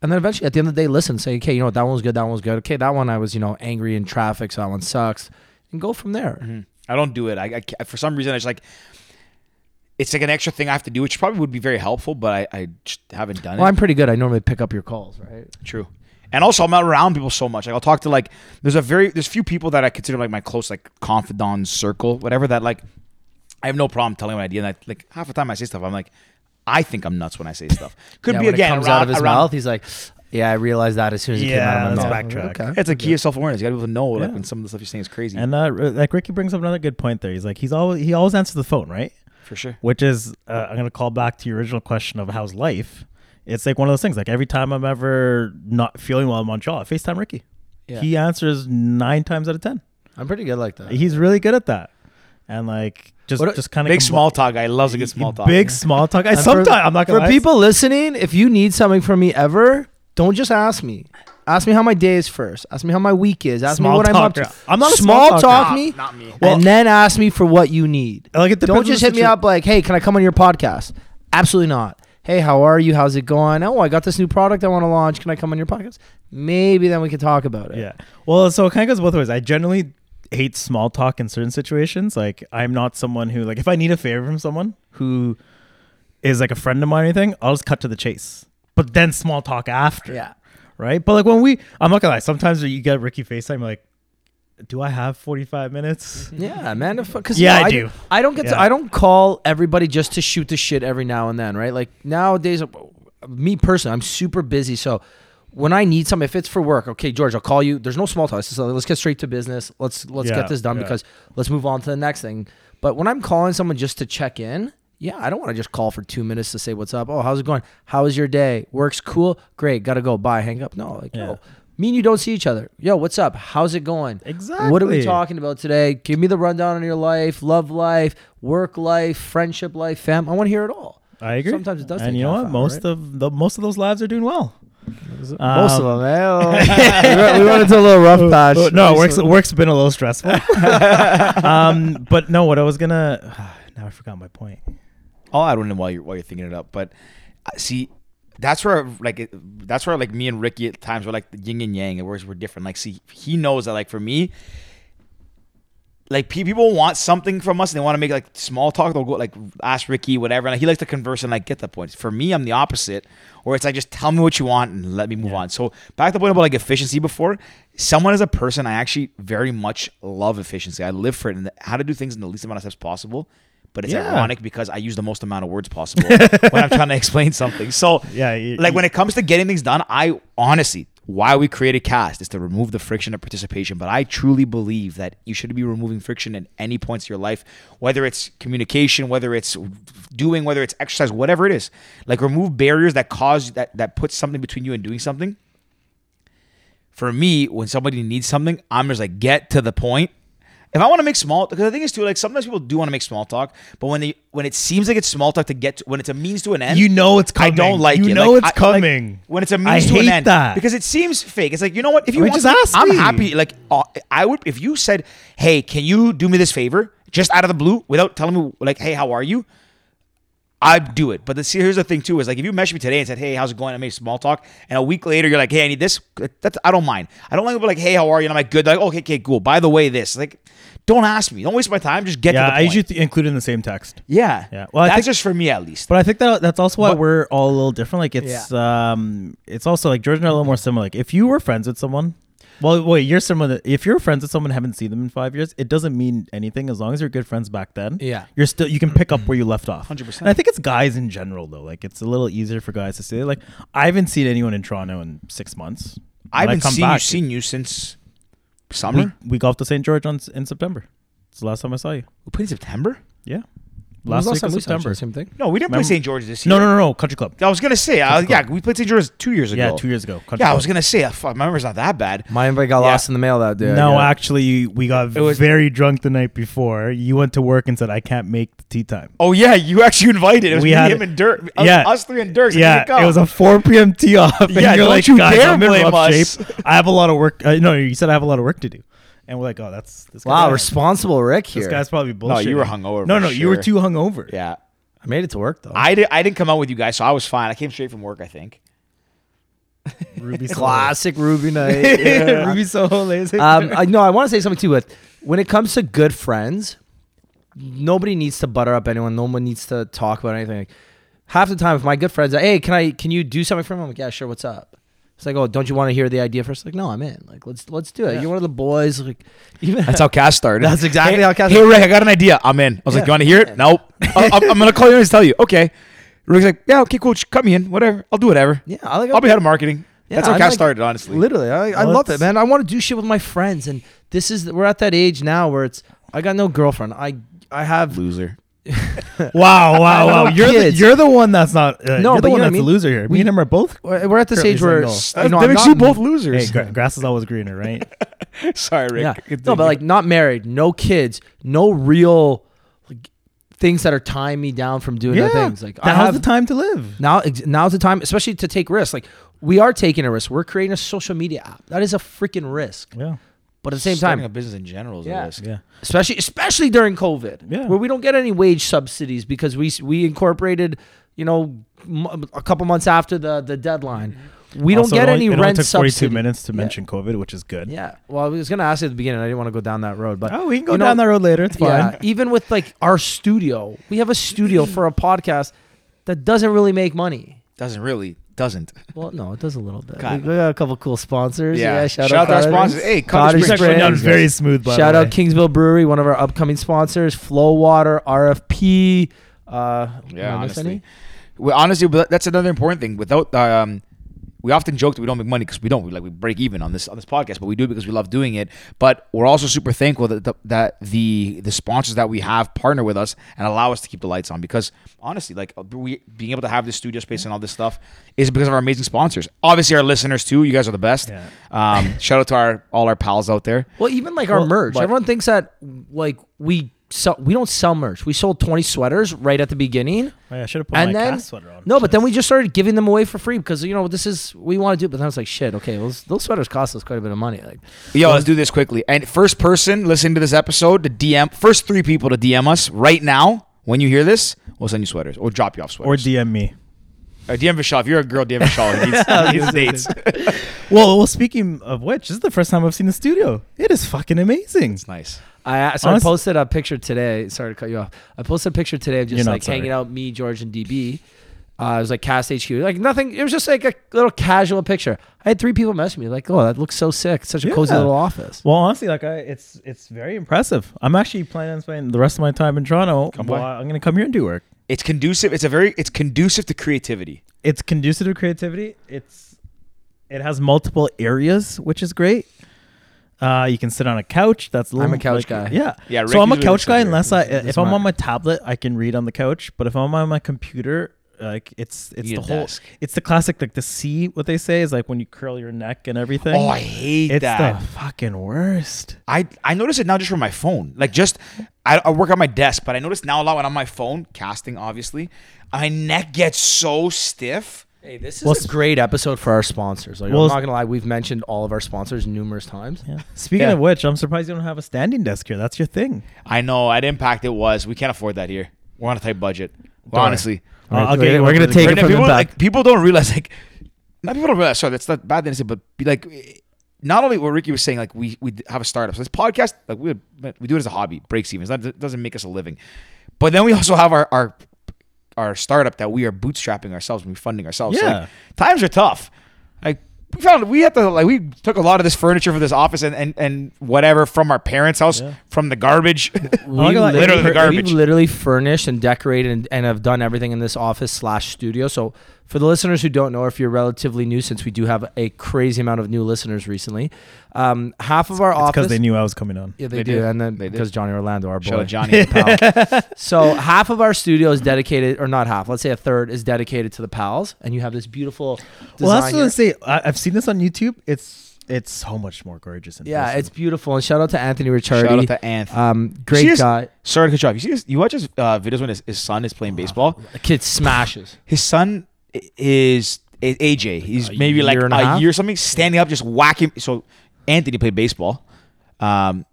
S1: And then eventually, at the end of the day, listen. Say, okay, you know what? That one was good. That one was good. Okay, that one I was, you know, angry in traffic, so that one sucks, and go from there.
S2: Mm-hmm. Hmm. I don't do it. I, I ca- for some reason I just like it's like an extra thing I have to do, which probably would be very helpful, but I, I just haven't done it.
S1: Well, I'm pretty good. I normally pick up your calls, right?
S2: True. And also, I'm not around people so much. Like, I'll talk to like, there's a very, there's few people that I consider like my close, like confidant circle, whatever. That like, I have no problem telling them an idea. And I, like half the time I say stuff, I'm like, I think I'm nuts when I say stuff. Could
S1: Yeah,
S2: be
S1: when
S2: again
S1: it comes
S2: around,
S1: out of his
S2: around-
S1: mouth, he's like, Yeah, I realized that as soon as it came out of my
S4: Yeah,
S1: mouth.
S4: let's
S1: I was like,
S4: backtrack.
S1: Okay.
S2: It's a key of self awareness. You got to be able to know like
S4: Yeah.
S2: when some of the stuff you're saying is crazy.
S4: And uh, r- like Ricky brings up another good point there. He's like he's always he always answers the phone, right?
S2: for sure.
S4: Which is uh, I'm gonna call back to your original question of how's life. It's like one of those things. Like every time I'm ever not feeling well in Montreal, I FaceTime Ricky.
S2: Yeah.
S4: He answers nine times out of ten.
S1: I'm pretty good like that.
S4: He's really good at that, and like just
S1: What a-
S4: just kind of
S2: Big small talk guy loves a good small talk.
S4: Big small talk. I
S1: And for-
S4: sometimes I'm not gonna
S1: for
S4: lie.
S1: people listening, if you need something from me ever, don't just ask me. Ask me how my day is first. Ask me how my week is. Ask me
S4: Small
S1: what I'm up
S4: talker.
S1: to.
S4: I'm not a
S1: small,
S4: small
S1: talk
S4: talker.
S1: me,
S2: not me.
S4: Well-
S1: and then ask me for what you need.
S4: Like it depends
S1: Don't
S4: on
S1: just
S4: the
S1: hit me
S4: situa-
S1: up like, "Hey, can I come on your podcast?" Absolutely not. Hey, how are you? How's it going? Oh, I got this new product I want to launch. Can I come on your podcast? Maybe then we can talk about it.
S4: Yeah. Well, so it kind of goes both ways. I generally hate small talk in certain situations. Like I'm not someone who like if I need a favor from someone who is like a friend of mine or anything, I'll just cut to the chase. But then small talk after.
S1: Yeah.
S4: Right. But like when we, I'm not gonna lie. Sometimes you get Ricky FaceTime like, do I have 45 minutes?
S1: Yeah, man. If, cause,
S4: Yeah,
S1: you know,
S4: I
S1: d-
S4: do.
S1: I don't get to.
S4: Yeah.
S1: I don't call everybody just to shoot the shit every now and then, right? Like nowadays, uh, me personally, I'm super busy. So when I need something, if it's for work, okay, George, I'll call you. There's no small talk. It's just, uh, let's get straight to business. Let's let's
S4: Yeah,
S1: get this done
S4: yeah.
S1: because let's move on to the next thing. But when I'm calling someone just to check in. Yeah, I don't want to just call for two minutes to say what's up. Oh, how's it going? How was your day? Works cool. Great. Gotta go. Bye. Hang up. No, like,
S4: Yeah.
S1: yo, me and you don't see each other. Yo, what's up? How's it going? What are we
S4: Exactly.
S1: talking about today? Give me the rundown on your life, love life, work life, friendship life, fam. I want to hear it all.
S4: I agree.
S1: Sometimes it does.
S4: And
S1: take
S4: you know
S1: half
S4: what?
S1: hour,
S4: Most
S1: right?
S4: of the most of those lives are doing well.
S1: most
S4: Um,
S1: of them. eh? we went into a little rough patch.
S4: Oh, no, work's work's been a little stressful. um, but no, what I was gonna now I forgot my point.
S2: I'll add one in while you're while you're thinking it up. But uh, see, that's where like it, that's where like me and Ricky at times we're like the yin and yang, and we're we're different. Like, see, he knows that like for me, like pe- people want something from us and they want to make like small talk. They'll go like ask Ricky whatever, and like, he likes to converse and like get the point. For me, I'm the opposite, where it's like just tell me what you want and let me move on. So back to the point about like efficiency before. Someone as a person, I actually very much love efficiency. I live for it and how to do things in the least amount of steps possible. But it's
S4: Yeah.
S2: ironic because I use the most amount of words possible when I'm trying to explain something. So
S4: Yeah, you-
S2: like when
S4: you-
S2: it comes to getting things done, I honestly, why we created Cast is to remove the friction of participation. But I truly believe that you should be removing friction at any points of your life, whether it's communication, whether it's doing, whether it's exercise, whatever it is. Like remove barriers that cause that that puts something between you and doing something. For me, when somebody needs something, I'm just like get to the point. If I want to make small, because the thing is too, like sometimes people do want to make small talk, but when they when it seems like it's small talk to get to, when it's a means to an end,
S4: You know it's coming.
S2: I don't like
S4: You
S2: it.
S4: know
S2: Like,
S4: it's
S2: I- like,
S4: coming.
S2: when it's a means
S4: I
S2: to an
S4: hate
S2: end.
S4: that.
S2: Because it seems fake. It's like you know what? If you
S4: I mean,
S2: want
S4: just
S2: something,
S4: ask
S2: I'm
S4: me.
S2: happy. Like uh, I would if you said, "Hey, can you do me this favor?" Just out of the blue, without telling me, like, "Hey, how are you?" I'd do it. But the, see, here's the thing too: is like if you messaged me today and said, "Hey, how's it going?" I made small talk, and a week later you're like, "Hey, I need this." That's I don't mind. I don't like people like, "Hey, how are you?" And I'm like, "Good." They're like, okay, okay, cool. By the way, this like, don't ask me. Don't waste my time. Just get to
S4: Yeah,
S2: the point.
S4: I usually th- include it in the same text.
S2: yeah,
S4: Yeah. Well, I
S2: that's
S4: think-
S2: just for me at least.
S4: But I think that that's also why
S2: But-
S4: we're all a little different. Like it's um it's also like George and I are a little more similar. Like if you were friends with someone well, wait. You're someone. That, if you're friends with someone, and haven't seen them in five years. It doesn't mean anything as long as you're good friends back then.
S1: Yeah.
S4: you're still. You can pick up where you left off.
S2: 100%.
S4: And I think it's guys in general though. Like it's a little easier for guys to say. Like I haven't seen anyone in Toronto in six months.
S2: I
S4: When
S2: haven't
S4: come
S2: seen you
S4: back,
S2: seen you since summer.
S4: We, we golfed at St. George on, s- in September. It's the last time I saw you.
S2: We played in September?
S4: Yeah.
S1: When was
S4: Last,
S1: the
S4: week of
S1: time we saw each
S4: September.
S1: other? Same thing.
S2: No, we didn't
S4: Remember-
S2: play St. George this year.
S4: No, no, no, no. Country Club.
S2: I was gonna say, I,
S4: Country
S2: yeah,
S4: Club.
S2: we played St. George two years ago.
S4: Yeah, two years ago. Country
S2: Yeah, I
S4: Club.
S2: was gonna say, uh, fuck, my memory's not that bad.
S1: My invite got
S2: Yeah.
S1: lost in the mail that day. I
S4: No,
S1: guess.
S4: actually, we got
S2: It was-
S4: very drunk the night before. You went to work and said, "I can't make the tea time."
S2: Oh yeah, you actually invited. It was
S4: We
S2: me,
S4: had-
S2: him, and Dirk. Us,
S4: yeah.
S2: us three and Dirk.
S4: yeah, it was a 4 p.m. tea off. And
S2: Yeah,
S4: you're
S2: don't
S4: like,
S2: you
S4: "Guys,
S2: dare
S4: I'm in
S2: blame
S4: rough
S2: us."
S4: shape. I have a lot of work. Uh, no, you said I have a lot of work to do, and we're like, "Oh, that's this guy-
S1: Wow, responsible Rick
S4: This
S1: here.
S4: guy's probably bullshit.
S2: you were hungover
S4: No,
S2: for
S4: no, you were
S2: sure.
S4: too hungover.
S2: yeah.
S1: I made it to work though.
S2: I did. I didn't come out with you guys, so I was fine. I came straight from work. I think.
S4: Ruby Soho.
S1: Classic Ruby night.
S4: Ruby Soho. ladies and
S1: um, I, no, I want to say something too, but when it comes to good friends, nobody needs to butter up anyone. No one needs to talk about anything. Like, half the time, if my good friends, are, hey, can I, can you do something for me? I'm like, yeah, sure. What's up? It's like, oh, don't you want to hear the idea first? Like, no, I'm in. Like, let's let's do it. You're one of the boys. Like, even
S2: That's how Cass started.
S1: That's exactly
S2: hey,
S1: how Cass-
S2: Hey Rick, I got an idea. I'm in. I was like,
S1: Yeah.
S2: you want to hear it? Nope. I, I'm, I'm gonna call you and just tell you. Okay. Rick's like, yeah, okay, coach, cut me in, whatever. I'll do whatever.
S1: yeah, I like.
S2: I'll be head of marketing. That's how
S1: I'm
S2: Cass
S1: like-
S2: started, honestly.
S1: Literally, I, I
S4: Well,
S1: love it,
S4: it's-
S1: man. I want to do shit with my friends, and this is we're at that age now where it's I got no girlfriend. I I have
S2: Loser.
S4: Wow, wow, wow! You're the,
S1: Kids.
S4: you're the one that's not. Uh,
S1: No,
S4: you're
S1: but you know
S4: the one
S1: what I
S4: that's
S1: mean?
S4: a loser here.
S1: We-
S4: Me and him are both.
S1: we're we're at this
S4: Currently
S1: age where
S4: single.
S1: s-
S2: That,
S1: you know,
S2: that
S1: I'm
S2: makes
S1: not-
S2: you both
S4: Hey,
S2: losers.
S4: gra- grass is always greener, right?
S2: Sorry, Rick.
S1: Yeah. No, but like not married, no kids, no real like, things that are tying me down from doing other things. Like I
S4: now's
S1: have
S4: the time to live.
S1: now. ex- Now's the time, especially to take risks. Like we are taking a risk. We're creating a social media app. That is a freaking risk.
S4: Yeah,
S1: But at the same
S2: Starting
S1: time,
S2: a business in general is
S1: Yeah.
S2: a risk.
S4: yeah.
S1: especially especially during COVID,
S4: Yeah.
S1: where we don't get any wage subsidies because we s- we incorporated, you know, m- a couple months after the the deadline, we
S4: Also,
S1: don't
S4: it
S1: get
S4: only-
S1: any
S4: it only
S1: rent
S4: took
S1: subsidy.
S4: Forty-two minutes to
S1: Yeah.
S4: mention COVID, which is good.
S1: Yeah. Well, I was gonna ask you at the beginning. I didn't want to go down that road, but
S4: Oh, we can go
S1: you know,
S4: down that road later. It's fine.
S1: Yeah. Even with like our studio, we have a studio for a podcast that doesn't really make money.
S2: Doesn't really. Doesn't.
S1: Well, no, it does a little bit.
S2: Kinda.
S1: We got a couple cool sponsors. Yeah.
S2: Yeah.
S1: shout,
S2: Shout out
S1: out
S2: to
S1: Cottage
S2: our sponsors.
S1: Springs.
S2: Hey, Cottage
S4: It's actually
S2: Springs.
S4: done very smooth. By
S1: Shout
S4: the
S1: out
S4: way.
S1: Kingsville Brewery, one of our upcoming sponsors. Flow Water, RFP. Uh,
S2: Yeah,
S1: am I missing
S2: honestly. Well, honestly, but that's another important thing. Without um, we often joke that we don't make money because we don't. We, like we break even on this on this podcast, but we do it because we love doing it. But we're also super thankful that the, that the the sponsors that we have partner with us and allow us to keep the lights on. Because honestly, like uh, we being able to have this studio space and all this stuff is because of our amazing sponsors. Obviously, our listeners too. You guys are the best.
S4: Yeah.
S2: Um, shout out to our all our pals out there.
S1: Well, even like our
S4: Well,
S1: merch,
S4: but-
S1: everyone thinks that like we sell. We don't sell merch. We sold twenty sweaters right at the beginning.
S4: Oh, yeah, I should have put my
S1: then
S4: cast sweater on.
S1: no, but then we just started giving them away for free because you know this is we want to do. it. But then I was like, shit, okay, well, those, those sweaters cost us quite a bit of money. Like,
S2: Yo, let's do this quickly. And first person listening to this episode to DM, first three people to DM us right now when you hear this, we'll send you sweaters or drop you off
S4: or
S2: sweaters.
S4: DM me.
S2: Or DM Vishal. If you're a girl, DM Vishal. He
S1: Oh,
S2: needs, he needs dates.
S4: Well, well. Speaking of which, this is the first time I've seen the studio. It is fucking amazing.
S2: It's nice.
S1: I so
S4: Honest-
S1: I posted a picture today. Sorry to cut you off. I posted a picture today of
S4: You're
S1: just
S4: not
S1: like
S4: sorry.
S1: hanging out, me, George, and DB. Uh, I was like cast HQ, like nothing. It was just like a little casual picture. I had three people message me like, "Oh, that looks so sick! Such a cozy
S4: Yeah.
S1: little office."
S4: Well, honestly, like I, it's it's very impressive. I'm actually planning on spending the rest of my time in Toronto.
S2: Come
S4: while
S2: by.
S4: I'm gonna come here and do work.
S2: It's conducive. It's a very, it's conducive to creativity.
S4: It's conducive to creativity. It's it has multiple areas, which is great. Uh, you can sit on a couch. That's a
S1: I'm
S4: little,
S1: a couch guy.
S4: like- Yeah,
S2: Yeah, Rick
S4: So I'm a
S2: usually
S4: couch
S2: sits
S4: guy
S2: here.
S4: unless I if I'm
S1: matter.
S4: on my tablet, I can read on the couch. But if I'm on my computer, like it's it's
S2: need
S4: the
S2: a
S4: whole
S2: desk.
S4: it's the classic like the C. What they say is like when you curl your neck and everything.
S2: Oh, I hate
S4: it's
S2: that.
S4: the fucking worst.
S2: I, I notice it now just from my phone. Like just, I, I work on my desk, but I notice now a lot when I'm on my phone, casting obviously, my neck gets so stiff.
S1: Hey, this is
S4: Well,
S1: a great episode for our sponsors. Like,
S4: Well,
S1: I'm not gonna lie, we've mentioned all of our sponsors numerous times.
S4: Yeah. Speaking
S2: Yeah.
S4: of which, I'm surprised you don't have a standing desk here. That's your thing.
S2: I know at Impact it was. We can't afford that here. We're on a tight budget. Well,
S4: worry.
S2: honestly,
S4: I'll- I'll
S1: We're-
S4: get you
S1: we're
S4: one
S1: gonna
S4: for the
S1: take it
S4: great-
S2: Right now,
S1: from the
S2: people,
S1: back.
S2: Like, people don't realize, like, not people don't realize. Sorry, that's not bad thing to say, but be like, not only what Ricky was saying, like we we have a startup. So this podcast, like we we do it as a hobby, breaks even. It's not, it doesn't make us a living, but then we also have our our our startup that we are bootstrapping ourselves and we're funding ourselves. So,
S4: Yeah.
S2: like, times are tough. Like. We found we had to like we took a lot of this furniture for this office and and, and whatever from our parents' house
S4: Yeah.
S2: from the garbage.
S1: We
S4: like that.
S2: Literally the garbage.
S1: We've literally furnished and decorated and, and have done everything in this office slash studio. So for the listeners who don't know, if you're relatively new, since we do have a crazy amount of new listeners recently, um, half of our office.
S4: because they knew I was coming on.
S1: yeah, they,
S2: They
S1: do,
S2: did.
S1: and then
S2: They did.
S1: because Johnny Orlando, our boy,
S2: Shout out Johnny and pal.
S1: so half of our studio is dedicated, or not half. Let's say a third is dedicated to the pals, and you have this beautiful.
S4: Well,
S1: design
S4: that's what
S1: here.
S4: I say. I, I've seen this on YouTube. It's it's so much more gorgeous. In
S1: Yeah,
S4: person.
S1: it's beautiful. And shout out to Anthony Ricciardi.
S2: Shout out to Anthony.
S1: Um, great
S2: She is-
S1: guy.
S2: Sorry to cut you off. You see, his, you watch his uh, videos when his, his son is playing baseball.
S1: The kid smashes.
S2: His son i- is, i- AJ. He's
S1: A
S2: maybe like
S1: year
S2: a,
S1: and a half?
S2: year or something, standing up, just whacking. So Anthony played baseball. Um,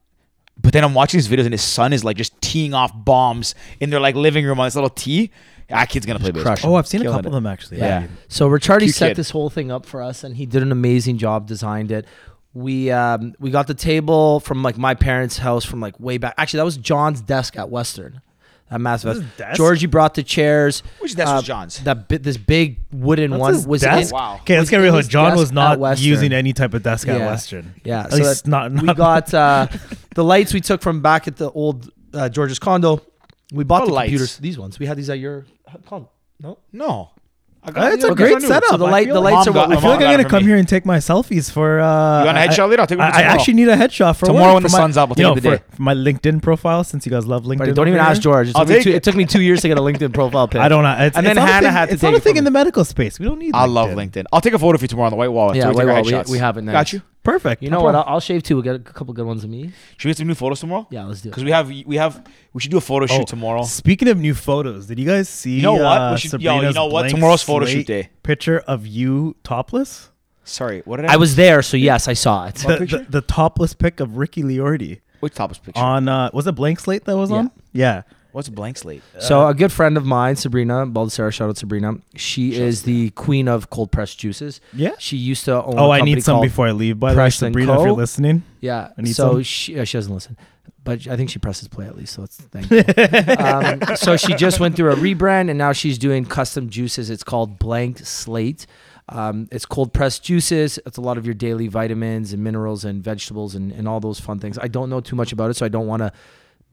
S2: but then I'm watching these videos, and his son is like just teeing off bombs in their like living room on this little tee. That kid's gonna play baseball.
S1: crushing.
S4: Oh, I've seen a
S2: Killing
S4: couple
S2: it.
S4: of them actually.
S2: Yeah.
S1: So Ricciardi
S2: Cute
S1: set
S2: kid.
S1: this whole thing up for us, and he did an amazing job, designed it. We um, we got the table from like my parents' house from like way back. Actually, that was John's desk at Western. That
S4: This
S1: massive
S4: is desk?
S1: Georgie brought the chairs. uh,
S2: Which desk was John's?
S1: That bi- this big wooden
S4: That's
S1: one
S4: his
S1: was
S4: desk?
S1: in-
S2: Wow.
S4: Okay, let's
S1: was
S4: get
S1: in
S4: real.
S1: his
S4: John
S1: desk
S4: was
S1: at
S4: not
S1: Western.
S4: using any type of desk at
S1: Yeah.
S4: Western.
S1: Yeah,
S4: at
S1: so
S4: least
S1: that-
S4: not, not.
S1: we got uh, the lights we took from back at the old uh, George's condo. We bought
S2: What
S1: the
S2: lights?
S1: computers. These ones we had these at your condo. uh, No,
S2: No,
S4: Uh, it's a
S1: Okay.
S4: great setup.
S1: So the light-
S4: feel
S1: the
S4: like-
S1: lights are
S4: I
S1: what we
S4: feel like
S1: want.
S4: I'm
S2: Got it
S4: gonna
S2: from
S4: come
S2: me.
S4: here and take my selfies for. Uh,
S2: You want a
S4: I-
S2: headshot later? I'll take one
S4: I, I
S2: tomorrow.
S4: actually need a headshot for
S2: Tomorrow
S4: work,
S2: when
S4: for
S2: the
S4: my-
S2: sun's up, we'll
S4: you
S2: take
S4: know,
S2: it today.
S4: for- for my LinkedIn profile, since you guys love LinkedIn.
S1: Buddy,
S4: over
S1: don't even
S4: here.
S1: ask George. It
S2: I'll
S1: took, me
S2: take
S1: two,
S2: it.
S1: it took me two years to get a LinkedIn profile pic.
S4: I don't. know. It's,
S1: And then
S4: it's not a
S1: Hannah
S4: thing-
S1: had to
S4: It's not
S1: take
S4: a
S1: it
S4: thing
S1: from
S4: in
S1: me.
S4: the medical space. We don't need.
S2: I love LinkedIn. I'll take a photo for you tomorrow on the white wall.
S1: Yeah,
S2: so we take
S1: white
S2: our
S1: wall, we-
S2: headshots.
S1: we have it now.
S2: Got you.
S4: Perfect.
S1: You know what? I'll, I'll shave too. We'll get a couple good ones of me.
S2: Should we get some new photos tomorrow?
S1: Yeah, let's do
S2: Because
S1: it.
S2: we have we have we should do a photo shoot
S4: Oh,
S2: tomorrow.
S4: Speaking of new photos, did you guys see?
S2: You know what?
S4: Uh,
S2: We should- yo, you
S4: Sabrina's
S2: know what?
S4: blank
S2: Tomorrow's photo shoot
S4: slate
S2: day.
S4: Picture of you topless.
S2: Sorry, what did I?
S1: I was there, so yes, I saw it.
S4: The,
S2: picture?
S4: the, the topless pic of Ricky Liordi
S2: which topless picture?
S4: on uh, was it blank slate that was
S1: Yeah.
S4: on? Yeah.
S2: What's a blank slate?
S4: Oh,
S1: So a good friend of mine, Sabrina Baldessara, shout out Sabrina. She is the queen of cold pressed juices.
S4: Yeah.
S1: She used to own.
S4: Oh,
S1: a
S4: I
S1: company
S4: need some
S1: called-
S4: before I leave. By the way,
S1: Press and
S4: Sabrina, if you're
S1: Co.
S4: listening,
S1: Yeah.
S4: I need
S1: so
S4: some.
S1: she uh, she doesn't listen, but I think she presses play at least, so it's thankful. um, so she just went through a rebrand, and now she's doing custom juices. It's called Blank Slate. Um, it's cold pressed juices. It's a lot of your daily vitamins and minerals and vegetables and, and all those fun things. I don't know too much about it, so I don't want to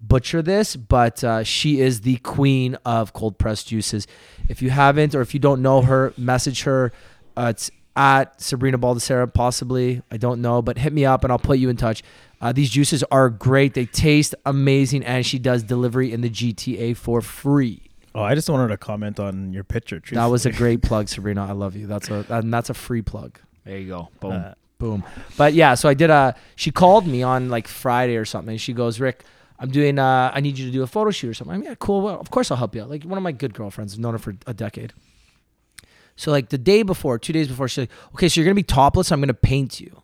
S1: butcher this, but uh, she is the queen of cold pressed juices. If you haven't or if you don't know her, message her. Uh, it's at Sabrina Baldessera, possibly. I don't know, but hit me up and I'll put you in touch. Uh, these juices are great. They taste amazing, and she does delivery in the GTA for free.
S4: oh, I just wanted to comment on your picture.
S1: That was a
S4: truthfully.
S1: great plug, Sabrina. I love you. That's a and that's a free plug.
S2: There you go. Boom.
S4: Uh,
S1: Boom. But yeah, so I did a. She called me on like Friday or something. She goes, Rick, I'm doing. Uh, I need you to do a photo shoot or something. I'm yeah, cool. Well, of course I'll help you. out. Like one of my good girlfriends, I've known her for a decade. So like the day before, two days before, she's like, okay, so you're gonna be topless. I'm gonna paint you.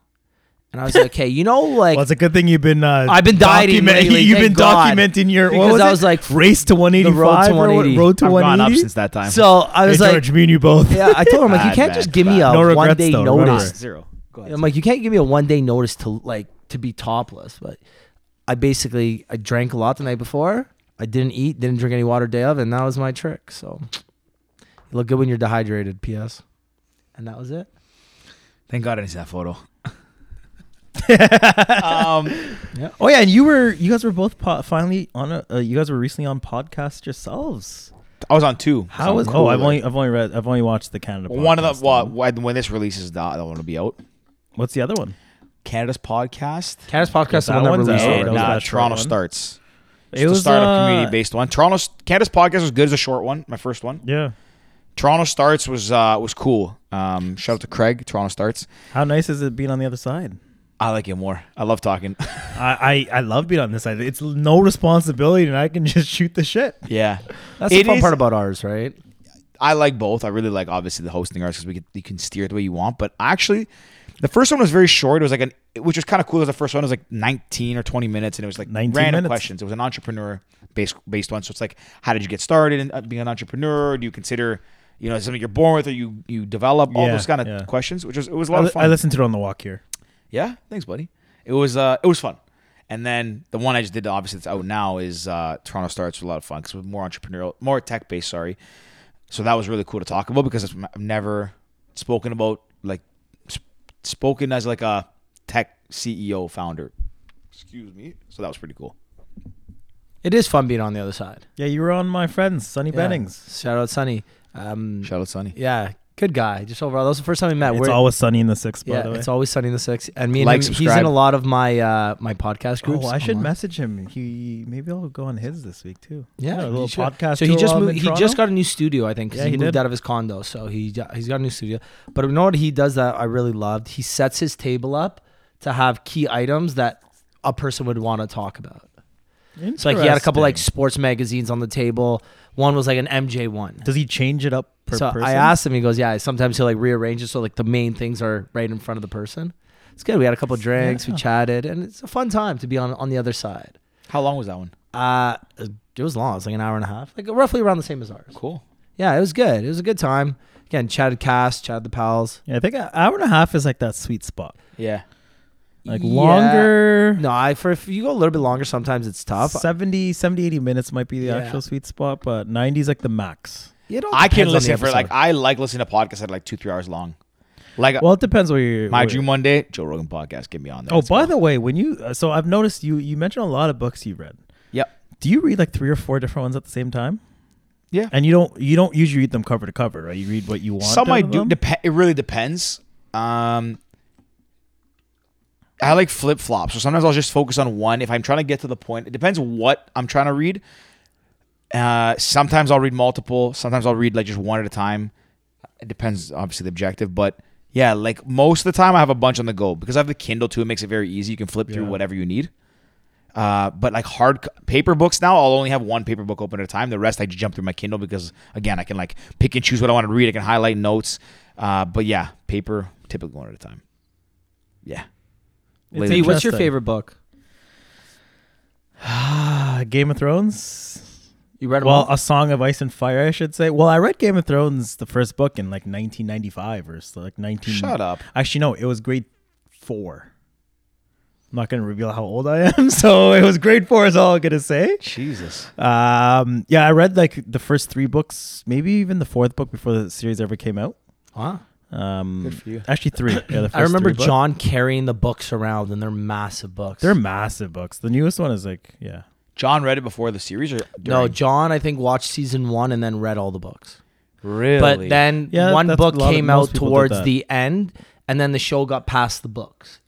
S1: And I was like, okay, you know, like
S4: well, it's a good thing you've been. Uh,
S1: I've been dieting lately,
S4: You've been
S1: thank God.
S4: documenting your. What
S1: Because
S4: was
S1: I
S4: it?
S1: was like,
S4: race to 185.
S1: road to
S4: or what-
S1: 180.
S4: Road to
S2: I've gone up
S4: 180.
S2: since that time.
S1: so I was
S4: hey,
S1: like,
S4: George, me and you both.
S1: yeah, I told him like you
S2: Bad,
S1: can't
S2: bad,
S1: just give me
S2: bad.
S1: a
S4: No regrets,
S1: one day
S4: though, remember.
S1: notice.
S2: Nah, zero. Go ahead.
S1: I'm like, you can't give me a one day notice to like to be topless. But I basically I drank a lot the night before. I didn't eat, didn't drink any water day of, and that was my trick. So you look good when you're dehydrated. P.S. And that was it.
S2: Thank God I didn't see that photo. um,
S4: Oh yeah, and you were. You guys were both po- finally on a. Uh, you guys were recently on podcast yourselves.
S2: I was on two.
S4: How was?
S2: cool.
S4: Oh, I've only. I've only read. I've only watched the Canada.
S2: Well, one of
S4: podcast
S2: the well,
S4: one.
S2: when when this releases, that that one will be out.
S4: What's the other one?
S2: Canada's podcast.
S1: Canada's podcast
S4: that
S1: will never
S4: one's
S1: release
S4: out.
S1: already.
S4: that
S2: and
S4: was
S2: uh,
S4: that short
S2: Toronto
S4: one.
S2: starts. It's the startup
S4: uh,
S2: community based one. Toronto's Canada's podcast was good as a short one. My first one.
S4: Yeah.
S2: Toronto Starts was uh, was cool. Um, shout out to Craig. Toronto Starts.
S4: How nice is it being on the other side?
S2: I like it more. I love talking.
S4: I, I, I love being on this side. It's no responsibility, and I can just shoot the shit.
S2: yeah,
S1: That's the
S2: It
S1: fun
S2: is-
S1: part about ours, right?
S2: I like both. I really like obviously the hosting ours because we could, you can steer it the way you want. But actually, the first one was very short. It was like an which was kind of cool. As the first one it was like nineteen or twenty minutes, and it was like
S4: 19
S2: random
S4: minutes.
S2: questions. It was an entrepreneur based based one. So it's like, how did you get started in uh, being an entrepreneur? Do you consider you know something you're born with or you you develop all
S4: Yeah,
S2: those kind of
S4: yeah.
S2: questions? Which was it was a
S4: I,
S2: lot
S4: li-
S2: of fun.
S4: I listened to it on the walk here.
S2: Yeah, thanks, buddy. It was uh, it was fun. And then the one I just did, obviously that's out now, is uh, Toronto Starts. Was a lot of fun because it was more entrepreneurial, more tech based. Sorry, so that was really cool to talk about because it's- I've never spoken about like sp- spoken as like a tech CEO founder. Excuse me. So that was pretty cool.
S1: It is fun being on the other side.
S4: Yeah, you were on my friends, Sonny
S1: Yeah.
S4: Bennings.
S1: Shout out Sunny. Um,
S2: Shout out, Sonny.
S1: yeah, good guy. Just overall, that was the first time we met.
S4: It's
S1: We're-
S4: always sunny in the six, by
S1: yeah,
S4: the way.
S1: it's always sunny in the six. And me and
S2: Like,
S1: him, he's in
S2: subscribe.
S1: a lot of my uh, my podcast groups.
S4: oh, I should
S1: online.
S4: message him. He maybe I'll go on his this week too.
S1: Yeah,
S4: a
S1: you
S4: little
S1: should.
S4: podcast.
S1: So he
S4: tour
S1: just
S4: while I'm
S1: moved,
S4: in
S1: he just
S4: Toronto.
S1: got a new studio, I think, because
S4: Yeah,
S1: he,
S4: he
S1: moved
S4: did.
S1: out of his condo. So he he's got a new studio. But you know what he does that I really loved? He sets his table up to have key items that a person would want to talk about. So like he had a couple like
S4: Interesting.
S1: sports magazines on the table. One was like an MJ one.
S4: Does he change it up per
S1: So
S4: person?
S1: I asked him. He goes, "Yeah." Sometimes he'll like rearrange it so like the main things are right in front of the person. It's good. We had a couple drinks.
S4: Yeah.
S1: We chatted, and it's a fun time to be on on the other side.
S2: How long was that one?
S1: Uh, it was long. It was like an hour and a half, like roughly around the same as ours.
S2: Cool.
S1: Yeah, it was good. It was a good time. Again, chatted cast, chatted the pals.
S4: Yeah, I think an hour and a half is like that sweet spot.
S2: Yeah.
S4: Like
S1: Yeah.
S4: longer.
S1: No, I for if you go a little bit longer, sometimes it's tough.
S4: 70, 70, 80 minutes might be the
S1: Yeah.
S4: actual sweet spot, but 90 is like the max.
S1: It all
S2: I
S1: depends on
S2: can
S1: the
S2: listen for like
S1: episode.
S2: I like listening to podcasts that are like two three hours long. Like
S4: Well, it depends where you're.
S2: my
S4: where-
S2: dream one day, Joe Rogan podcast, get me on there.
S4: Oh,
S2: Let's
S4: by
S2: go.
S4: the way, when you uh, so I've noticed you you mentioned a lot of books you read.
S2: yep.
S4: Do you read like three or four different ones at the same time?
S2: Yeah.
S4: And you don't you don't usually read them cover to cover, right? You read what you want.
S2: Some
S4: out
S2: I
S4: of
S2: do.
S4: them.
S2: Dep- it really depends. Um, I like flip flops, so sometimes I'll just focus on one. If I'm trying to get to the point, it depends what I'm trying to read. Uh, sometimes I'll read multiple. Sometimes I'll read like just one at a time. It depends, obviously, the objective. But yeah, like most of the time, I have a bunch on the go because I have the Kindle too. It makes it very easy. You can flip through
S4: Yeah.
S2: whatever you need. Uh, but like hard co- paper books now, I'll only have one paper book open at a time. The rest I just jump through my Kindle because again, I can like pick and choose what I want to read. I can highlight notes. Uh, but yeah, paper typically one at a time. Yeah.
S4: It's
S2: Laser
S1: Hey, what's your
S4: Interesting.
S1: favorite book?
S4: Ah, Game of Thrones.
S1: You read them
S4: Well,
S1: all?
S4: A Song of Ice and Fire, I should say. Well, I read Game of Thrones, the first book, in like 1995 or so, like 19.
S2: Shut up.
S4: Actually, no, it was grade four. I'm not going to reveal how old I am, so it was grade four is all I'm going to say.
S2: Jesus.
S4: Um, yeah, I read like the first three books, maybe even the fourth book before the series ever came out.
S1: Huh?
S4: Um,
S2: Good for you.
S4: Actually, three. Yeah, the first
S1: I remember
S4: three books.
S1: John carrying the books around, and they're massive books.
S4: They're massive books. The newest one is like, yeah.
S2: John read it before the series or
S1: no.
S2: during?
S1: John, I think watched season one and then read all the books.
S2: really.
S1: But then
S4: Yeah,
S1: one
S4: that's
S1: book
S4: a lot of-
S1: came
S4: most
S1: out
S4: people did
S1: towards
S4: that.
S1: the end, and then the show got past the books.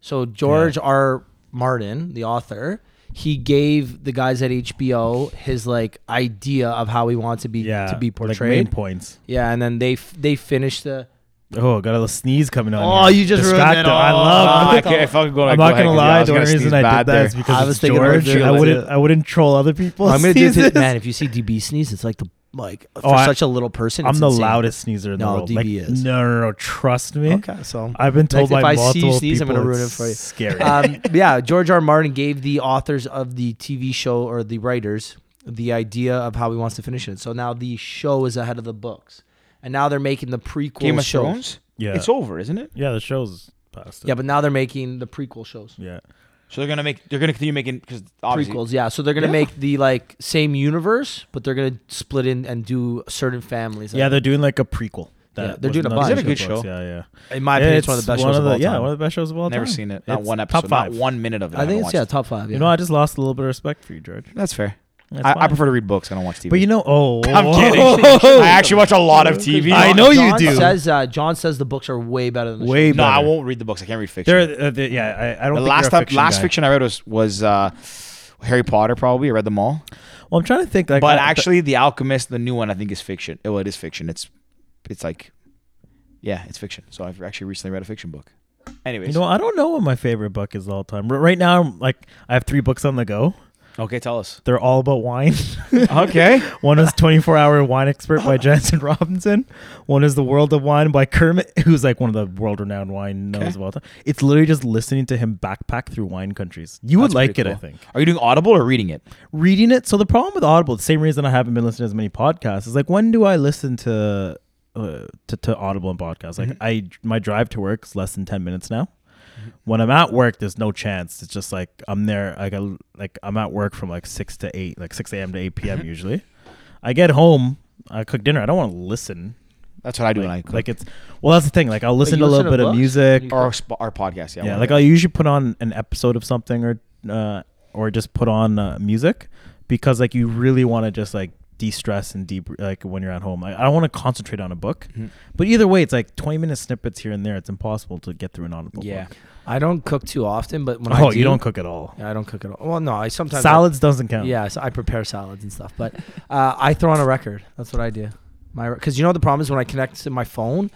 S1: So George R. Martin, the author, he gave the guys at HBO his like idea of how he wants to be
S4: Yeah.
S1: to be
S4: like,
S1: portrayed.
S4: main points.
S1: yeah, and then they f- they finished the.
S4: Oh, got a little sneeze coming on.
S1: Oh,
S4: here.
S1: you just ruined
S4: Distractor.
S1: it
S4: I
S1: all. Oh,
S4: love.
S2: I can't, if I could go,
S4: I'm
S2: go
S4: not
S2: ahead
S4: gonna
S2: and do that.
S4: lie.
S2: was
S4: The
S2: gonna
S4: only reason
S2: sneeze
S4: I
S2: bad
S4: did that
S2: there.
S4: is because
S1: I was
S4: it's
S1: thinking about
S4: George.
S1: doing
S4: I
S1: that.
S4: wouldn't. I wouldn't troll other people.
S1: I'm gonna do it to man. If you see DB sneeze, it's like the like for
S4: Oh, I-
S1: such a little person.
S4: I'm
S1: it's
S4: the
S1: insane.
S4: loudest sneezer in
S1: No,
S4: the world.
S1: DB
S4: like,
S1: is.
S4: No, no, no. Trust me.
S1: Okay, so
S4: I've been told
S1: Like,
S4: by
S1: if I see you
S4: multiple
S1: sneeze, I'm
S4: people.
S1: gonna ruin
S4: it's
S1: it for you.
S4: Scary.
S1: um, yeah, George R. R. Martin gave the authors of the TV show or the writers the idea of how he wants to finish it. So now the show is ahead of the books, and now they're making the prequel
S2: Game of
S1: shows.
S2: Thrones.
S4: yeah.
S2: It's over, isn't it?
S4: yeah. The show's past. it.
S1: Yeah, but now they're making the prequel shows,
S4: yeah.
S2: So they're gonna make. They're gonna continue making because obviously
S1: prequels. Yeah, so they're gonna
S2: Yeah.
S1: make the like same universe, but they're gonna split in and do certain families.
S4: Yeah, they're doing like a prequel.
S1: Yeah,
S4: that
S1: they're doing
S4: was
S1: a
S4: not
S1: bunch.
S2: Is
S4: in
S2: it a
S4: the
S2: good
S4: books.
S2: show?
S4: Yeah, yeah.
S1: in my opinion, it's one of the best shows of all
S4: yeah,
S1: time.
S4: one of the best shows of all
S2: Never
S4: time.
S2: seen it. Not
S4: It's
S2: one episode.
S4: Top five.
S2: Not one minute of it.
S1: I think
S2: haven't
S1: it's yeah
S2: watched it.
S1: top five. Yeah.
S4: You know, I just lost a little bit of respect for you, George.
S2: That's fair.
S4: That's
S2: I, I
S4: fine.
S2: prefer to read books. I don't watch TV.
S4: But you know, oh,
S2: I'm kidding. I actually watch a lot of TV.
S4: I know you
S1: John
S4: do.
S1: Says uh, John says the books are way better than the
S4: Way
S2: No, I
S4: better.
S2: won't read the books. I can't read fiction.
S4: There, uh, there- yeah, I, I don't.
S2: the
S4: think
S2: last
S4: you're a
S2: time,
S4: fiction
S2: last
S4: guy.
S2: fiction I read was was uh, Harry Potter. Probably I read them all.
S4: Well, I'm trying to think. Like,
S2: but
S4: uh,
S2: actually, The Alchemist, the new one, I think is fiction. Oh, it is fiction. It's it's like, yeah, it's fiction. So I've actually recently read a fiction book. Anyways,
S4: you know, I don't know what my favorite book is of all time. R- Right now, I'm like, I have three books on the go.
S2: okay, tell us.
S4: They're all about wine.
S2: okay,
S4: One is 24 Hour Wine Expert by Jansen Robinson. One is The World of Wine by Kermit, who's like one of the world renowned wine knows
S2: Okay.
S4: of all time. It's literally just listening to him backpack through wine countries. You would
S2: That's
S4: like it,
S2: pretty
S4: I
S2: cool.
S4: think.
S2: Are you doing Audible or reading it?
S4: reading it. So the problem with Audible, the same reason I haven't been listening to as many podcasts, is like when do I listen to uh, to, to Audible and podcasts?
S1: Mm-hmm.
S4: Like I my drive to work is less than ten minutes now. When I'm at work, there's no chance. It's just like I'm there. Like I like I'm at work from like six to eight, like six a.m. to eight p.m.
S1: Mm-hmm.
S4: Usually, I get home. I cook dinner. I don't want to listen.
S2: That's what I do when I
S4: Like,
S2: cook.
S4: like it's well, that's the thing. Like I'll listen
S1: you
S4: to a
S1: listen
S4: little
S1: to
S4: bit of
S1: books?
S4: music
S1: You-
S2: our sp- our podcast. Yeah,
S4: yeah
S2: one
S4: like
S2: of
S4: i'll usually put on an episode of something or uh or just put on uh, music because like you really want to just like de-stress and deep like when you're at home like, i don't want to concentrate on a book
S2: Mhm.
S4: but either way it's like 20 minute snippets here and there it's impossible to get through an
S2: the-
S4: audible
S2: yeah.
S4: book.
S1: I don't cook too often, but when
S4: oh
S1: I do,
S4: you don't cook at all
S1: Yeah, I don't cook at all. Well, no, I sometimes
S4: salads doesn't count
S1: yeah, so I prepare salads and stuff, but uh, I throw on a record. That's what I do. My because you know the problem is when I connect to my phone.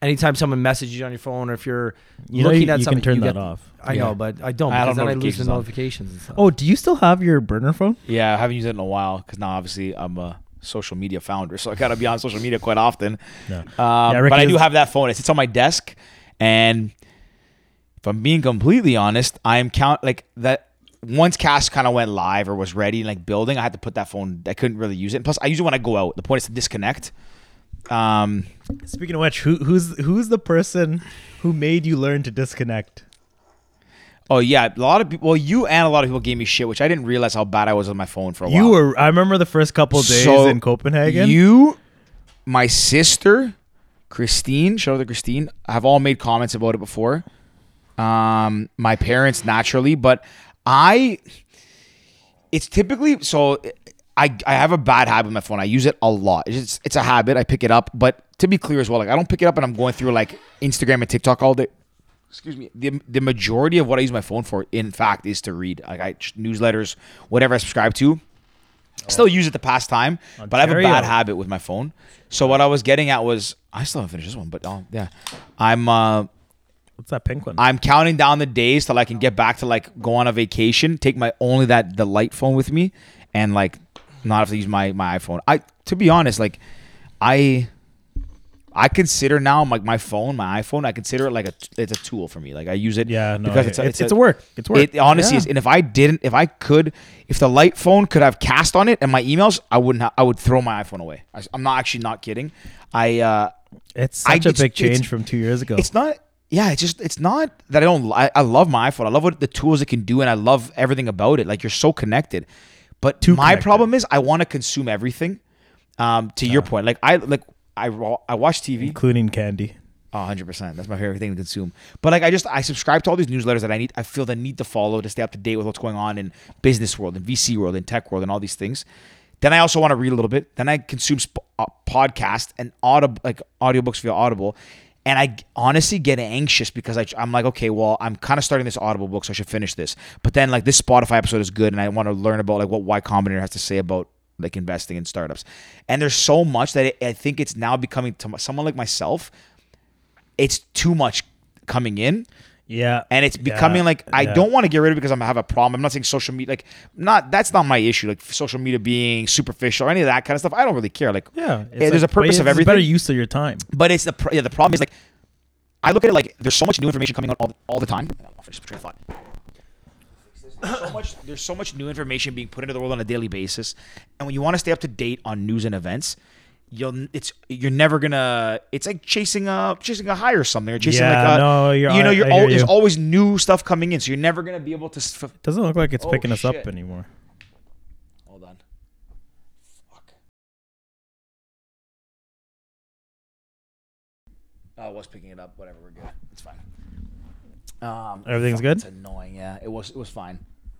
S1: Anytime someone messages you on your phone, or if you're
S4: you know
S1: looking
S4: you,
S1: at
S4: you
S1: something,
S4: can turn
S1: you
S4: that
S1: get-
S4: off
S1: I
S2: Yeah.
S1: know, but I don't
S2: I
S1: because then
S2: have
S1: I lose the
S2: notifications on.
S1: notifications and stuff.
S4: oh do you still have your burner phone
S2: Yeah, I haven't used it in a while because now obviously I'm a social media founder, so I gotta be on social media quite often.
S4: no
S2: Um,
S4: Yeah,
S2: but
S4: Ricky
S2: I do
S4: is-
S2: have that phone. It sits on my desk, and if I'm being completely honest, I am count like that. Once Cast kind of went live or was ready, like building, I had to put that phone. I couldn't really use it. And plus, I use it when I go out. The point is to disconnect. Um,
S4: speaking of which who, who's who's the person who made you learn to disconnect
S2: oh yeah, a lot of people. Well, you and a lot of people gave me shit, which I didn't realize how bad I was on my phone for a while.
S4: you were i remember the first couple days
S2: Oh, So,
S4: in copenhagen
S2: You, my sister, Christine, shout out to Christine, have all made comments about it before. Um, my parents naturally, but I it's typically so I, I have a bad habit with my phone. I use it a lot. It's just- it's a habit. I pick it up, but to be clear as well, like I don't pick it up and I'm going through like Instagram and TikTok all day. Excuse me. The, the majority of what I use my phone for, in fact, is to read. Like I newsletters, whatever I subscribe to. I Still use it to pass time, but I have a
S4: Ontario.
S2: bad habit with my phone. So what I was getting at was I still haven't finished this one, but oh yeah, I'm uh,
S4: What's that pink one?
S2: I'm counting down the days till I can get back to like go on a vacation, take my only that the light phone with me, and like not have to use my my iPhone. I to be honest, like I I consider now like my phone, my iPhone. I consider it like a it's a tool for me. Like I use it.
S4: yeah, no,
S2: because
S4: it's, it's, it's a work. It's work.
S2: It honestly
S4: Yeah.
S2: is, and if I didn't, if I could, if the light phone could have cast on it and my emails, I wouldn't. Ha- I would throw my iPhone away. I, am not actually not kidding. I uh
S4: It's
S2: I-
S4: such a
S2: it's-
S4: big
S2: it's-
S4: change from two years ago.
S2: it's not yeah it's just it's not that i don't li- i love my iphone i love what the tools it can do and i love everything about it like you're so connected but my
S4: connected.
S2: problem is i want to consume everything um to your point like i like i wa- i watch tv
S4: including candy.
S2: Oh, 100% that's my favorite thing to consume but like i just i subscribe to all these newsletters that i need i feel the need to follow to stay up to date with what's going on in business world in vc world in tech world and all these things then i also want to read a little bit then i consume sp- uh, podcast and audible like audiobooks via audible and i g- honestly get anxious because I, i'm like okay well i'm kind of starting this audible book so i should finish this but then like this spotify episode is good and i want to learn about like what y combinator has to say about like investing in startups and there's so much that it, i think it's now becoming to m- someone like myself it's too much coming in
S4: Yeah,
S2: and it's becoming like I
S4: yeah.
S2: don't want to get rid of it because I'm have a problem. I'm not saying social media like not that's not my issue. Like social media being superficial or any of that kind of stuff. I don't really care. Like
S4: Yeah,
S2: eh, there's
S4: like
S2: a purpose
S4: way-
S2: of
S4: it's
S2: everything.
S4: Better use of your time.
S2: But it's the pr- yeah, the problem is like I look at it like there's so much new information coming out all, all the time. I'll finish the train of thought. There's so much there's so much new information being put into the world on a daily basis, and when you want to stay up to date on news and events, you'll it's you're never gonna it's like chasing a chasing a high or something or chasing
S4: Yeah,
S2: like a
S4: no, you're-
S2: you know
S4: I-
S2: you're
S4: I
S2: al-
S4: hear
S2: there's
S4: you.
S2: always new stuff coming in, so you're never gonna be able to. s- f-
S4: Doesn't look like it's
S2: Oh,
S4: picking us
S2: shit.
S4: up anymore.
S2: Hold on. Fuck. Oh, I was picking it up. Whatever, we're good. It's fine. Um,
S4: Everything's
S2: fuck,
S4: good?
S2: It's annoying. Yeah, it was. It was fine.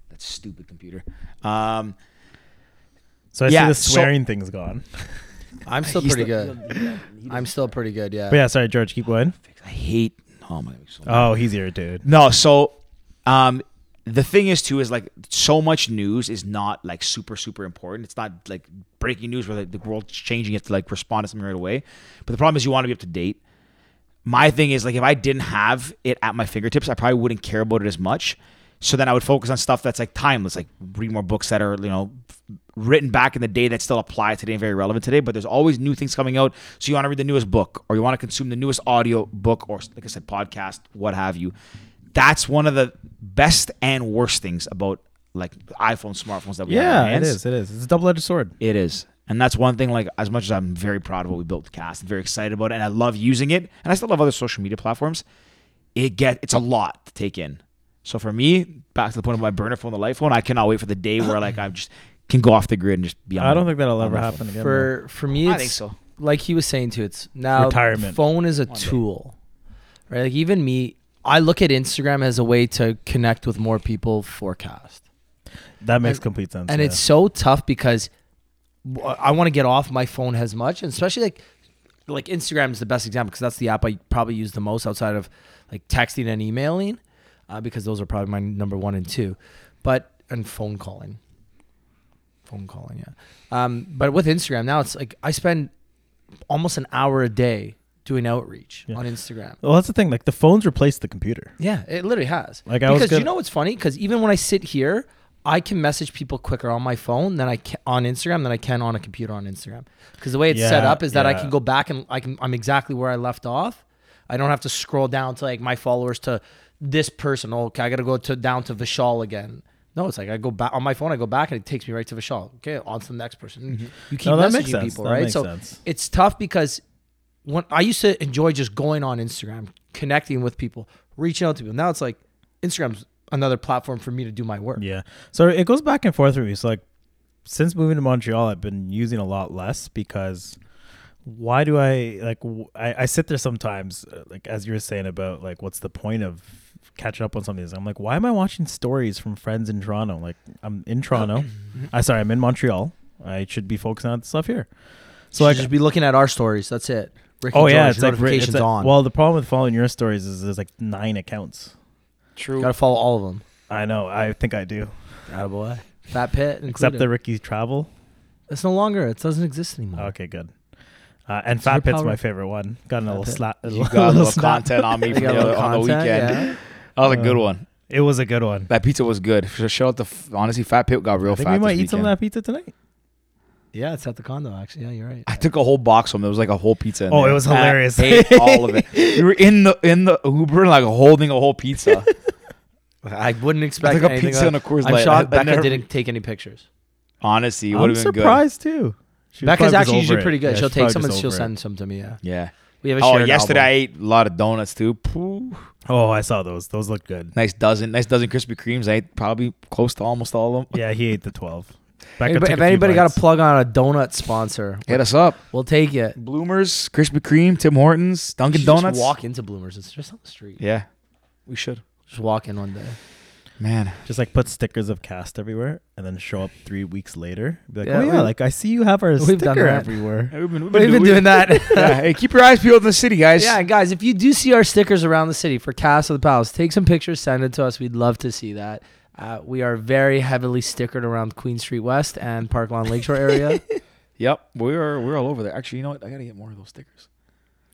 S2: That stupid computer. Um,
S4: So I
S2: Yeah,
S4: see the
S2: so-
S4: swearing thing's gone.
S1: I'm still
S2: He's
S1: pretty
S2: the-
S1: good. I'm still pretty good. Yeah.
S4: But yeah, sorry, George, keep going.
S2: I hate. Oh my. I'm So
S4: Oh, he's irritated.
S2: No, so um the thing is too is like so much news is not like super super important. It's not like breaking news where like, the world's changing. You have to like respond to something right away. But the problem is you want to be up to date. My thing is like if I didn't have it at my fingertips, I probably wouldn't care about it as much. So then I would focus on stuff that's like timeless, like read more books that are you know written back in the day that still apply today and very relevant today. But there's always new things coming out, so you want to read the newest book or you want to consume the newest audio book or like I said, podcast, what have you that's one of the best and worst things about like iPhone smartphones that we have. in our
S4: Yeah, it
S2: hands.
S4: is. It is. It's a double-edged sword.
S2: It is. And that's one thing, like, as much as I'm very proud of what we built with Cast, very excited about it, and I love using it, and I still love other social media platforms, it get it's a lot to take in. So for me, back to the point of my burner phone, the light phone, I cannot wait for the day where like I just can go off the grid and just be on
S4: I
S2: my-
S4: don't think that'll
S2: on
S4: ever
S2: my
S4: happen again. though.
S1: For for me, it's,
S2: phone. I think so.
S1: Like he was saying too, it's now
S4: Retirement.
S1: Phone is a
S2: day.
S1: tool, right? Like even me, I look at Instagram as a way to connect with more people. Forecast.
S4: that makes
S1: and-
S4: complete sense.
S1: and
S4: yeah.
S1: it's so tough because w- I want to get off my phone as much, and especially like like Instagram is the best example because that's the app I probably use the most outside of like texting and emailing, uh, because those are probably my number one and two, but and phone calling, phone calling, yeah. Um, but with Instagram now, it's like I spend almost an hour a day doing outreach
S4: Yeah.
S1: on Instagram.
S4: well, that's the thing. Like the phones replaced the computer.
S1: Yeah, it literally has.
S4: Like, I was
S1: because
S4: gonna-
S1: you know what's funny? Because even when I sit here, I can message people quicker on my phone than I can on Instagram than I can on a computer on Instagram. Because the way it's set
S4: Yeah,
S1: up is that I
S4: yeah.
S1: can go back and I can I'm exactly where I left off. I don't have to scroll down to like my followers to this person. Oh, okay, I gotta go to down to Vishal again. No, it's like I go back on my phone. I go back and it takes me right to Vishal. Okay, on to the next person. You keep
S4: Mm-hmm. No, that
S1: messaging
S4: makes sense.
S1: people,
S4: That
S1: right?
S4: makes
S1: so
S4: sense.
S1: it's tough because when I used to enjoy just going on Instagram, connecting with people, reaching out to people. Now it's like Instagram's another platform for me to do my work.
S4: Yeah. So it goes back and forth with me. So like since moving to Montreal, I've been using a lot less because why do I like w- I, I sit there sometimes uh, like as you were saying about like what's the point of catching up on some of these? I'm like, why am I watching stories from friends in Toronto? Like I'm in Toronto. I sorry, I'm in Montreal. I should be focusing on stuff here.
S1: So
S4: So
S1: I
S4: like,
S1: should be looking at our stories. That's it. Rick
S4: oh
S1: and
S4: yeah,
S1: George,
S4: it's like re- it's
S1: notifications
S4: like-
S1: on.
S4: Well, the problem with following your stories is there's like nine accounts.
S2: True.
S1: gotta follow all of them.
S4: I know. I think I do,
S1: Attaboy. Fat Pit,
S4: except
S1: included.
S4: the Ricky Travel.
S1: it's no longer. It doesn't exist anymore.
S4: Okay, good. Uh, and
S1: So your
S4: Fat Pit's
S1: power-
S4: my favorite one. Got a little
S1: Pit.
S4: slap.
S2: you got a little content on me
S1: They
S2: from
S1: got a
S2: the
S1: little
S2: other- on the
S1: content,
S2: weekend.
S1: yeah.
S2: That was a
S4: Uh,
S2: good one.
S4: It was a good one.
S2: That pizza was good. So Shout out to f- honestly, Fat Pit got real
S4: I think
S2: fat.
S4: we might
S2: this
S4: eat some of
S2: weekend.
S4: that pizza tonight.
S1: Yeah, it's at the condo actually. Yeah, you're right.
S2: I took a whole box home. It was like a whole pizza. in
S4: Oh,
S2: there.
S4: it was
S2: I
S4: hilarious.
S2: ate all of it. We were in the in the Uber like holding a whole pizza.
S1: I wouldn't expect
S2: Like a
S1: anything
S2: pizza
S1: like-
S2: and a Coors
S1: I'm
S2: Light.
S1: shocked
S2: I-
S1: Becca
S2: I never-
S1: didn't take any pictures.
S2: Honestly, it would
S4: I'm
S2: have been good.
S4: surprised too. She
S1: Becca's
S4: was probably just
S1: actually usually
S4: over it.
S1: pretty good.
S4: Yeah,
S1: she'll
S4: she's
S1: take
S4: probably
S1: some
S4: just
S1: and she'll
S4: over it.
S1: send some to me. Yeah,
S2: Yeah.
S1: we have a
S2: Oh,
S1: shared
S2: yesterday I
S1: album.
S2: ate a lot of donuts too. Poo.
S4: Oh, I saw those. Those look good.
S2: Nice dozen, nice dozen Krispy Kremes. I ate probably close to almost all of them.
S4: Yeah, he ate the twelve.
S1: Anybody, if anybody got a plug on a donut sponsor,
S2: Hit us up.
S1: we'll take it.
S2: Bloomers, Krispy Kreme, Tim Hortons,
S1: We
S2: Dunkin'
S1: should just
S2: Donuts.
S1: walk into Bloomers. It's just on the street.
S2: Yeah, we should.
S1: Just walk in one day.
S2: Man,
S4: just like put stickers of cast everywhere, and then show up three weeks later. Be like,
S1: Yeah,
S4: oh yeah,
S1: we-
S4: like I see you have our
S1: we've done
S4: sticker
S1: that.
S4: everywhere.
S2: we've been,
S1: We've been doing that.
S2: yeah, hey, keep your eyes peeled in the city, guys.
S1: Yeah, and guys, if you do see our stickers around the city for Cast of the Palace, take some pictures, send it to us. We'd love to see that. Uh, we are very heavily stickered around Queen Street West and Park Lawn Lakeshore area.
S2: Yep, we're we're all over there. Actually, you know what? I gotta get more of those stickers.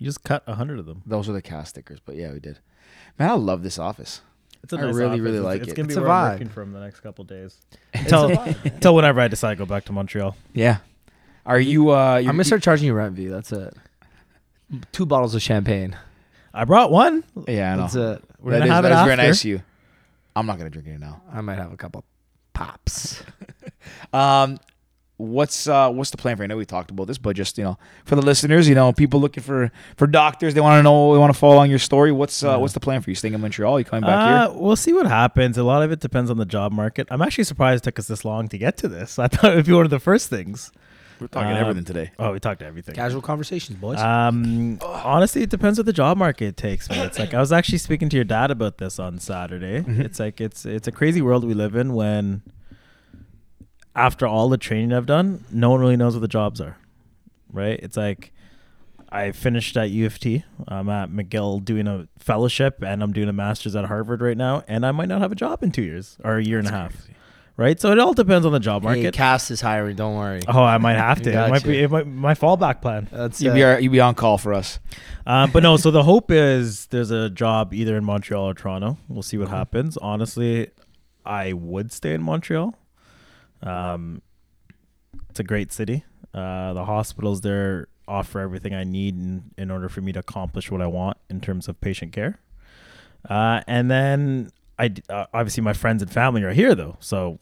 S4: You just cut a hundred of them.
S2: Those are the cast stickers, but yeah, we did. Man, I love this office.
S4: It's a
S2: I
S4: nice
S2: really,
S4: office.
S2: really
S4: It's-
S2: like
S4: it's
S2: it.
S4: gonna
S1: It's
S4: be
S1: a
S4: where I'm
S1: vibe.
S4: working from the next couple days.
S1: It's
S4: Tell-
S1: a vibe.
S4: Until whenever I decide to go back to Montreal.
S2: Yeah. Are you? uh
S1: I'm gonna start charging you rent V. That's it. Two bottles of champagne.
S4: I brought one.
S2: Yeah, I know.
S1: That's it.
S4: We're
S2: That
S4: gonna
S2: is-
S4: have it
S2: that is
S4: after.
S2: very nice of you. I'm not gonna drink it now.
S1: I might have a couple pops.
S2: Um, what's uh, what's the plan for? I know we talked about this, but just you know, for the listeners, you know, people looking for for doctors, they want to know, they want to follow along your story. What's uh, what's the plan for you? Staying in Montreal? you coming back
S4: Uh,
S2: here?
S4: we'll see what happens. A lot of it depends on the job market. I'm actually surprised it took us this long to get to this. I thought it would be one of the first things.
S2: We're
S4: talking everything
S2: today.
S4: Oh, we talked to everything.
S1: Casual conversations, boys.
S4: Um, honestly, it depends what the job market takes. Man. It's like I was actually speaking to your dad about this on Saturday.
S1: Mm-hmm.
S4: It's like it's it's a crazy world we live in when, after all the training I've done, no one really knows what the jobs are, right? It's like I finished at U of T. I'm at McGill doing a fellowship, and I'm doing a master's at Harvard right now, and I might not have a job in two years or a year and a half, right? So it all depends on the job
S1: hey,
S4: market.
S1: Cast is hiring. Don't worry.
S4: Oh, I might have
S1: You
S4: to.
S1: got
S4: It might
S1: you.
S4: be it might, my fallback plan.
S1: That's
S2: You
S1: it.
S2: be
S4: uh,
S2: our, you be on call for us.
S4: um, but no, so the hope is there's a job either in Montreal or Toronto. We'll see what happens. Honestly, I would stay in Montreal. Um, it's a great city. Uh, the hospitals there offer everything I need in, in order for me to accomplish what I want in terms of patient care. Uh, and then I d- uh, obviously my friends and family are here though, so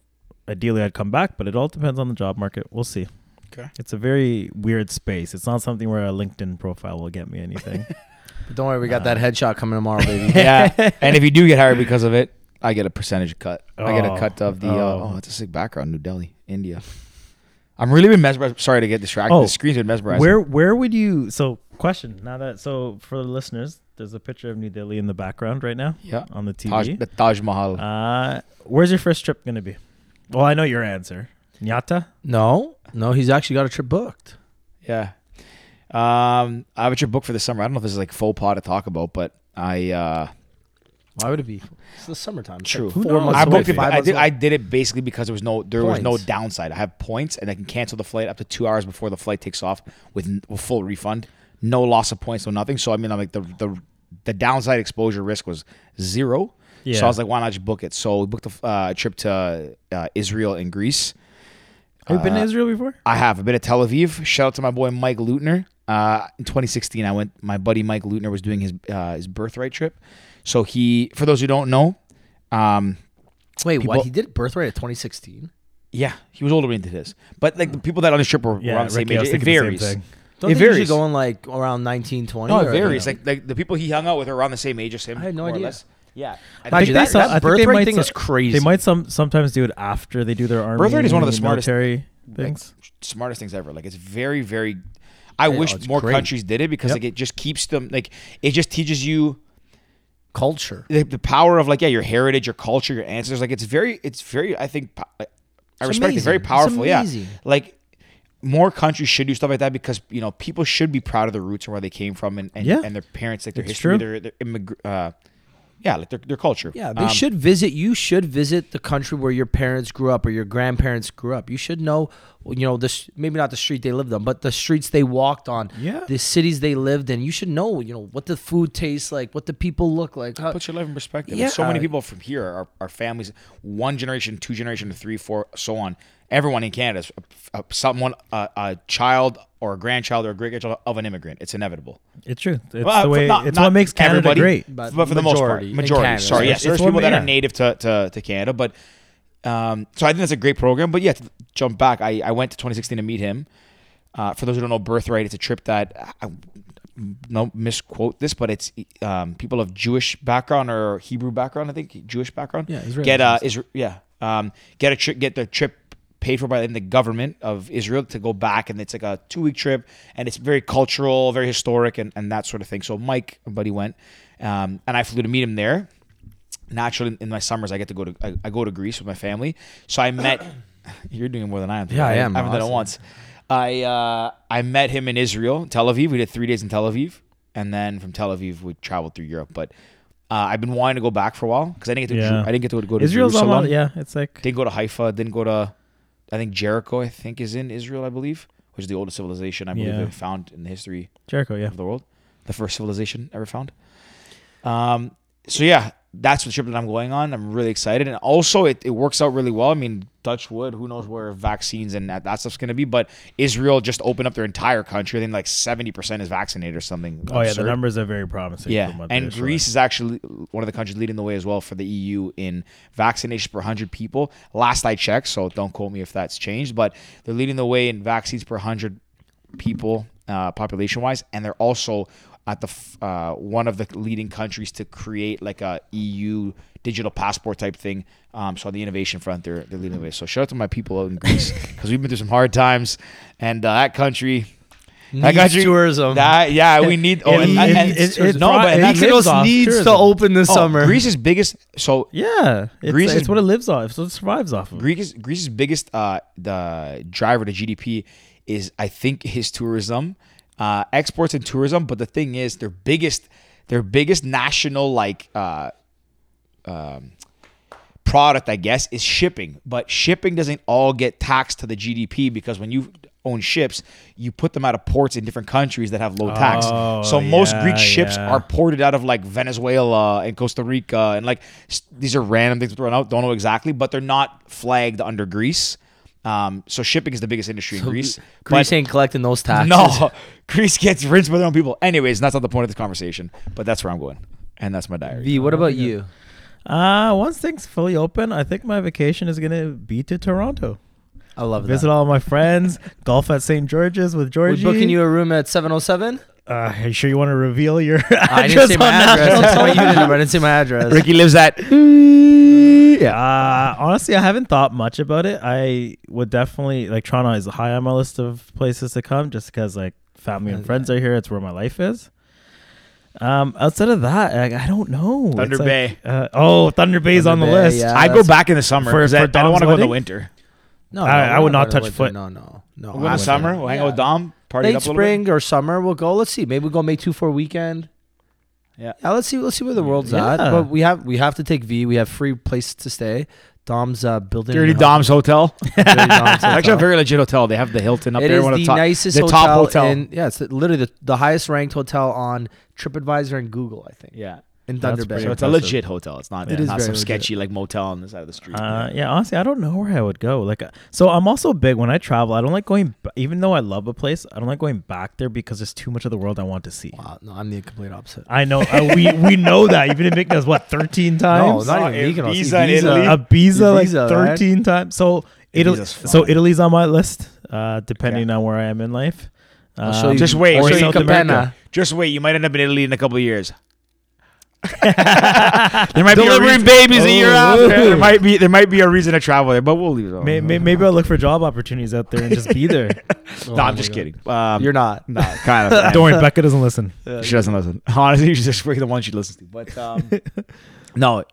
S4: ideally I'd come back, but it all depends on the job market. We'll see.
S2: Okay.
S4: It's a very weird space. It's not something where a LinkedIn profile will get me anything.
S1: But don't worry, we got that headshot coming tomorrow, baby.
S2: yeah, and if you do get hired because of it, I get a percentage cut. I get a
S4: Oh.
S2: cut of the. Uh,
S4: Oh.
S2: oh, that's a sick background. New Delhi, India. I'm really been mesmerized. Sorry to get distracted.
S4: Oh,
S2: the screen's been mesmerized.
S4: Where where would you so question now that so for the listeners, there's a picture of New Delhi in the background right now
S2: Yeah.
S4: on the
S2: Taj,
S4: TV.
S2: the Taj Mahal.
S4: Uh where's your first trip gonna be? Well, I know your answer. Nyata?
S1: no, no, he's actually got a trip booked.
S2: Yeah. Um, I have a trip book for the summer. I don't know if this is like faux pas to talk about, but I uh
S1: Why would it be? It's the summertime. It's
S2: True.
S1: like
S2: Who
S1: four
S4: knows?
S1: months
S2: I
S1: away,
S2: booked it.
S1: five
S2: I
S1: months
S2: did,
S1: away.
S2: I did it basically because there was no there was no
S1: Points.
S2: downside. I have points, and I can cancel the flight up to two hours before the flight takes off with, n- with full refund, no loss of points, no nothing. So I mean, I'm like the the the downside exposure risk was zero. So
S4: Yeah.
S2: I was like, why not just book it? So we booked a uh, trip to uh, Israel and Greece.
S4: Have you been to
S2: Uh,
S4: Israel before?
S2: I have. I've been to Tel Aviv. Shout out to my boy Mike Lutner. Uh, in 2016, I went. My buddy Mike Lutner was doing his uh, his birthright trip. So he, for those who don't know, um,
S1: Wait,
S2: people-
S1: what? He did birthright at 2016.
S2: yeah, he was older than he did this. But
S1: Mm.
S2: like the people that on his trip were, were
S4: Yeah,
S2: on the same
S4: Ricky, I was
S2: age. It
S4: thinking the same
S2: varies.
S4: thing.
S1: Don't
S2: It
S1: they usually
S2: varies.
S1: go in like around 19, 20?
S2: No,
S1: or-
S2: it varies. Like, like the people he hung out with are around the same age as him.
S1: I had no
S2: more or
S1: idea.
S2: less. Yeah, I
S1: Mind
S2: think
S1: you,
S4: they
S1: that,
S4: saw-
S1: that
S4: I think they
S1: birthright
S4: might
S1: thing
S4: saw-
S1: is crazy.
S4: They might some sometimes do it after they do their army.
S2: Birthright is one of the smartest-
S4: military
S2: like,
S4: things.
S2: smartest things ever. Like it's very, very. I
S1: Yeah,
S2: wish
S1: oh, it's
S2: more
S1: great.
S2: countries did it because
S4: Yep.
S2: like it just keeps them like it just teaches you
S1: Culture.
S2: the, the power of like yeah your heritage your culture your ancestors like it's very it's very i think po- i
S1: It's
S2: respect it very
S1: amazing. It's
S2: powerful yeah
S1: amazing.
S2: like more countries should do stuff like that because you know people should be proud of their roots and where they came from and and,
S4: Yeah.
S2: and their parents like their
S4: It's
S2: history their,
S4: true.
S2: their immigr- uh, yeah like their, their culture
S1: Yeah, they
S2: Um,
S1: should visit. You should visit the country where your parents grew up or your grandparents grew up. You should know, you know, this maybe not the street they lived on, but the streets they walked on.
S4: Yeah.
S1: the cities they lived in. You should know, you know, what the food tastes like, what the people look like. How,
S2: put your life in perspective.
S1: Yeah.
S2: So many people from here are, are families, one generation, two generation, three, four, so on. Everyone in Canada is a, a- someone, a, a child or a grandchild or a great grandchild of an immigrant. It's inevitable.
S4: It's true. It's
S2: Well,
S4: the
S2: for-
S4: way.
S2: not-
S4: it's
S2: not
S4: what makes Canada
S2: everybody,
S4: great.
S2: but,
S1: But
S2: for the most part,
S1: majority in
S2: majority.
S1: Canada,
S2: sorry,
S1: right?
S2: yes, there's
S4: It's what
S2: people that
S4: made
S2: are
S4: it.
S2: native to, to, to Canada, but um, so I think that's a great program. But yeah, to jump back, I, I went to 2016 to meet him. Uh, for those who don't know, Birthright, it's a trip that I, I no misquote this, but it's um, people of Jewish background or Hebrew background, I think Jewish background.
S1: Yeah, Israelis
S2: Get uh,
S1: and
S2: Isra- yeah, um, get a trip, get their trip paid for by the government of Israel to go back, and it's like a two week trip, and it's very cultural, very historic, and, and that sort of thing. So Mike, my buddy, went, um, and I flew to meet him there. Naturally, in my summers, I get to go to I, I go to Greece with my family, so I met. you're doing more than I am.
S1: Yeah, I am,
S2: I haven't done it
S1: honestly.
S2: once. I uh, I met him in Israel, Tel Aviv. We did three days in Tel Aviv, and then from Tel Aviv we traveled through Europe. But uh, I've been wanting to go back for a while because I didn't get to
S4: Yeah.
S2: I didn't get to go to
S4: Israel's
S2: Jerusalem.
S4: almost. Yeah, it's like.
S2: Didn't go to Haifa. Didn't go to I think Jericho. I think is in Israel. I believe, which is the oldest civilization I believe
S4: Yeah.
S2: ever found in the history
S4: Jericho, yeah.
S2: of the world, the first civilization ever found. Um, so yeah, that's the trip that I'm going on. I'm really excited, and also it, it works out really well. I mean, Dutch wood, who knows where vaccines and that, that stuff's gonna be, but Israel just opened up their entire country. I think like 70 percent is vaccinated or something.
S4: Oh yeah, the
S2: absurd.
S4: numbers are very promising. from
S2: Yeah,
S4: what they're
S2: and
S4: showing.
S2: Greece is actually one of the countries leading the way as well for the EU in vaccinations per 100 people. Last I checked, so don't quote me if that's changed, but they're leading the way in vaccines per 100 people uh, population wise, and they're also at the f- uh, one of the leading countries to create like a EU digital passport type thing. Um, so on the innovation front, they're they're leading the way. So shout out to my people out in Greece because we've been through some hard times, and uh, that country. That
S1: Needs
S2: country,
S1: tourism.
S2: That, yeah, we need. Oh, and,
S4: It-
S2: and- and-
S4: it- it- it-
S2: no, but
S4: it
S2: that's
S4: lives
S1: Mykonos
S4: off
S1: needs
S4: tourism.
S1: to open this
S2: Oh,
S1: summer.
S2: Greece's biggest so
S4: Yeah, it's,
S2: Greece is-
S4: it's what it lives off. It's what it survives off of.
S2: Greece's Greece's biggest uh the driver to GDP is I think his tourism, uh exports and tourism, but the thing is their biggest their biggest national like uh um product I guess is shipping, but shipping doesn't all get taxed to the GDP because when you own ships, you put them out of ports in different countries that have low tax.
S4: Oh,
S2: so most
S4: yeah,
S2: Greek ships
S4: yeah.
S2: are ported out of like Venezuela and Costa Rica and like s- these are random things thrown out. Don't know exactly, but they're not flagged under Greece. Um, so shipping is the biggest industry in Greece.
S1: Greece
S2: but
S1: ain't collecting those taxes.
S2: no, Greece gets rinsed by their own people. Anyways, that's not the point of this conversation. But that's where I'm going, and that's my diary.
S1: V, what about you?
S4: Uh, once things fully open, I think my vacation is gonna be to Toronto.
S1: I love
S4: Visit
S1: that.
S4: all my friends, golf at St. George's with
S1: We
S4: Georgie.
S1: booking you a room at 707?
S4: Uh, are you sure you want to reveal your address
S1: I didn't say
S4: on
S1: my address.
S4: national
S1: That's why you
S4: television?
S1: didn't, but I didn't say my address.
S2: Ricky lives at.
S4: Yeah. Uh, honestly, I haven't thought much about it. I would definitely like Toronto is high on my list of places to come, just because like family
S1: Uh,
S4: and friends are here. It's where my life is. Um, outside of that, like, I don't know. It's
S2: Thunder
S4: like,
S2: Bay.
S4: uh, oh, Thunder Bay's
S1: Thunder
S4: on the
S1: Bay,
S4: list.
S1: yeah.
S2: I go
S1: that's-
S2: back in the summer.
S4: For-
S2: 'cause
S4: for
S2: I, I don't
S4: Dom's
S2: want to go in the
S4: wedding?
S2: winter.
S1: No,
S4: I- I would
S1: going
S4: not
S1: to
S4: touch
S1: winter.
S4: foot.
S1: No, no, no.
S2: We'll go in the summer. We'll hang out with Dom. Party it
S1: Late
S2: up a little bit.
S1: spring or summer, we'll go. Let's see. Maybe we'll go May two for a weekend.
S2: Yeah.
S1: Yeah, let's see. Let's see where the world's at.
S4: Yeah.
S1: But we have we have to take V. We have free place to stay. Dom's uh, building.
S2: Dirty
S1: a-
S2: Dom's Hotel.
S1: Dirty Dom's
S2: Actually, a
S1: hotel.
S2: very legit hotel. They have the Hilton up
S1: It
S2: there.
S1: is
S2: one of
S1: the
S2: top-
S1: nicest
S2: the
S1: hotel.
S2: top hotel.
S1: in- yeah, it's literally the, the highest ranked hotel on TripAdvisor and Google. I think.
S2: yeah.
S1: In Thunder
S4: That's
S1: Bay.
S4: pretty
S2: So it's a
S4: impressive.
S2: legit hotel. It's not,
S1: It is
S2: not some
S1: very legit.
S2: sketchy like motel on the side of the street.
S4: Uh, yeah, honestly, I don't know where I would go. Like, uh, so I'm also big when I travel. I don't like going, b- even though I love a place, I don't like going back there because there's too much of the world I want to see.
S1: Wow, no, I'm the complete opposite.
S4: I know uh, we we know that. You've been in Mykonos what 13
S1: No,
S4: times.
S1: not even
S2: Ibiza
S1: Mykonos.
S2: in Italy.
S1: Ibiza.
S4: Ibiza like
S1: Ibiza, right?
S4: 13 times. So Italy.
S2: Ibiza's fun.
S4: So Italy's on my list. Uh, depending on where I am in life.
S1: I'll
S4: Um,
S1: show you
S2: just wait,
S1: Or
S2: so you
S1: South
S2: can-
S1: America.
S2: Just wait, you might end up in Italy in a couple of years. there might be a reason. babies
S1: a year after.
S2: There might be there might be a reason to travel there, but we'll leave it. alone.
S4: May, may, maybe I'll look for job opportunities out there and just be there.
S2: no, I'm just kidding. Um,
S1: You're not.
S2: no, kind of.
S4: don't worry, Becca doesn't listen.
S2: she doesn't listen. Honestly, she's just freaking the one she listens to. But um, no,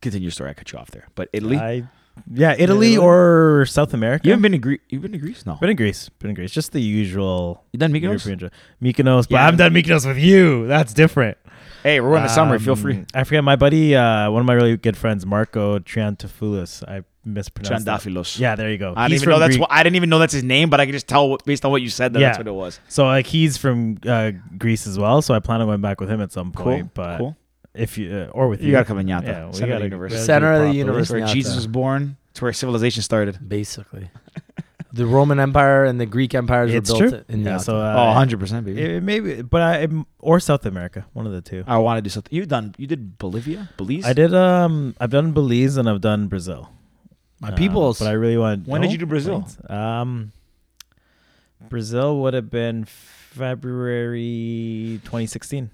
S2: continue your story. I cut you off there. But Italy,
S4: I Yeah, Italy or South America.
S2: You haven't been to Greece. You've been to Greece? No.
S4: Been in Greece. Been in Greece. Just the usual
S2: You done Mykonos?
S4: European dr- Mykonos, but
S2: Yeah.
S4: I'm done Mykonos with you. That's different.
S2: Hey, we're in the summary. Feel
S4: Um,
S2: free.
S4: I forget my buddy, uh, one of my really good friends, Marco Triantafoulos. I mispronounced. that.
S2: Trandafilos.
S4: Yeah, there you go.
S2: I
S4: He's
S2: didn't even know
S4: from
S2: that's
S4: Greek-
S2: what I didn't even know that's his name, but I could just tell what, based on what you said that that's
S4: Yeah.
S2: what it was.
S4: So like he's from uh, Greece as well. So I plan on going back with him at some point. But
S2: cool.
S4: if you uh, or with you,
S2: You gotta come in Yata.
S4: Yeah, we
S2: Center of
S4: gotta-
S2: the universe.
S4: gotta do
S1: Center of the
S4: properly.
S1: universe.
S2: It's where
S1: Yata.
S2: Jesus was born. It's where civilization started.
S1: basically. the Roman Empire and the Greek empires
S4: It's
S1: were built
S4: true.
S1: in
S4: Yeah.
S1: Yalta.
S4: So
S2: Oh,
S4: uh,
S2: 100 percent,
S4: it,
S2: baby.
S4: it may be, but I it- or South America, one of the two.
S2: I want to do something. You done? You did Bolivia, Belize.
S4: I did. Um, I've done Belize and I've done Brazil.
S1: my
S4: Um,
S1: peoples.
S4: But I really wanted.
S2: When did you do Brazil?
S4: wait. Um, Brazil would have been February 2016,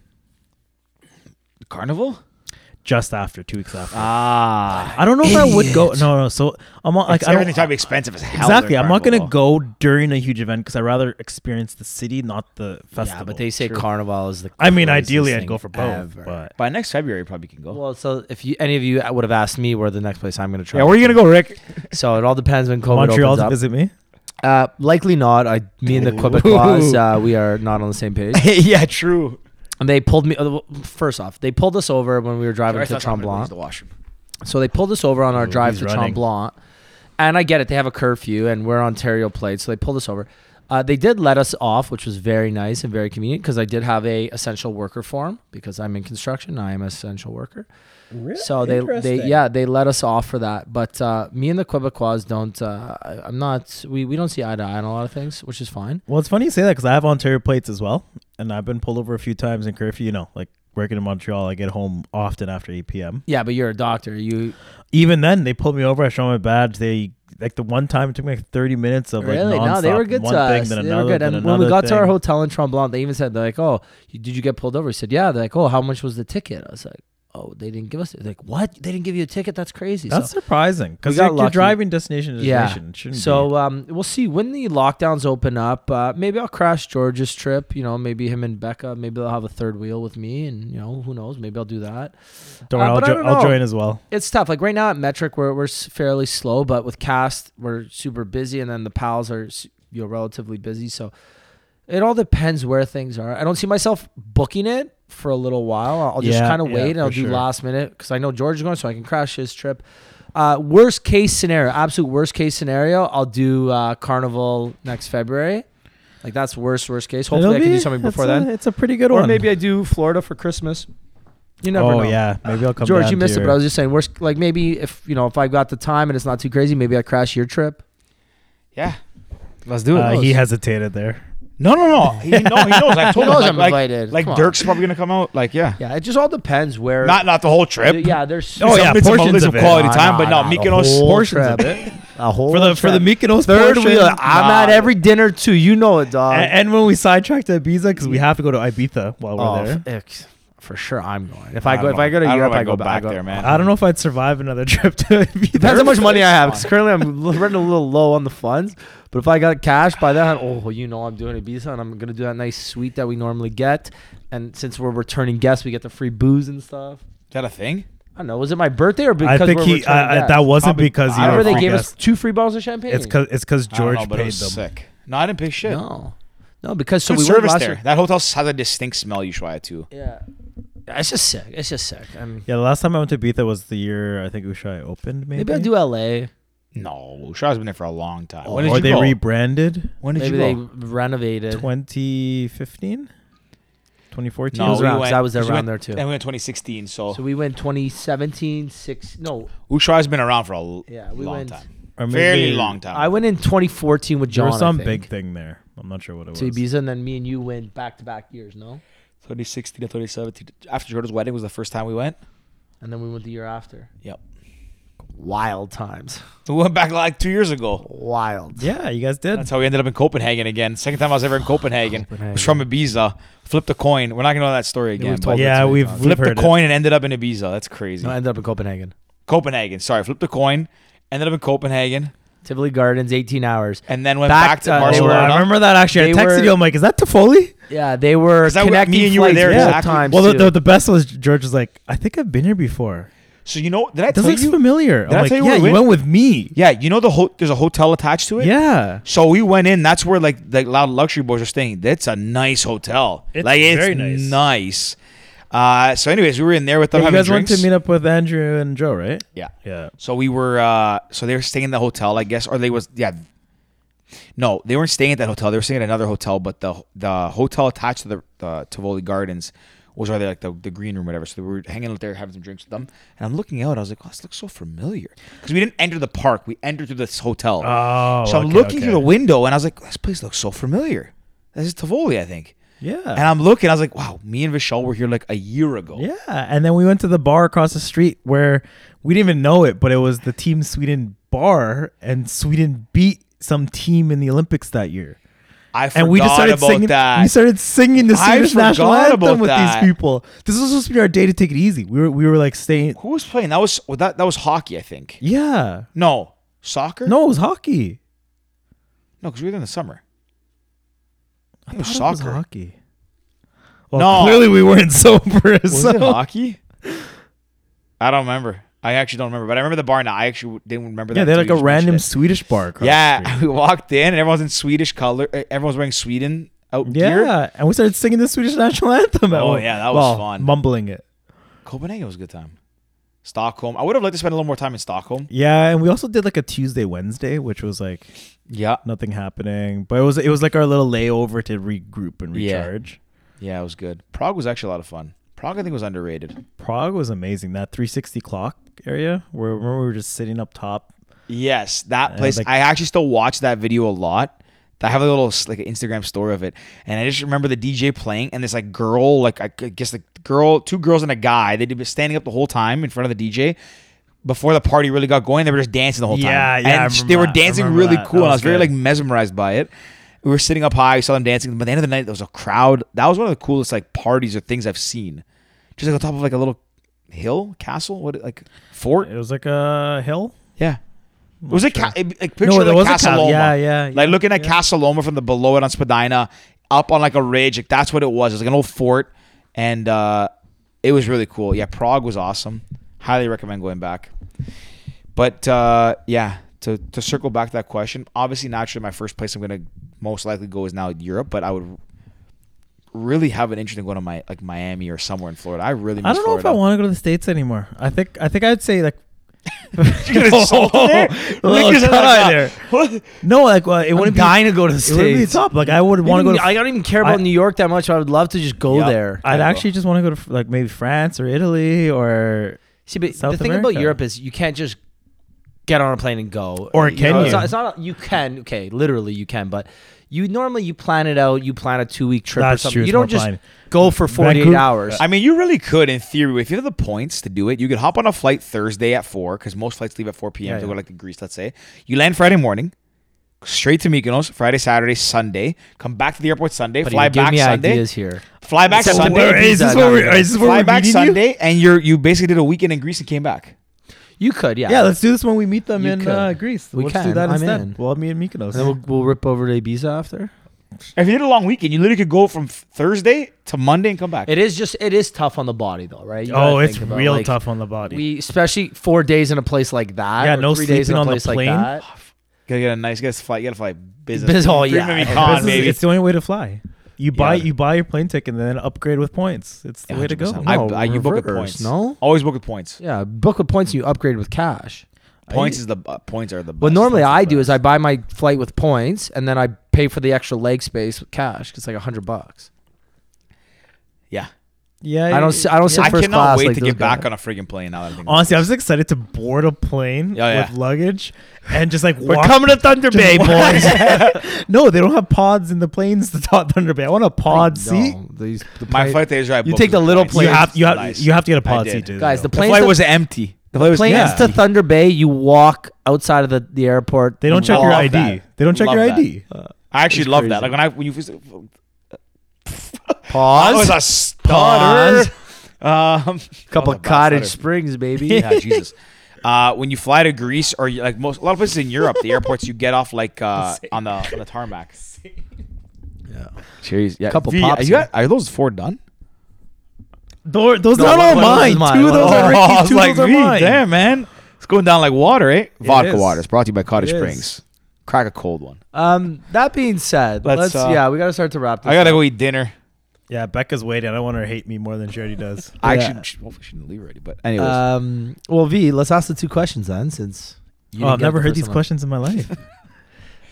S2: Carnival.
S4: just after two weeks after.
S2: Ah,
S4: I don't know if I would go. No, no. So I'm not, like
S2: It's-
S4: I don't,
S2: everything's probably expensive as hell.
S4: exactly.
S2: during
S4: I'm not gonna
S2: Carnival.
S4: go during a huge event because I rather experience the city, not the festival.
S1: yeah, but they say
S2: True.
S1: carnival is the.
S4: I mean,
S1: craziest
S4: ideally, I'd
S1: thing
S4: go for both.
S1: ever.
S4: But
S2: By next February, you probably can go.
S1: Well, so if you any of you would have asked me where the next place I'm going to try.
S2: yeah, where are you gonna go, Rick?
S1: So it all depends when COVID
S4: Montreal
S1: opens
S4: to
S1: up.
S4: visit me.
S1: Uh, likely not. I, me and the Quebecois, uh, we are not on the same page.
S2: yeah, true.
S1: And they pulled me. uh, First off, they pulled us over when we were driving to Tremblant.
S2: The washroom.
S1: So they pulled us over on our
S4: Ooh,
S1: drive
S4: he's
S1: to
S4: running.
S1: Tremblant. And I get it. They have a curfew and we're Ontario plate. So they pulled us over. Uh, they did let us off, which was very nice and very convenient because I did have a essential worker form because I'm in construction. I am an essential worker.
S4: Really?
S1: So they, they yeah they let us off for that, but uh, me and the Quebecois don't. Uh, I, I'm not. We, we don't see eye to eye on a lot of things, which is fine.
S4: Well, it's funny you say that because I have Ontario plates as well, and I've been pulled over a few times in curfew. You know, like working in Montreal, I get home often after 8 p.m.
S1: Yeah, but you're a doctor. You
S4: Even then, they pulled me over. I showed my badge. They like the one time it took me like 30 minutes of like
S1: really no? They
S4: nonstop,
S1: were good
S4: one
S1: to
S4: thing,
S1: us.
S4: Then
S1: They
S4: another,
S1: were good.
S4: Then
S1: And when we
S4: another
S1: got to our
S4: thing.
S1: hotel in Tremblant, they even said they're like, "Oh, you, did you get pulled over?" We said, "Yeah." They're like, "Oh, how much was the ticket?" I was like, "Oh, they didn't give us." It. They're Like, what? They didn't give you a ticket? That's crazy.
S4: That's
S1: so,
S4: surprising because
S1: got
S4: you're, you're
S1: lucky.
S4: driving destination to
S1: Yeah.
S4: destination. It shouldn't
S1: so um, we'll see when the lockdowns open up. Uh, maybe I'll crash George's trip. You know, maybe him and Becca. Maybe they'll have a third wheel with me, and you know, who knows? Maybe I'll do that.
S4: be. don't worry,
S1: uh,
S4: I'll,
S1: but I
S4: jo-
S1: don't
S4: I'll
S1: know.
S4: join as well.
S1: it's tough. Like right now at Metric, we're we're s- fairly slow, but with Cast, we're super busy, and then the pals are s- you know relatively busy. So it all depends where things are. I don't see myself booking it for a little while. I'll just
S4: Yeah,
S1: kind of
S4: yeah,
S1: wait and I'll
S4: for
S1: do
S4: sure.
S1: last minute because I know George is going, so I can crash his trip. Uh, worst case scenario, absolute worst case scenario, I'll do uh, Carnival next February. Like that's worst worst case. Hopefully, I
S4: It'll
S1: can do
S4: be-
S1: something
S4: it's
S1: before
S4: a-
S1: then,
S4: It's a pretty good
S1: or
S4: one.
S1: maybe I do Florida for Christmas. You never
S4: oh
S1: know.
S4: yeah, maybe I'll come.
S1: George,
S4: down
S1: you
S4: to
S1: missed it,
S4: your-
S1: but I was just saying, worst, like maybe if you know, if I got the time and it's not too crazy, maybe I crash your trip.
S2: Yeah, let's do it.
S4: Uh, he hesitated there.
S2: no, no, no. He, no, he knows. I
S1: Who
S2: told
S1: knows?
S2: him.
S1: I'm
S2: Like, like,
S1: invited.
S2: like
S1: Come on.
S2: Dirk's probably gonna come out. Like, yeah,
S1: Yeah, it just all depends where.
S2: not not the whole trip.
S1: yeah, there's.
S4: Oh,
S2: Some
S4: yeah,
S2: bits and
S4: portions
S2: bits
S4: of it.
S2: quality
S1: Nah,
S2: time,
S1: nah,
S2: but no,
S1: nah, the
S2: Mykonos.
S1: whole
S2: portions
S1: trip.
S2: of it.
S1: a whole
S4: for the for the
S1: trip.
S4: Mykonos
S1: third
S4: portion,
S1: wheel. ah. I'm at
S4: nah.
S1: every dinner too. You know it, dog.
S4: A- and when we sidetracked to Ibiza because we have to go to Ibiza while we're
S1: oh,
S4: there.
S1: f- ick. for sure, I'm going. If I, go, if I go to
S2: don't know
S1: Europe,
S2: if
S1: I go back, I go-
S2: there, man.
S4: I don't know if I'd survive another trip to Ibiza.
S1: Depends how much money I have. Because currently I'm l- running a little low on the funds. But if I got cash by then, oh, you know I'm doing Ibiza and I'm gonna do that nice suite that we normally get. And since we're returning guests, we get the free booze and stuff.
S2: Is that a thing?
S1: I don't know. Was it my birthday or
S4: I
S1: because
S4: think
S1: we're
S4: he.
S1: returning
S4: I, I,
S1: guests?
S4: that wasn't
S2: Probably-
S4: because
S2: I
S4: you
S1: remember
S4: were
S2: don't
S1: they
S4: free
S1: gave
S4: guest.
S1: us two free bottles of champagne.
S4: It's because it's because
S2: I don't
S4: George
S2: know, but it
S4: paid them.
S2: was Sick. No, I didn't pay shit.
S1: no, no, because so
S2: Food
S1: we went
S2: service
S1: last
S2: there.
S1: year.
S2: That hotel has a distinct smell. You try it too.
S1: Yeah, Yeah, it's just sick. It's just sick. I'm,
S4: Yeah, the last time I went to Ibiza was the year I think Ushai opened. Maybe,
S1: maybe I'll do LA.
S2: No, Shaw's been there for a long time.
S1: Oh,
S2: when did
S4: or
S2: you
S4: they
S2: go?
S4: rebranded
S2: when did
S1: Maybe
S2: you
S1: they
S2: go?
S1: renovated.
S4: 2015, 2014.
S1: No, It was
S2: we
S1: around- 'cause I was there
S2: 'cause we
S1: around
S2: went-
S1: there, too.
S2: And we went 2016. So,
S1: So we went 2017, six. No,
S2: Ushar's been around for a l-
S1: Yeah, we
S2: long
S1: went-
S2: time,
S4: Or
S2: fairly
S4: maybe-
S2: long time.
S1: I went in 2014 with
S4: There
S1: John.
S4: was some
S1: I think.
S4: big thing there. I'm not sure what it was.
S1: to Ibiza, and then me and you went back to back years, no?
S2: 2016 to 2017. After Jordan's wedding was the first time we went.
S1: And then we went the year after.
S2: Yep,
S1: Wild times.
S2: we went back like two years ago.
S1: Wild.
S4: Yeah, you guys did.
S2: That's how we ended up in Copenhagen again. Second time I was ever in Copenhagen. was from Ibiza. Flipped a coin. We're not gonna know that story
S1: Yeah,
S2: again.
S1: we've
S2: but
S1: told
S4: yeah,
S1: That's
S4: we've,
S1: what it was.
S4: we've
S2: flipped a
S4: heard it.
S2: coin and ended up in Ibiza. That's crazy.
S1: No, I ended up in Copenhagen.
S2: Copenhagen. Sorry, flipped a coin. Ended up in Copenhagen,
S1: Tivoli Gardens, 18 hours.
S2: and then went
S1: Back
S2: back, to
S1: to-
S4: They were-
S2: Barcelona.
S4: I remember that actually. I
S1: They
S4: texted
S1: were-
S4: you. I'm like, is that Toffoli?
S1: Yeah, they were
S2: that what-
S1: connecting
S2: me and you were
S1: flights
S2: there
S1: both
S2: exactly?
S1: times.
S4: Well, the,
S1: too.
S4: the, the best was George was like, I think I've been here before.
S2: So you know, did I
S4: This
S2: tell
S4: looks
S2: you?
S4: familiar.
S2: I
S4: I'm like,
S2: tell you
S4: yeah,
S2: where
S4: you
S2: we
S4: went with me.
S2: Yeah, you know the ho- there's a hotel attached to it.
S4: Yeah.
S2: So we went in. That's where like the loud luxury boys are staying. That's a nice hotel.
S5: It's
S2: like it's
S5: very nice.
S2: nice. Uh, so anyways, we were in there with them.
S4: Yeah, you
S2: having
S4: guys
S2: drinks.
S4: went to meet up with Andrew and Joe, right?
S2: Yeah.
S5: Yeah.
S2: So we were. Uh, so they were staying in the hotel, I guess, or they was yeah. No, they weren't staying at that hotel. They were staying at another hotel, but the the hotel attached to the, the Tivoli Gardens was already like the, the green room, or whatever. So we were hanging out there, having some drinks with them, and I'm looking out. I was like, "Oh, this looks so familiar," because we didn't enter the park. We entered through this hotel.
S5: Oh,
S2: so I'm
S5: okay,
S2: looking
S5: okay.
S2: through the window, and I was like, "This place looks so familiar. This is Tivoli, I think."
S4: Yeah.
S2: And I'm looking. I was like, "Wow, me and Vishal were here like a year ago."
S4: yeah. And then we went to the bar across the street where we didn't even know it, but it was the Team Sweden bar, and Sweden beat some team in the Olympics that year.
S2: I forgot
S4: And we just started
S2: about
S4: singing.
S2: that.
S4: We started singing the
S2: I
S4: Swedish national
S2: forgot
S4: anthem
S2: about
S4: with
S2: that.
S4: these people. This was supposed to be our day to take it easy. We were we were like staying.
S2: Who was playing? That was well, that that was hockey, I think.
S4: Yeah.
S2: No, soccer.
S4: No, it was hockey.
S2: no, because we were there in the summer. I think it was
S4: Thought it was
S2: soccer.
S4: hockey. Well,
S2: No.
S4: clearly we weren't sober.
S2: was
S4: so-
S2: it hockey? I don't remember. I actually don't remember, but I remember the bar. Now I actually didn't remember.
S4: yeah,
S2: that
S4: they had like
S2: until
S4: a
S2: you just mentioned
S4: random
S2: it.
S4: Swedish bar. across the street.
S2: Yeah, we walked in and everyone's in Swedish color. eh, Everyone's wearing Sweden out gear.
S4: Yeah, and we started singing the Swedish national anthem. at
S2: Oh,
S4: one-
S2: yeah, that was
S4: well,
S2: fun.
S4: Mumbling it.
S2: Copenhagen was a good time. Stockholm. I would have liked to spend a little more time in Stockholm.
S4: Yeah, and we also did like a Tuesday Wednesday, which was like
S2: Yeah,
S4: nothing happening, but it was it was like our little layover to regroup and
S2: Yeah.
S4: recharge.
S2: yeah, it was good. Prague was actually a lot of fun. Prague, I think, was underrated.
S4: Prague was amazing. That 360 clock area where, where we were just sitting up top.
S2: Yes, that place.
S4: like-
S2: I actually still watch that video a lot. I have a little like an Instagram story of it, and I just remember the DJ playing, and this like girl, like I guess like girl, two girls and a guy. They'd been standing up the whole time in front of the DJ. Before the party really got going, they were just dancing the whole
S4: Yeah,
S2: time.
S4: yeah, I
S2: and
S4: remember
S2: they were
S4: that. I
S2: dancing
S4: remember
S2: really
S4: that.
S2: cool.
S4: That
S2: and I
S4: was
S2: was very
S4: good.
S2: like mesmerized by it. We were sitting up high, saw them dancing. But at the end of the night, there was a crowd. That was one of the coolest like parties or things I've seen. Just like on top of like a little hill, castle, what like fort.
S4: It was like a hill.
S2: Yeah. It was a ca- it- like picture
S4: there
S2: like
S4: was a
S2: Casa
S4: ca-
S2: Loma.
S4: yeah, yeah, yeah,
S2: Like looking at
S4: yeah.
S2: Casa Loma from the below it on Spadina, up on like a ridge. Like that's what it was. It was like an old fort, and uh, it was really cool. Yeah, Prague was awesome. Highly recommend going back. But uh, yeah, to to circle back to that question, obviously, naturally, my first place I'm gonna most likely go is now Europe, but I would really have an interest in going to my like Miami or somewhere in Florida. I really miss
S4: I don't know if
S2: Florida.
S4: I want to go to the states anymore. I think I think I'd say like
S2: You're gonna insult me there?
S4: Oh,
S2: Nick is like,
S4: cut-eye
S2: uh,
S4: there.
S2: what?
S4: no, like well, it wouldn't be
S1: dying to go to the
S4: it wouldn't be
S1: states.
S4: top. Like I would want to go
S1: Even-
S4: to
S1: I don't even care about
S4: I-
S1: New York that much. I would love to just go
S2: Yeah.
S1: there.
S4: I'd
S2: Yeah.
S4: actually just want to go to like maybe France or Italy or
S1: See, but the
S4: South
S1: thing about
S4: America.
S1: Europe is you can't just get on a plane and go.
S4: Or can
S1: know,
S4: you?
S1: It's not, it's not- you can. Okay, literally you can, but you normally you plan it out. You plan a two week trip or
S4: That's
S1: something.
S4: true,
S1: you
S4: it's
S1: don't
S4: more
S1: just
S4: planning.
S1: go for forty eight
S4: Vancouver-
S1: hours.
S2: I mean, you really could, in theory, if you have the points to do it. You could hop on a flight Thursday at four, because most flights leave at four p.m. to
S4: Yeah,
S2: go
S4: yeah.
S2: like to Greece. Let's say you land Friday morning, straight to Mykonos. Friday, Saturday, Sunday. Come back to the airport Sunday.
S1: but
S2: fly
S1: you give
S2: back
S1: me
S2: Sunday.
S1: ideas here.
S2: Fly back
S1: Except
S2: Sunday.
S1: where is this where we- is
S4: this
S2: Fly back Sunday, and you're you basically did a weekend in Greece and came back.
S1: You could, yeah.
S4: Yeah, let's do this when we meet them
S1: You
S4: in
S1: could.
S4: uh, Greece.
S1: We
S4: let's
S1: can.
S4: do that
S1: I'm
S4: instead.
S1: in.
S4: Well, me and Mykonos.
S1: and then we'll, we'll rip over to Ibiza after.
S2: If you did a long weekend, you literally could go from Thursday to Monday and come back.
S1: It is just it is tough on the body though, right? You
S4: oh,
S1: gotta
S4: it's
S1: think about,
S4: real
S1: like,
S4: tough on the body.
S1: We especially four days in a place like that.
S4: Yeah,
S1: or
S4: no
S1: three days in
S4: sleeping
S1: a
S4: on the
S1: place like
S4: plane.
S1: that.
S2: gotta get a nice. Gotta fly. You gotta fly business.
S1: Business- oh,
S2: Dream
S1: yeah.
S2: of me
S1: Yeah,
S2: con,
S4: This is-
S2: baby.
S4: it's the only way to fly. You buy
S2: Ah, Yeah.
S4: you buy your plane ticket and then upgrade with points. It's the way to go.
S2: 100%.
S1: No,
S2: I, I, you book with
S1: reverse,
S2: points.
S1: no?
S2: always book with points.
S1: Yeah, book with points and you upgrade with cash.
S2: Points is the uh, points are the.
S1: What
S2: best.
S1: normally
S2: That's the
S1: I do
S2: best.
S1: is I buy my flight with points and then I pay for the extra leg space with cash. 'cause It's like a hundred bucks.
S2: Yeah.
S4: Yeah,
S1: I don't. si- I don't sit
S2: I
S1: first
S2: cannot
S1: class.
S2: wait
S1: like
S2: to
S1: those
S2: get back
S1: guys.
S2: on a friggin' plane now. That I think
S4: Honestly, I was excited to board a plane
S2: Yeah, yeah.
S4: with luggage and just like
S1: We're
S4: walk-
S1: coming to Thunder
S4: just
S1: Bay,
S4: walk-
S1: boys.
S4: no, they don't have pods in the planes to top Thunder Bay. I want a pod seat.
S1: No, these- the
S2: my
S1: plane-
S2: flight days. I
S1: You
S2: booked
S1: take the
S2: with
S1: little
S2: points.
S1: plane.
S4: You have you have
S2: Nice.
S4: you have to get a
S2: I
S4: pod
S2: did.
S4: seat, dude.
S1: guys. The
S2: The
S1: planes.
S2: flight
S1: to,
S2: was empty. The flight was
S1: planes
S4: yeah.
S1: to Thunder Bay. You walk outside of the, the airport.
S4: They don't check
S2: I
S4: your
S2: love
S4: ID.
S2: that.
S4: They don't check
S2: Love
S4: your
S2: that.
S4: ID.
S2: I actually
S1: It's
S2: love
S1: crazy.
S2: that. Like when I when you first-
S1: Pause.
S2: that was a stutter. Um,
S1: couple
S2: that was a bad
S1: cottage
S2: stutter.
S1: springs, baby.
S2: Yeah, Jesus. Uh, when you fly to Greece or you- like most a lot of places in Europe, the airports you get off like uh, on the on the tarmac.
S1: Yeah.
S2: Jeez, yeah.
S1: Couple
S2: V,
S1: pops
S2: are,
S1: in.
S2: you at- are those four done?
S4: Those, those
S1: No,
S4: are
S1: one- one of
S4: all
S1: those
S4: mine.
S1: is mine.
S4: Two of
S1: One of
S4: those
S1: those
S4: are
S1: is
S2: Oh, I
S4: Ricky's.
S2: was
S4: Two
S2: like,
S4: of those are
S2: "Gee,
S4: mine.
S2: damn, man. It's going down like water, eh? Vodka
S4: is.
S2: water. It's brought to you by Cottage
S4: It is.
S2: Springs. Crack a cold one.
S1: Um, that being said, let's,
S2: Let's, uh,
S1: yeah, we gotta start to wrap this.
S2: I gotta
S1: up.
S2: go eat dinner.
S4: Yeah, Becca's waiting. I don't want her to hate me more than she already does.
S2: I
S1: Yeah.
S2: actually should, hopefully shouldn't leave already, but anyways.
S4: Uh,
S1: Um, well, V, let's ask the two questions then, since you
S4: oh,
S1: didn't
S4: I've
S1: get
S4: never
S1: the
S4: heard
S1: first
S4: these
S1: one.
S4: questions in my life.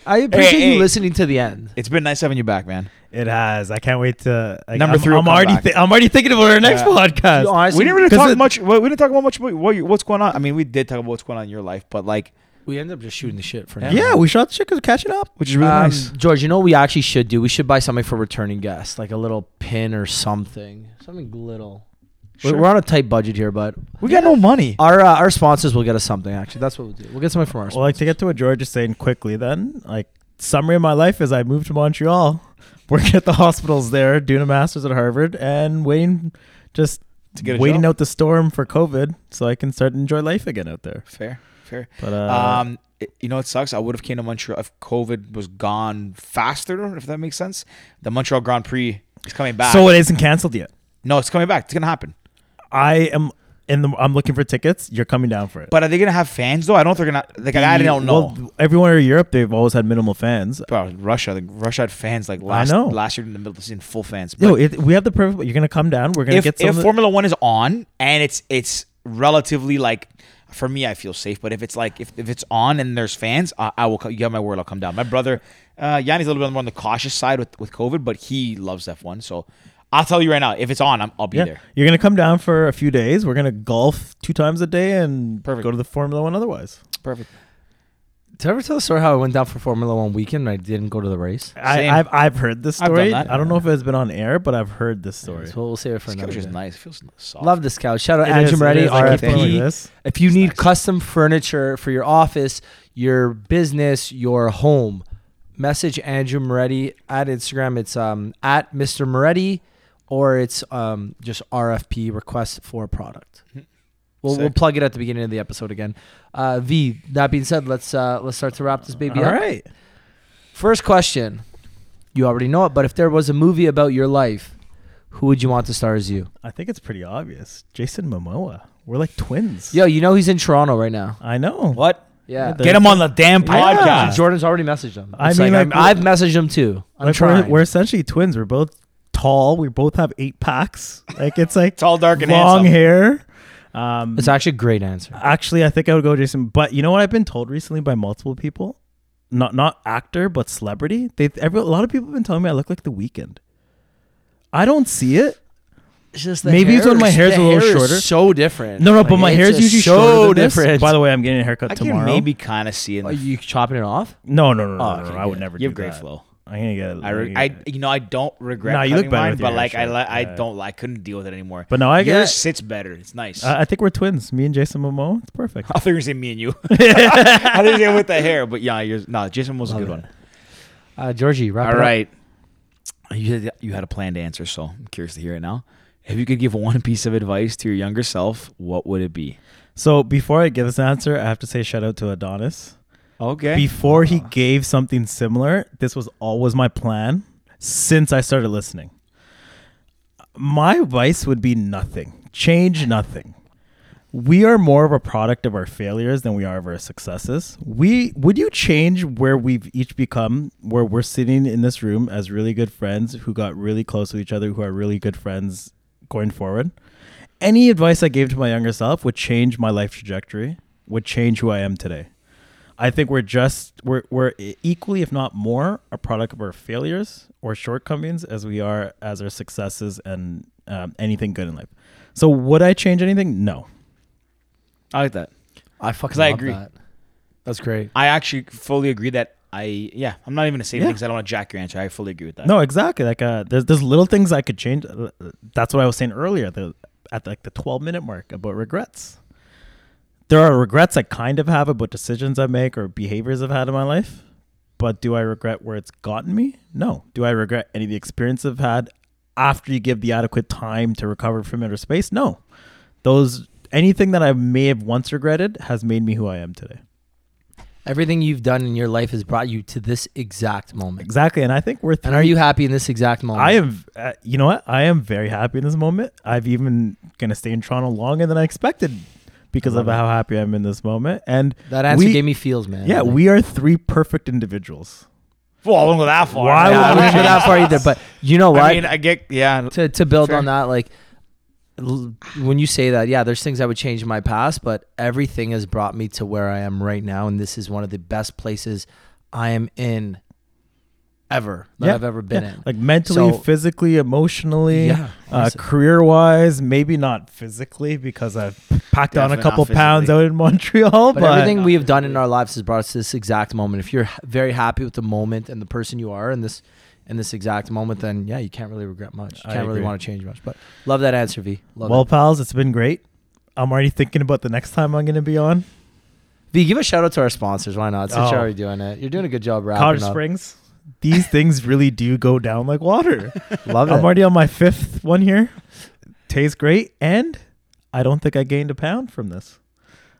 S1: I appreciate
S2: Hey,
S1: you
S2: hey.
S1: listening to the end.
S2: it's been nice having you back, man.
S4: it has. I can't wait to like,
S2: Number
S4: I'm,
S2: three will
S4: I'm
S2: come
S4: already.
S2: back.
S4: Th- I'm already thinking about our next
S2: Yeah.
S4: podcast.
S1: You honestly-
S2: we didn't really
S4: 'cause
S2: talk
S4: it-
S2: much. well, We didn't talk about much. about What, you- what's going on? I mean, we did talk about what's going on in your life, but like,
S1: we ended up just shooting the shit for
S2: Yeah.
S1: now.
S4: yeah, we shot the shit 'cause we're catching up.
S2: which is really
S1: Um,
S2: nice.
S1: George, you know what we actually should do? We should buy something for returning guests, like a little pin or something, something little. We're-
S2: Sure.
S1: We're on a tight budget here, but
S2: We got no money.
S1: our uh, our sponsors will get us something. Actually, that's what we'll do. We'll get something from our.
S4: Well, like to get to what George is saying quickly, then like summary of my life is I moved to Montreal, working at the hospitals there, doing a master's at Harvard, and waiting just
S2: To get a
S4: waiting
S2: job?
S4: out the storm for COVID so I can start to enjoy life again out there.
S2: Fair, fair.
S4: But uh,
S2: um, it- you know, it sucks. I would have came to Montreal if COVID was gone faster, if that makes sense. The Montreal Grand Prix is coming back.
S4: so it isn't canceled yet.
S2: no, it's coming back. It's gonna happen.
S4: I am in the. I'm looking for tickets. You're coming down for it.
S2: But are they gonna have fans though? I don't think they're gonna. Like, I don't know.
S4: Well, everywhere in Europe, they've always had minimal fans.
S2: Bro, Russia, like, Russia had fans like last
S4: know.
S2: last year in the middle of the season, full fans.
S4: No,
S2: But
S4: it, we have the perfect. You're gonna come down. We're gonna
S2: if,
S4: get some.
S2: if Formula One is on and it's it's relatively like for me, I feel safe. But if it's like if, if it's on and there's fans, I, I will. co- You have my word, I'll come down. My brother, uh, Yanni's a little bit more on the cautious side with with COVID, but he loves F one. So I'll tell you right now, if it's on, I'm, I'll be
S4: yeah,
S2: there.
S4: you're gonna come down for a few days. We're gonna golf two times a day and
S2: Perfect.
S4: go to the Formula One. Otherwise,
S2: Perfect.
S1: Did I ever tell the story how I went down for Formula One weekend and I didn't go to the race?
S4: I,
S2: Same.
S4: I've I've heard this
S2: I've done
S4: story.
S2: that.
S4: I don't know if it's been on air, but I've heard this story.
S1: So we'll save it for
S2: This
S1: another.
S2: couch is
S1: day.
S2: nice. It feels soft.
S1: Love this couch. Shout out
S4: It
S1: Andrew
S4: is- it
S1: Moretti,
S4: is. I keep
S2: RFP.
S4: following
S1: RFP.
S4: this.
S1: If you need
S2: nice.
S1: custom furniture for your office, your business, your home, message Andrew Moretti at Instagram. It's um, at Mr. Moretti, or it's um, just RFP request for a product. We'll, we'll
S2: Sick.
S1: plug it at the beginning of the episode again. Uh, v. That being said, let's uh, let's start to wrap this baby
S4: All
S1: up.
S4: right.
S1: First question. You already know it, but if there was a movie about your life, who would you want to star as you?
S4: I think it's pretty obvious. Jason Momoa. We're like twins.
S1: Yo, you know he's in Toronto right now.
S4: I know.
S2: What?
S1: Yeah.
S4: the-
S2: Get him on the damn
S4: Yeah.
S2: podcast.
S1: Jordan's already messaged him.
S4: I
S1: It's
S4: mean,
S1: like,
S4: like,
S1: I'm- I've messaged him too. I'm
S4: Like we're,
S1: trying.
S4: we're essentially twins. We're both tall. We both have eight packs. Like it's like
S2: Tall, dark, and
S4: long
S2: handsome.
S4: hair. Um,
S1: it's actually a great answer.
S4: Actually, I think I would go Jason. But you know what? I've been told recently by multiple people, not not actor but celebrity. They every, a lot of people have been telling me I look like The Weekend. I don't see it.
S1: It's just
S4: the Maybe it's hair when my is- hair's the a little hair is shorter.
S1: so different.
S4: No, no, but my hair is usually so different. By the way, I'm getting a haircut
S2: I can
S4: tomorrow.
S2: maybe kind of see it.
S1: Are
S2: in the-
S1: you chopping it off?
S4: No, no, no, no,
S1: Oh,
S4: no, no,
S1: okay,
S4: I would
S1: good.
S4: never.
S2: You
S4: do
S2: have great
S4: that.
S2: flow.
S4: I'm gonna get.
S2: I,
S4: I'm
S2: re-
S4: gonna
S2: I
S4: get-
S2: you know I don't regret
S4: Nah, you
S2: cutting
S4: look better
S2: mine,
S4: with
S2: but
S4: your
S2: like I
S4: hair
S2: li-
S4: short.
S2: I
S4: Yeah.
S2: don't I couldn't deal with it anymore.
S4: But no, I Uh,
S2: yours
S4: get.
S2: sits better. It's nice.
S4: I I think we're twins. Me and Jason Momoa. It's perfect.
S2: I thought you were gonna say me and you. I didn't say with the hair, but yeah, yours. No, Jason was a
S1: Love
S2: good
S1: it.
S2: one.
S1: Uh, Georgie, wrap
S2: All
S1: it up.
S2: right, you had, you had a planned answer, so I'm curious to hear it now. If you could give one piece of advice to your younger self, what would it be?
S4: So before I give this answer, I have to say shout out to Adonis.
S2: Okay,
S4: Before he gave something similar, this was always my plan since I started listening. My advice would be nothing. Change nothing. We are more of a product of our failures than we are of our successes. We would you change where we've each become, where we're sitting in this room as really good friends who got really close to each other, who are really good friends going forward? Any advice I gave to my younger self would change my life trajectory, would change who I am today. I think we're just we're we're e, equally, if not more, a product of our failures or shortcomings as we are as our successes and um, anything good in life. So would I change anything? No.
S2: I like that.
S1: I fucking
S2: 'Cause I
S1: love
S2: agree.
S1: that. That's great.
S2: I actually fully agree that I yeah. I'm not even gonna say anything
S4: Yeah.
S2: because I don't want to jack your answer. I fully agree with that.
S4: No, exactly. Like uh, there's there's little things I could change. Uh, That's what I was saying earlier. The at like the 12 minute mark about regrets. There are regrets I kind of have about decisions I make or behaviors I've had in my life, but do I regret where it's gotten me? No. Do I regret any of the experience I've had after you give the adequate time to recover from it or space? No. Those anything that I may have once regretted has made me who I am today.
S1: Everything you've done in your life has brought you to this exact moment.
S4: Exactly, and I think we're.
S1: And are you happy in this exact moment?
S4: I am. Uh, you know what? I am very happy in this moment. I've even gonna stay in Toronto longer than I expected because of how happy I'm in this moment. And
S1: That answer
S4: we-
S1: gave me feels, man.
S4: Yeah,
S1: Like,
S4: we are three perfect individuals.
S2: Well, Oh, I wouldn't go that far.
S4: Why
S1: Yeah, I
S4: would
S1: wouldn't go that far either. But you know what?
S2: I mean, I get yeah.
S1: to to build
S2: Fair.
S1: on that, like l- when you say that, yeah, there's things I would change in my past, but everything has brought me to where I am right now, and this is one of the best places I am in ever that
S4: Yeah,
S1: I've ever been
S4: Yeah,
S1: in.
S4: Like mentally,
S1: So-
S4: physically, emotionally,
S1: Yeah,
S4: uh,
S1: awesome.
S4: career wise, maybe not physically because I've packed on a
S2: Definitely
S4: couple
S2: not physically.
S4: pounds out in Montreal. But,
S1: but, everything we have done in our lives has brought us to this exact moment. If you're h- very happy with the moment and the person you are in this in this exact moment, then yeah, you can't really regret much. You
S4: I
S1: can't really
S4: agree.
S1: want to change much. But love that answer, V. Love
S4: well,
S1: it.
S4: pals, it's been great. I'm already thinking about the next time I'm going to be on
S1: V, give a shout out to our sponsors. Why not? Since you're
S4: Oh.
S1: already doing it, you're doing a good job wrapping
S4: Cottage
S1: up.
S4: Springs. These things really do go down like water.
S1: Love
S4: I'm
S1: it.
S4: already on my fifth one here. Tastes great, and I don't think I gained a pound from this.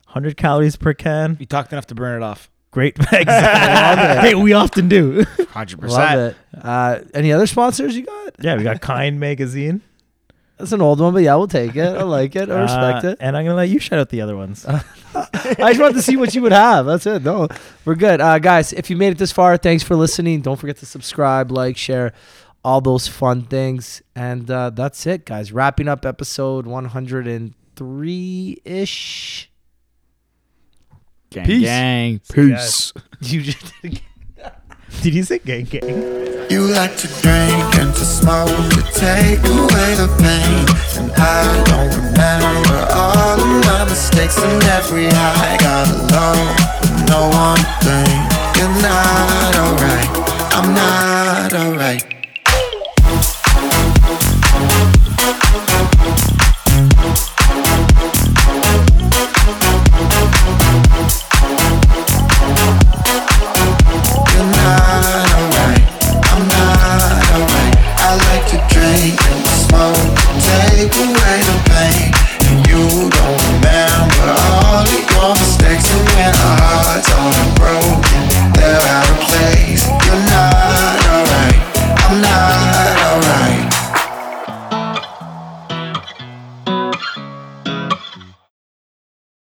S4: 100 calories per can.
S2: You talked enough to burn it off.
S4: Great. Exactly. hey, we often do.
S2: Hundred
S1: Love it. Uh, any other sponsors you got?
S4: Yeah, we got Kind Magazine.
S1: That's an old one, but yeah, we'll take it. I like it. I respect
S4: Uh,
S1: it.
S4: And I'm going to let you shout out the other ones.
S1: I just wanted to see what you would have. That's it. No, we're good. Uh, guys, if you made it this far, thanks for listening. Don't forget to subscribe, like, share, all those fun things. And uh, that's it, guys. Wrapping up episode 103 ish.
S2: Gang,
S1: Peace.
S2: gang.
S4: Peace.
S1: You just did it.
S4: Did you say gang gang?
S3: You like to drink and to smoke to take away the pain. And I don't remember all of my mistakes and every high